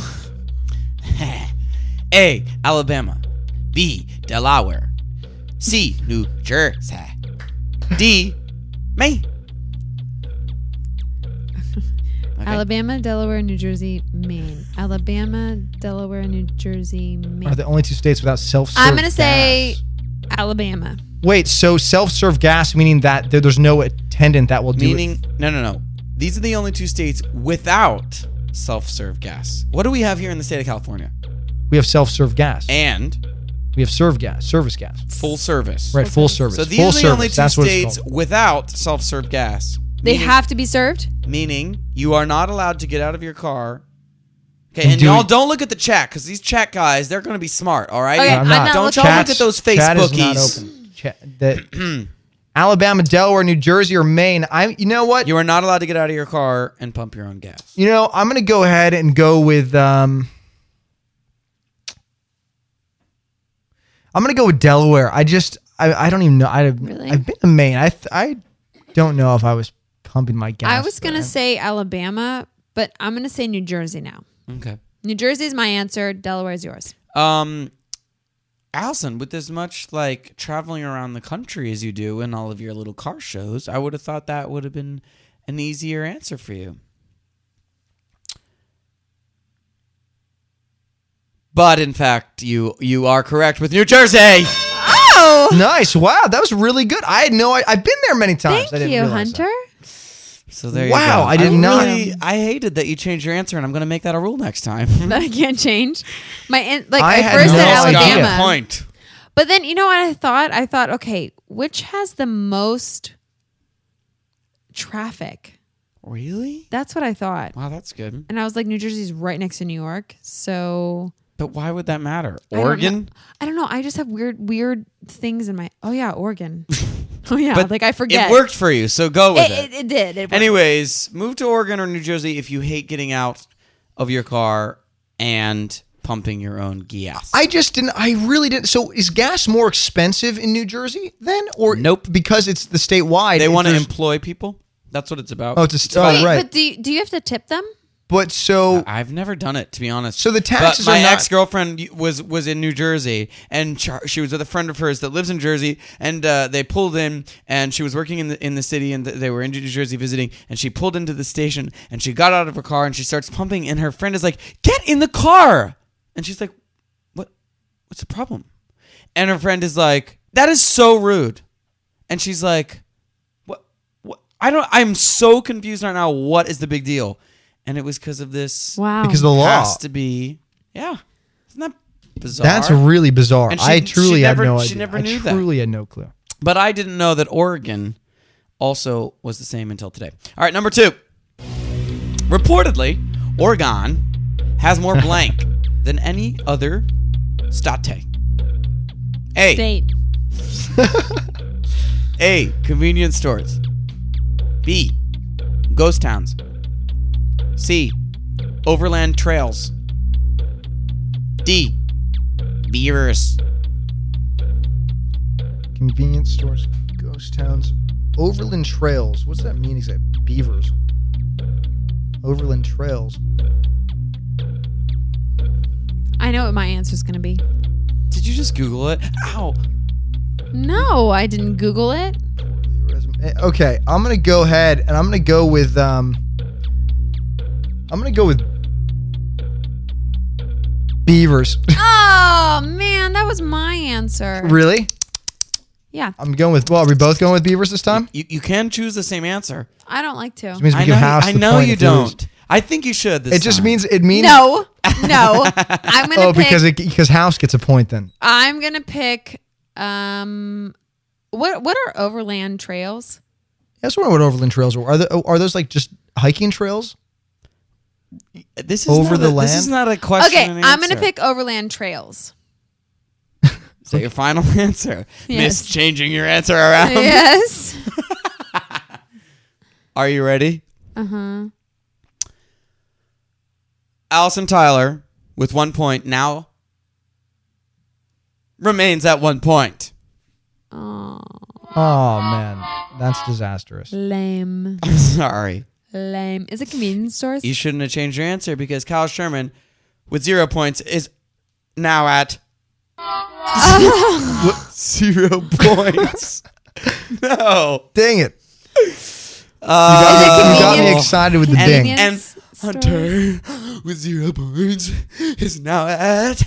Speaker 4: A. Alabama. B. Delaware. C. New Jersey. D. Maine. Okay.
Speaker 5: Alabama, Delaware, New Jersey, Maine. Alabama, Delaware, New Jersey, Maine.
Speaker 3: Are the only two states without self?
Speaker 5: I'm gonna say Alabama.
Speaker 3: Wait, so self-serve gas meaning that there, there's no attendant that will do
Speaker 4: Meaning, no, no, no. These are the only two states without self serve gas. What do we have here in the state of California?
Speaker 3: it. We have self-serve gas.
Speaker 4: And
Speaker 3: We have serve gas, service gas.
Speaker 4: full service.
Speaker 3: Right, full service.
Speaker 4: So these
Speaker 3: full
Speaker 4: are the
Speaker 3: service.
Speaker 4: only two
Speaker 3: That's what it's
Speaker 4: states
Speaker 3: called.
Speaker 4: without self serve gas.
Speaker 5: They
Speaker 4: meaning,
Speaker 5: have to be served.
Speaker 4: Meaning, you are not allowed to get out of your car. Okay,
Speaker 3: And
Speaker 4: and,
Speaker 3: do
Speaker 4: y'all
Speaker 3: it-
Speaker 4: don't look at the chat because these chat guys, they're going to be smart, all right?
Speaker 5: Okay, No, I'm I'm not. not
Speaker 4: Don't
Speaker 5: looking.
Speaker 4: y'all
Speaker 3: Chat-
Speaker 4: look at those
Speaker 3: chat is not
Speaker 4: Facebookies.
Speaker 3: open. Chat- that- Alabama, Delaware, New Jersey, or Maine. I, you know what?
Speaker 4: You are not allowed to get out of your car and pump your own gas.
Speaker 3: You know, I'm gonna go ahead and go with. Um, I'm gonna go with Delaware. I just, I, I don't even know. I,
Speaker 5: Really?
Speaker 3: I've been to Maine. I, th- I don't know if I was pumping my gas.
Speaker 5: I was gonna say Alabama, but I'm gonna say New Jersey now.
Speaker 4: Okay.
Speaker 5: New Jersey is my answer. Delaware is yours.
Speaker 4: Um, Allison, with as much like traveling around the country as you do in all of your little car shows, I would have thought that would have been an easier answer for you. But in fact, you you are correct with New Jersey.
Speaker 5: Oh,
Speaker 3: Nice. Wow, that was really good. I had no. I, I've been there many times.
Speaker 5: thank
Speaker 3: I didn't
Speaker 5: you,
Speaker 3: realize
Speaker 5: Hunter.
Speaker 3: that.
Speaker 4: So there you go.
Speaker 3: Wow, I did not-
Speaker 4: really- I hated that you changed your answer, and I'm going to make that a rule next time.
Speaker 5: That I can't change. My an- like
Speaker 3: I
Speaker 5: I,
Speaker 3: had
Speaker 5: first
Speaker 3: no
Speaker 5: said
Speaker 3: idea.
Speaker 5: Alabama,
Speaker 4: Point.
Speaker 5: but then you know what I thought? I thought okay, which has the most traffic?
Speaker 4: Really?
Speaker 5: That's what I thought.
Speaker 4: Wow, that's good.
Speaker 5: And I was like, New Jersey's right next to New York, so
Speaker 4: But why would that matter?
Speaker 5: I don't
Speaker 4: Oregon.
Speaker 5: know. I don't know. I just have weird, weird things in my. Oh yeah, Oregon. oh yeah,
Speaker 4: But
Speaker 5: like I forget.
Speaker 4: It worked for you, so go with
Speaker 5: It,
Speaker 4: it.
Speaker 5: it, it did. It worked.
Speaker 4: Anyways, move to Oregon or New Jersey if you hate getting out of your car and pumping your own gas.
Speaker 3: I just didn't. I really didn't. So is gas more expensive in New Jersey then, or
Speaker 4: Nope.
Speaker 3: Because it's the statewide.
Speaker 4: they
Speaker 3: if
Speaker 4: want to
Speaker 3: there's-
Speaker 4: employ people. That's what it's about.
Speaker 3: Oh, it's a st-
Speaker 4: about-
Speaker 3: oh, right.
Speaker 5: But do you, do you have to tip them?
Speaker 3: But so
Speaker 4: I've never done it to be honest.
Speaker 3: So the taxes
Speaker 4: But my
Speaker 3: are not-
Speaker 4: ex girlfriend was was in New Jersey, and char- she was with a friend of hers that lives in Jersey, and uh, they pulled in, and she was working in the in the city, and th- they were in New Jersey visiting, and she pulled into the station, and she got out of her car, and she starts pumping, and her friend is like, "Get in the car," and she's like, "What? What's the problem?" And her friend is like, "That is so rude," and she's like, "What? What? I don't. I'm so confused right now. What is the big deal?" And it was because of this
Speaker 5: Wow.
Speaker 3: because the law
Speaker 4: has to be. Yeah, isn't that bizarre?
Speaker 3: That's really bizarre.
Speaker 4: And she-
Speaker 3: I
Speaker 4: she
Speaker 3: truly
Speaker 4: never-
Speaker 3: had no
Speaker 4: she
Speaker 3: idea.
Speaker 4: never
Speaker 3: I
Speaker 4: knew that.
Speaker 3: truly had no clue.
Speaker 4: But I didn't know that Oregon also was the same until today. All right, number two. Reportedly, Oregon has more blank than any other state. A.
Speaker 5: State.
Speaker 4: A. Convenience stores. B. Ghost towns. C. Overland trails. D. Beavers.
Speaker 3: Convenience stores, ghost towns, overland trails. What's that mean? He's like beavers. Overland trails.
Speaker 5: I know what my answer is going to be.
Speaker 4: Did you just Google it? Ow.
Speaker 5: No, I didn't Google it.
Speaker 3: Eh, Okay, I'm gonna go ahead and I'm gonna go with um. I'm gonna go with Beavers.
Speaker 5: Oh man, that was my answer.
Speaker 3: really?
Speaker 5: Yeah.
Speaker 3: I'm going with. Well, are we both going with beavers this time?
Speaker 4: You, you can choose the same answer.
Speaker 5: I don't like to.
Speaker 3: It means we
Speaker 4: I
Speaker 3: can
Speaker 4: know,
Speaker 3: house
Speaker 4: I
Speaker 3: the
Speaker 4: know
Speaker 3: point
Speaker 4: you
Speaker 3: if we lose.
Speaker 4: don't. I think you should. This
Speaker 3: It just
Speaker 4: time.
Speaker 3: means it means
Speaker 5: no, no. I'm gonna
Speaker 3: Oh,
Speaker 5: pick.
Speaker 3: because it, because house gets a point then.
Speaker 5: I'm gonna pick. Um, what what are overland trails?
Speaker 3: That's wondering what overland trails were. Are, the, oh, are those like just hiking trails?
Speaker 4: This is
Speaker 3: over
Speaker 4: not
Speaker 3: the
Speaker 4: a-
Speaker 3: land.
Speaker 4: This is not a question.
Speaker 5: okay,
Speaker 4: and
Speaker 5: I'm gonna
Speaker 4: answer.
Speaker 5: pick overland trails.
Speaker 4: Is that your final answer?
Speaker 5: Yes.
Speaker 4: Miss changing your answer
Speaker 3: Um,
Speaker 4: around.
Speaker 5: yes.
Speaker 4: Are you ready?
Speaker 5: Uh huh.
Speaker 4: Allison Tyler with one point now remains at one point.
Speaker 5: Oh,
Speaker 3: Oh man, that's disastrous.
Speaker 5: lame,
Speaker 4: I'm sorry.
Speaker 5: lame. Is it convenience stores?
Speaker 4: You shouldn't have changed your answer because Kyle Sherman with zero points is now at zero points. no.
Speaker 3: Dang it! you
Speaker 4: Uh,
Speaker 3: got, you got me excited with the ding.
Speaker 4: and, and Hunter with zero points is now at.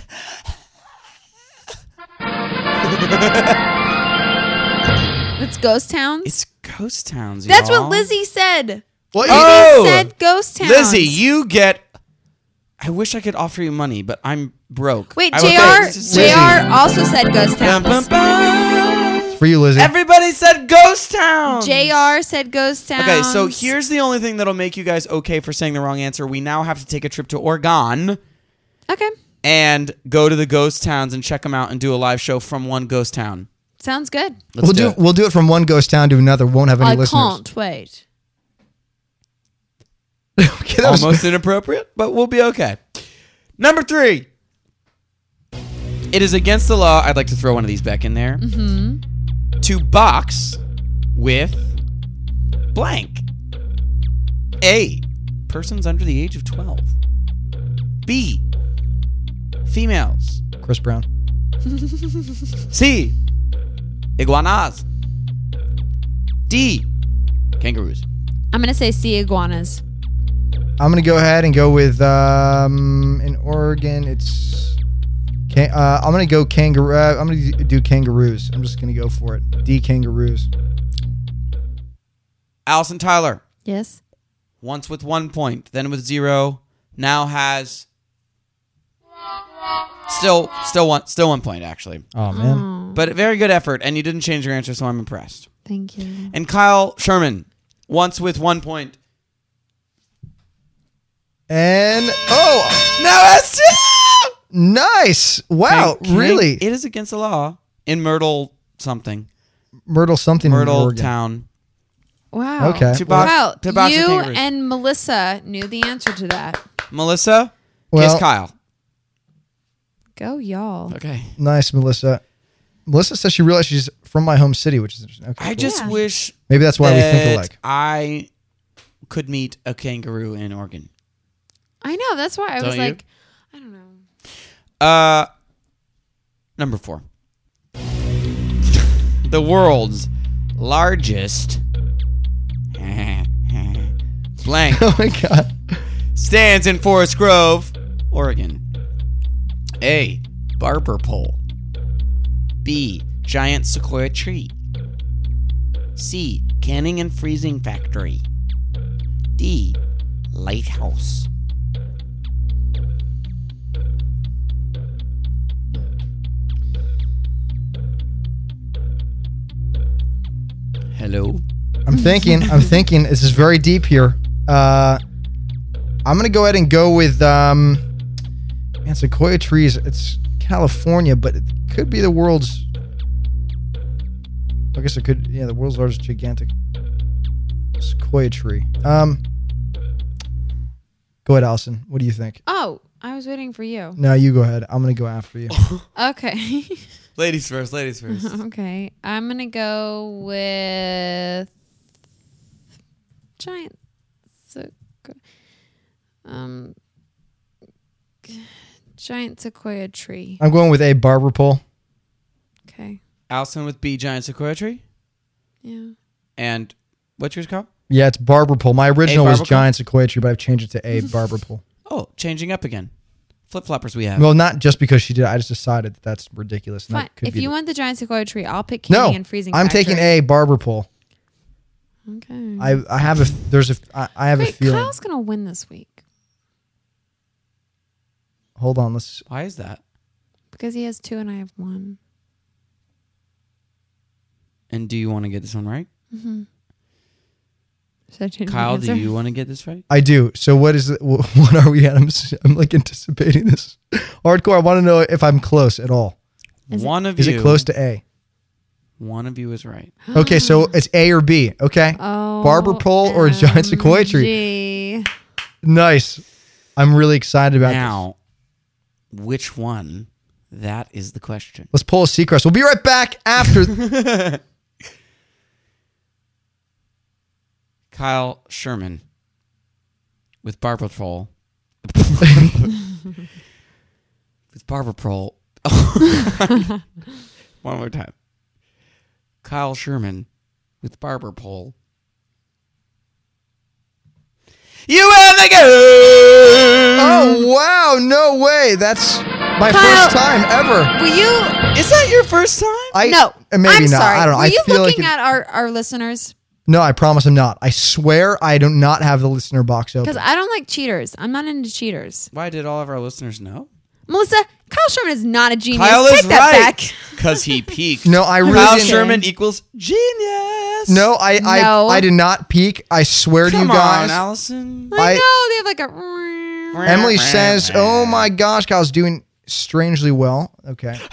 Speaker 5: It's ghost towns.
Speaker 4: It's ghost towns.
Speaker 5: That's
Speaker 4: y'all.
Speaker 5: what Lizzie said.
Speaker 3: What
Speaker 5: Lizzie
Speaker 4: Oh!
Speaker 5: said ghost towns.
Speaker 4: Lizzie, you get. I wish I could offer you money, but I'm broke.
Speaker 5: Wait,
Speaker 4: I will
Speaker 5: Jr.
Speaker 4: take-
Speaker 5: Jr. also said ghost
Speaker 4: Bum, bum,
Speaker 5: towns.
Speaker 4: bum.
Speaker 3: It's for you, Lizzie.
Speaker 4: Everybody said ghost town.
Speaker 5: Jr. said ghost towns.
Speaker 4: Okay, so here's the only thing that'll make you guys okay for saying the wrong answer. We now have to take a trip to Oregon
Speaker 5: Okay,
Speaker 4: and go to the ghost towns and check them out and do a live show from one ghost town.
Speaker 5: sounds good.
Speaker 4: Let's
Speaker 3: we'll do,
Speaker 4: it.
Speaker 3: we'll do it from one ghost town to another. We won't have any
Speaker 5: I
Speaker 3: listeners.
Speaker 5: can't wait.
Speaker 3: Okay, that was-
Speaker 4: Almost inappropriate, but we'll be okay. Number three. It is against the law. I'd like to throw one of these back in there.
Speaker 5: hmm
Speaker 4: to box with blank. A. Persons under the age of 12. B. Females.
Speaker 3: Chris Brown.
Speaker 4: C. Iguanas. D. Kangaroos.
Speaker 5: I'm gonna say sea iguanas.
Speaker 3: I'm gonna go ahead and go with um in Oregon. It's can, uh, I'm gonna go kangaroo. Uh, I'm gonna do kangaroos. I'm just gonna go for it. D kangaroos.
Speaker 4: Allison Tyler,
Speaker 5: Yes.
Speaker 4: once with one point, then with zero, now has still still one still one point actually.
Speaker 3: Oh man.
Speaker 4: But a very good effort, and you didn't change your answer, so I'm impressed.
Speaker 5: Thank you.
Speaker 4: And Kyle Sherman, once with one point.
Speaker 3: And oh,
Speaker 4: Now it's two.
Speaker 3: nice! Wow,
Speaker 4: Can- can-
Speaker 3: really,
Speaker 4: It is against the law in Myrtle something.
Speaker 3: Myrtle something. in
Speaker 4: Myrtle
Speaker 3: Oregon.
Speaker 4: Town.
Speaker 5: Wow.
Speaker 3: Okay.
Speaker 4: To box-
Speaker 5: wow.
Speaker 4: to box with
Speaker 5: you
Speaker 4: kangaroos.
Speaker 5: and Melissa knew the answer to that.
Speaker 4: Melissa,
Speaker 3: Well-
Speaker 4: kiss Kyle.
Speaker 5: Go y'all.
Speaker 4: Okay.
Speaker 3: Nice, Melissa. Melissa says she realized she's from my home city, which is interesting. Okay,
Speaker 4: I
Speaker 3: cool.
Speaker 4: just
Speaker 5: Yeah.
Speaker 4: wish
Speaker 3: Maybe that's why we think
Speaker 4: that
Speaker 3: alike.
Speaker 4: I could meet a kangaroo in Oregon.
Speaker 5: I know. That's why I
Speaker 4: Don't
Speaker 5: was
Speaker 4: you?
Speaker 5: like, I don't know.
Speaker 4: Uh, number four. the world's largest blank
Speaker 3: Oh my god!
Speaker 4: stands in Forest Grove, Oregon. A. Barber pole. B. Giant sequoia tree. C. Canning and freezing factory. D. Lighthouse. Hello.
Speaker 3: I'm thinking. I'm thinking. This is very deep here. Uh, I'm gonna go ahead and go with um, man, sequoia trees. It's California, but it could be the world's. I guess it could. Yeah, the world's largest gigantic sequoia tree. Um, go ahead, Allison. What do you think?
Speaker 5: Oh, I was waiting for you.
Speaker 3: No, you go ahead. I'm gonna go after you.
Speaker 5: Okay.
Speaker 4: Ladies first, ladies first.
Speaker 5: okay. I'm gonna go with giant. sequ- Um, giant sequoia tree.
Speaker 3: I'm going with a barber pole.
Speaker 5: Okay.
Speaker 4: Allison with B, giant sequoia tree.
Speaker 5: Yeah.
Speaker 4: And what's yours called?
Speaker 3: Yeah, it's barber pole. My original was
Speaker 4: barber pole?
Speaker 3: giant sequoia tree, but I've changed it to a barber pole.
Speaker 4: Oh, changing up again. flip floppers we have.
Speaker 3: Well, not just because she did. I just decided that that's ridiculous. and
Speaker 5: Fine.
Speaker 3: That could
Speaker 5: If
Speaker 3: be
Speaker 5: you want the giant sequoia tree, I'll pick
Speaker 3: the-
Speaker 5: Candy
Speaker 3: no,
Speaker 5: and freezing.
Speaker 3: I'm
Speaker 5: Factory.
Speaker 3: taking a barber pole.
Speaker 5: Okay.
Speaker 3: I I have a f- there's a f- I, I have a
Speaker 5: Wait,
Speaker 3: feeling.
Speaker 5: Kyle's gonna win this week
Speaker 3: Hold on, let's.
Speaker 4: Why is that?
Speaker 5: because he has two and I have one.
Speaker 4: And do you want to get this one right?
Speaker 5: Mm-hmm. Should I change my
Speaker 4: Kyle,
Speaker 5: answer?
Speaker 4: do you want to get this right?
Speaker 3: I do. So what is it? wh- What are we at? I'm, s- I'm like anticipating this hardcore. I want to know if I'm close at all.
Speaker 4: Is it- One of
Speaker 3: is
Speaker 4: you-
Speaker 3: it close to A?
Speaker 4: One of you is right.
Speaker 3: Okay, so it's A or B. Okay,
Speaker 5: Oh,
Speaker 3: barber pole or a giant sequoia tree.
Speaker 5: Gee.
Speaker 3: Nice. I'm really excited about this.
Speaker 4: Now, which one? That is the question.
Speaker 3: Let's pull a Seacrest. We'll be right back after.
Speaker 4: Kyle Sherman with Barber Troll. with Barber Troll. One more time. Kyle Sherman with Barber Pole. You are the game.
Speaker 3: Oh wow! No way. That's my
Speaker 5: Kyle,
Speaker 3: first time ever.
Speaker 5: Will you?
Speaker 4: Is that your first time?
Speaker 3: I
Speaker 5: no.
Speaker 3: uh, maybe
Speaker 5: I'm
Speaker 3: not.
Speaker 5: Sorry.
Speaker 3: I don't know.
Speaker 5: Were
Speaker 3: I
Speaker 5: you
Speaker 3: feel like
Speaker 5: looking
Speaker 3: it-
Speaker 5: at our our listeners?
Speaker 3: No, I promise I'm not. I swear I do not have the listener box open.
Speaker 5: Because I don't like cheaters. I'm not into cheaters.
Speaker 4: Why did all of our listeners know?
Speaker 5: Melissa, Kyle Sherman is not a genius.
Speaker 4: Kyle
Speaker 5: Take
Speaker 4: is
Speaker 5: that
Speaker 4: right.
Speaker 5: back.
Speaker 4: Because he peaked.
Speaker 3: No, I really
Speaker 4: Kyle
Speaker 3: didn't.
Speaker 4: Sherman equals genius.
Speaker 3: No, I I,
Speaker 5: No.
Speaker 3: I did not peek. I swear to
Speaker 4: Come
Speaker 3: you guys.
Speaker 4: on, Allison.
Speaker 5: I,
Speaker 3: I-
Speaker 5: know they have like a.
Speaker 3: Emily says, "Oh my gosh, Kyle's doing strangely well." Okay.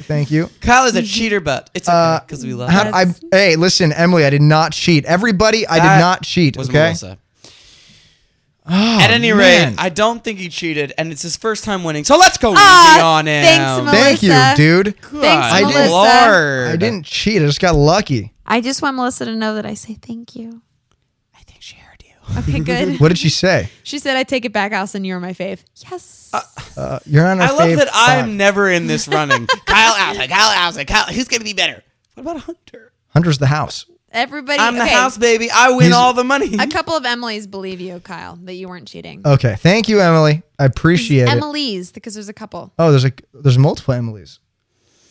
Speaker 3: Thank you.
Speaker 4: Kyle is a cheater, but it's okay because we love
Speaker 3: Uh, How-
Speaker 4: him.
Speaker 3: I, hey, listen, Emily, I did not cheat. Everybody, I
Speaker 4: That
Speaker 3: did not cheat.
Speaker 4: was
Speaker 3: okay.
Speaker 4: Melissa.
Speaker 3: Oh,
Speaker 4: At any
Speaker 3: man.
Speaker 4: rate, I don't think he cheated, and it's his first time winning. So let's go
Speaker 5: Ah,
Speaker 4: easy on him.
Speaker 5: thanks, Melissa.
Speaker 3: Thank you, dude.
Speaker 5: Thanks, Melissa.
Speaker 4: Lord.
Speaker 3: I didn't cheat. I just got lucky.
Speaker 5: I just want Melissa to know that I say thank you. I think she heard you. Okay, good.
Speaker 3: What did she say?
Speaker 5: She said, "I take it back, Allison. You're my fave." Yes.
Speaker 3: Uh, you're on. Our
Speaker 4: I love
Speaker 3: fave
Speaker 4: that
Speaker 3: five.
Speaker 4: I'm never in this running. Kyle Allen, Kyle Allen, Kyle. Who's gonna be better? What about Hunter?
Speaker 3: Hunter's the house.
Speaker 5: Everybody.
Speaker 4: I'm the
Speaker 5: okay.
Speaker 4: house baby. I win
Speaker 3: He's-
Speaker 4: all the money.
Speaker 5: A couple of Emily's believe you, Kyle, that you weren't cheating.
Speaker 4: Oh,
Speaker 3: Okay. Thank you, Emily. I appreciate it.
Speaker 5: Emily's because there's a couple,
Speaker 3: Oh, there's a there's multiple Emilys.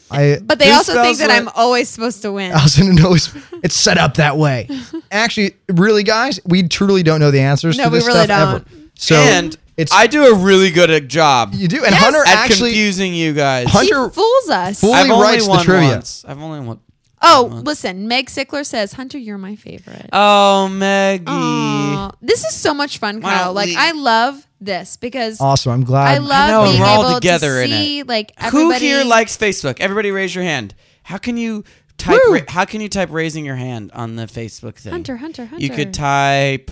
Speaker 3: I
Speaker 5: but they
Speaker 4: Who
Speaker 5: also think
Speaker 4: spells
Speaker 5: that
Speaker 4: what-
Speaker 5: I'm always supposed to win.
Speaker 4: Oh,
Speaker 3: I was in an always it's set up that way. Actually, really, guys, we truly don't know the answers
Speaker 5: No,
Speaker 3: to
Speaker 5: we
Speaker 3: this
Speaker 5: really
Speaker 3: stuff ever. So
Speaker 4: and
Speaker 3: it's
Speaker 4: I do a really good job
Speaker 3: you do, and
Speaker 5: Yes.
Speaker 3: Hunter
Speaker 4: at
Speaker 3: actually
Speaker 4: confusing you guys.
Speaker 5: He
Speaker 3: Hunter
Speaker 5: fools us.
Speaker 3: fully
Speaker 4: I've only
Speaker 3: writes the
Speaker 4: won
Speaker 3: trivia.
Speaker 4: once. I've only won.
Speaker 5: oh, listen, Meg Sickler says, "Hunter, you're my favorite."
Speaker 4: Oh, Maggie.
Speaker 5: Aw, this is so much fun,
Speaker 4: Why don't
Speaker 5: Kyle. Like
Speaker 4: we-
Speaker 5: I love this because
Speaker 3: awesome. I'm glad.
Speaker 5: I love
Speaker 4: know,
Speaker 5: being
Speaker 4: we're all
Speaker 5: able
Speaker 4: together
Speaker 5: to
Speaker 4: in it.
Speaker 5: see like
Speaker 4: Who
Speaker 5: everybody.
Speaker 4: here likes Facebook? Everybody raise your hand. How can you type
Speaker 3: Woo.
Speaker 4: ra- how can you type raising your hand on the Facebook thing?
Speaker 5: Hunter, Hunter, Hunter.
Speaker 4: You could type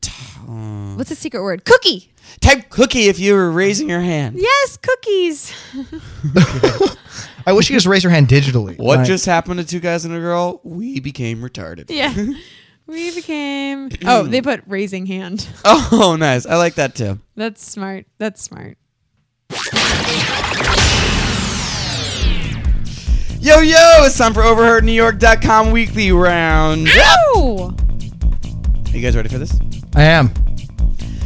Speaker 4: t- uh,
Speaker 5: What's the secret word? Cookie.
Speaker 4: type cookie if you were raising your hand.
Speaker 5: Yes, cookies.
Speaker 3: I wish you just raise your hand digitally.
Speaker 4: What
Speaker 3: Like,
Speaker 4: just happened to two guys and a girl? We became retarded.
Speaker 5: yeah. We became. Oh, they put raising hand.
Speaker 4: Oh, nice. I like that too.
Speaker 5: That's smart. That's smart.
Speaker 4: Yo, yo, it's time for OverheardNewYork.com weekly round.
Speaker 5: Oh,
Speaker 4: Are you guys ready for this?
Speaker 3: I am.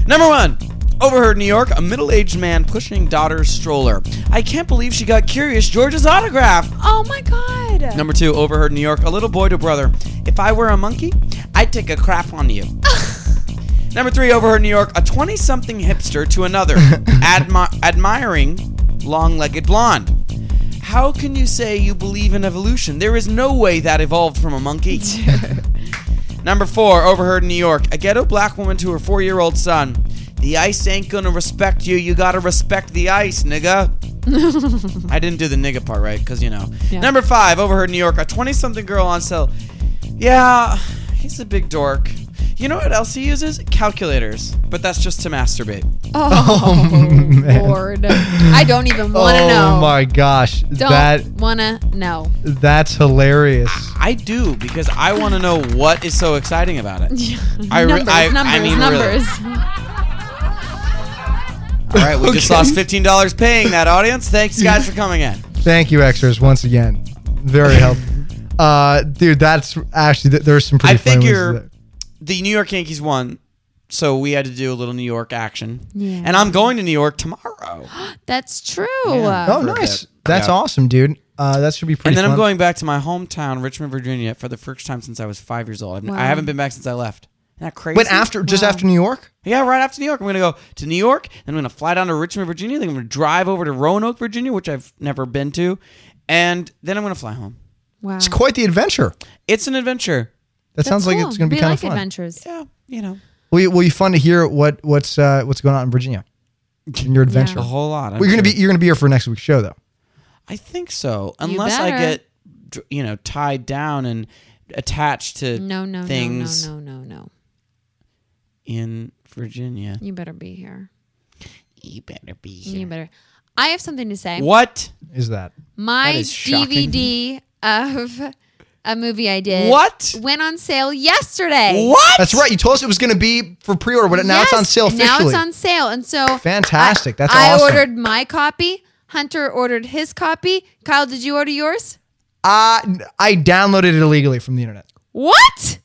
Speaker 4: Number one, overheard New York, a middle aged man pushing daughter's stroller. I can't believe she got curious George's autograph.
Speaker 5: oh my God.
Speaker 4: Number two, overheard New York, a little boy to brother. If I were a monkey, I'd take a crap on you. Number three, overheard New York, a 20 something hipster to another, admi- admiring long legged blonde. How can you say you believe in evolution? There is no way that evolved from a monkey. Number four, overheard in New York, a ghetto black woman to her four year old son. The ice ain't gonna respect you. You gotta respect the ice, nigga. I didn't do the nigga part right, because you know.
Speaker 5: Yeah.
Speaker 4: Number five, overheard in New York, a 20 something girl on sale. Yeah, he's a big dork. You know what else he uses? Calculators. But that's just to masturbate.
Speaker 5: Oh, Lord. I don't even want to
Speaker 3: oh
Speaker 5: know.
Speaker 3: my gosh,
Speaker 5: Don't
Speaker 3: that
Speaker 5: wanna know.
Speaker 3: that's hilarious.
Speaker 4: I do, because I wanna know what is so exciting about it. I, re-
Speaker 5: numbers,
Speaker 4: I- I
Speaker 5: numbers,
Speaker 4: mean, really.
Speaker 5: numbers.
Speaker 4: All right, we just
Speaker 3: Okay.
Speaker 4: lost $15 paying that audience. Thanks, guys, for coming in.
Speaker 3: Thank you, extras, once again. Very helpful. uh, dude, that's actually th- there's some pretty.
Speaker 4: I
Speaker 3: funny ones
Speaker 4: figure
Speaker 3: there.
Speaker 4: the New York Yankees won so we had to do a little New York action.
Speaker 5: Yeah.
Speaker 4: And I'm going to New York tomorrow.
Speaker 5: That's true.
Speaker 3: oh, nice. That's
Speaker 4: Yeah.
Speaker 3: awesome, dude. Uh, that should be pretty.
Speaker 4: and then I'm
Speaker 3: fun.
Speaker 4: going back to my hometown, Richmond, Virginia, for the first time since I was five years old. I've-
Speaker 3: Wow.
Speaker 4: I haven't been back since I left. Isn't that crazy?
Speaker 3: Wait, after just after New York?
Speaker 4: Yeah, right after New York. I'm going to go to New York, then I'm going to fly down to Richmond, Virginia, then I'm going to drive over to Roanoke, Virginia, which I've never been to, and then I'm going to fly home.
Speaker 5: Wow.
Speaker 3: It's quite the adventure.
Speaker 4: It's an adventure.
Speaker 3: That sounds like it's going to be
Speaker 5: we
Speaker 3: kind
Speaker 5: like
Speaker 3: of fun.
Speaker 5: adventures.
Speaker 4: Yeah, you know.
Speaker 3: Will you, will you fun to hear what what's uh, what's going on in Virginia? In your adventure,
Speaker 4: A whole lot, I'm
Speaker 3: We're gonna be
Speaker 4: sure.
Speaker 3: you're gonna be here for next week's show though.
Speaker 4: I think so.
Speaker 5: You
Speaker 4: Unless I
Speaker 5: better.
Speaker 4: get, dr- you know, tied down and attached to
Speaker 5: No, no,
Speaker 4: things
Speaker 5: no, no, no, no, no.
Speaker 4: in Virginia.
Speaker 5: You better be here.
Speaker 4: You better be
Speaker 5: You better. I have something to say.
Speaker 4: What
Speaker 3: is that?
Speaker 5: My
Speaker 4: That is shocking.
Speaker 5: DVD of a movie I did.
Speaker 3: What?
Speaker 5: Went on sale yesterday.
Speaker 3: That's right. You told us it was gonna be for pre-order, but now it's on
Speaker 5: Yes,
Speaker 3: sale officially.
Speaker 5: Now it's on sale. And so
Speaker 3: Fantastic. That's
Speaker 5: I
Speaker 3: awesome.
Speaker 5: ordered my copy. Hunter ordered his copy. Kyle, did you order yours?
Speaker 3: Uh, I downloaded it illegally from the internet.
Speaker 5: What?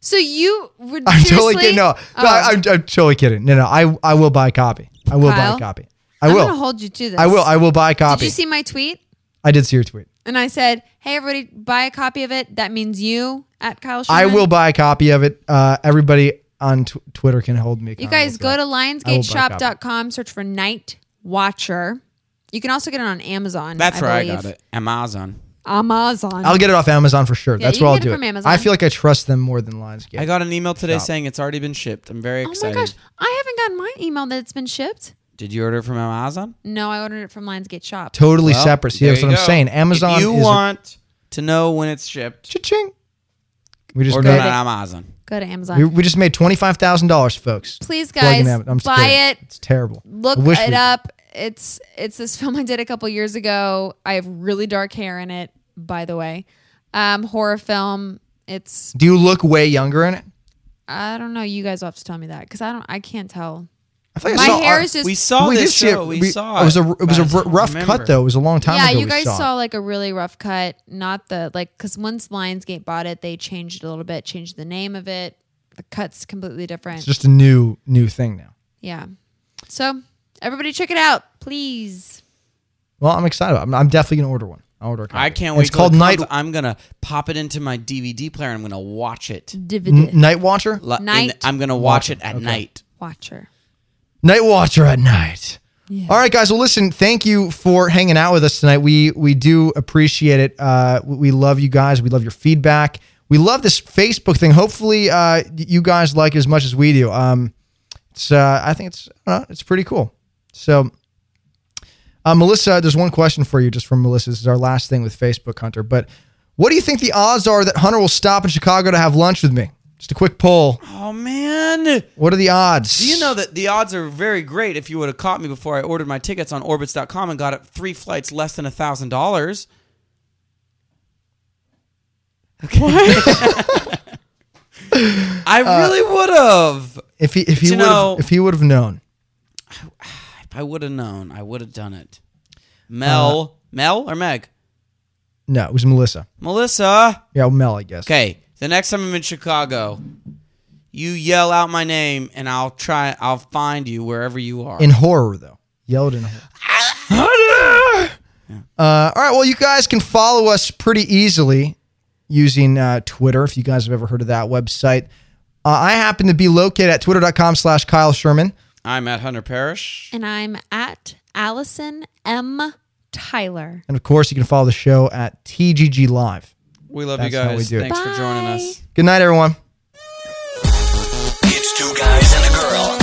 Speaker 5: So you would
Speaker 3: I'm
Speaker 5: seriously?
Speaker 3: totally kidding. No, no
Speaker 5: Oh.
Speaker 3: I, I'm, I'm totally kidding. No, no, I I will buy a copy. I will buy
Speaker 5: Kyle,
Speaker 3: a copy. I
Speaker 5: I'm
Speaker 3: will.
Speaker 5: gonna hold you to this.
Speaker 3: I will. I will buy a copy.
Speaker 5: Did you see my tweet?
Speaker 3: I did see your tweet.
Speaker 5: And I said, "Hey, everybody, buy a copy of it. That means you at Kyle.
Speaker 3: I
Speaker 5: Shannon.
Speaker 3: will buy a copy of it. Uh, everybody on tw- Twitter can hold me.
Speaker 5: You
Speaker 3: accountable
Speaker 5: guys go to
Speaker 3: I will buy a copy.
Speaker 5: lionsgateshop.com, search for Night Watcher. You can also get it on Amazon.
Speaker 4: That's where
Speaker 5: believe.
Speaker 4: I got it. Amazon.
Speaker 5: Amazon.
Speaker 3: I'll get it off Amazon for sure.
Speaker 5: Yeah,
Speaker 3: That's
Speaker 5: you
Speaker 3: where
Speaker 5: can
Speaker 3: I'll
Speaker 5: get it
Speaker 3: do it.
Speaker 5: from Amazon.
Speaker 3: I feel like I trust them more than Lionsgate.
Speaker 4: I got an email today
Speaker 3: Stop.
Speaker 4: saying it's already been shipped. I'm very
Speaker 5: Oh my
Speaker 4: excited.
Speaker 5: gosh, I haven't gotten my email that it's been shipped.
Speaker 4: Did you order it from Amazon?
Speaker 5: No, I ordered it from Lionsgate Shop.
Speaker 3: Totally
Speaker 4: Well,
Speaker 3: separate. See,
Speaker 4: there
Speaker 3: that's what
Speaker 4: you
Speaker 3: I'm
Speaker 4: go.
Speaker 3: saying. Amazon
Speaker 4: If you
Speaker 3: is a-
Speaker 4: want to know when it's shipped.
Speaker 3: Cha-ching. we just
Speaker 4: order it
Speaker 3: made,
Speaker 4: on Amazon.
Speaker 5: Go to Amazon.
Speaker 3: we, we just made twenty five thousand dollars, folks.
Speaker 5: Please,
Speaker 3: Plugging
Speaker 5: guys,
Speaker 3: Am- I'm just
Speaker 5: buy
Speaker 3: kidding.
Speaker 5: it.
Speaker 3: It's terrible.
Speaker 5: Look
Speaker 3: I wish
Speaker 5: it
Speaker 3: we-
Speaker 5: up. It's it's this film I did a couple years ago. I have really dark hair in it, by the way. Um, horror film. It's
Speaker 3: Do you look way younger in it?
Speaker 5: I don't know. You guys will have to tell me that because I don't. I can't tell.
Speaker 3: I think I
Speaker 5: My
Speaker 3: saw-
Speaker 5: hair
Speaker 3: I-
Speaker 5: is just.
Speaker 4: we saw
Speaker 3: we did
Speaker 4: this
Speaker 3: see
Speaker 4: show.
Speaker 3: It.
Speaker 4: We saw
Speaker 3: It was a
Speaker 4: it,
Speaker 3: it was
Speaker 4: but
Speaker 3: a
Speaker 4: I
Speaker 3: r-
Speaker 4: don't
Speaker 3: rough
Speaker 4: remember.
Speaker 3: cut though. It was a long time
Speaker 5: yeah,
Speaker 3: ago.
Speaker 5: you
Speaker 3: we
Speaker 5: guys
Speaker 3: saw it.
Speaker 5: saw like a really rough cut. Not the like because once Lionsgate bought it, they changed it a little bit, changed the name of it. The cut's completely different.
Speaker 3: It's just a new new thing now.
Speaker 5: yeah. So everybody, check it out, please.
Speaker 3: Well, I'm excited. about it. I'm, I'm definitely gonna order one. I'll order. A copy.
Speaker 4: I can't
Speaker 3: And
Speaker 4: wait.
Speaker 3: It's
Speaker 4: till
Speaker 3: called
Speaker 4: it
Speaker 3: Night
Speaker 4: comes. I'm gonna pop it into my DVD player. and I'm gonna watch it.
Speaker 3: N- Night Watcher.
Speaker 4: Li- in-
Speaker 5: Night
Speaker 4: I'm gonna watch it at night.
Speaker 5: Watcher.
Speaker 3: Night Watcher at night. All right, guys. Well, listen. Thank you for hanging out with us tonight. We we do appreciate it. Uh, we- we love you guys. We love your feedback. We love this Facebook thing. Hopefully, uh, you guys like it as much as we do. Um, it's uh, I think it's uh, it's pretty cool. So, uh, Melissa, there's one question for you, just from Melissa. This is our last thing with Facebook, Hunter. But what do you think the odds are that Hunter will stop in Chicago to have lunch with me? Just a quick poll.
Speaker 4: Oh man.
Speaker 3: What are the odds?
Speaker 4: Do you know that the odds are very great if you would have caught me before I ordered my tickets on orbits.com and got it three flights less than a thousand dollars? I
Speaker 3: Uh,
Speaker 4: really would have.
Speaker 3: If he if
Speaker 4: But you
Speaker 3: he would
Speaker 4: know-
Speaker 3: have if he would have known.
Speaker 4: If I would have known, I would have done it.
Speaker 3: Uh,
Speaker 4: Mel, Mel or Meg,
Speaker 3: No, it was Melissa.
Speaker 4: Melissa.
Speaker 3: Yeah, Mel, I guess.
Speaker 4: Okay, the next time I'm in Chicago, you yell out my name and I'll try. I'll find you wherever you are.
Speaker 3: In horror though, yelled in horror. Uh, all right, well, you guys can follow us pretty easily using uh, Twitter if you guys have ever heard of that website. Uh, I happen to be located at twitter.com slash Kyle Sherman.
Speaker 4: I'm at Hunter Parish.
Speaker 5: And I'm at Allison M. Tyler.
Speaker 3: And of course, you can follow the show at TGG Live.
Speaker 4: We love you
Speaker 3: That's how
Speaker 4: guys.
Speaker 3: we do it.
Speaker 4: Thanks for joining us.
Speaker 3: Good night, everyone.
Speaker 1: It's two guys and a girl.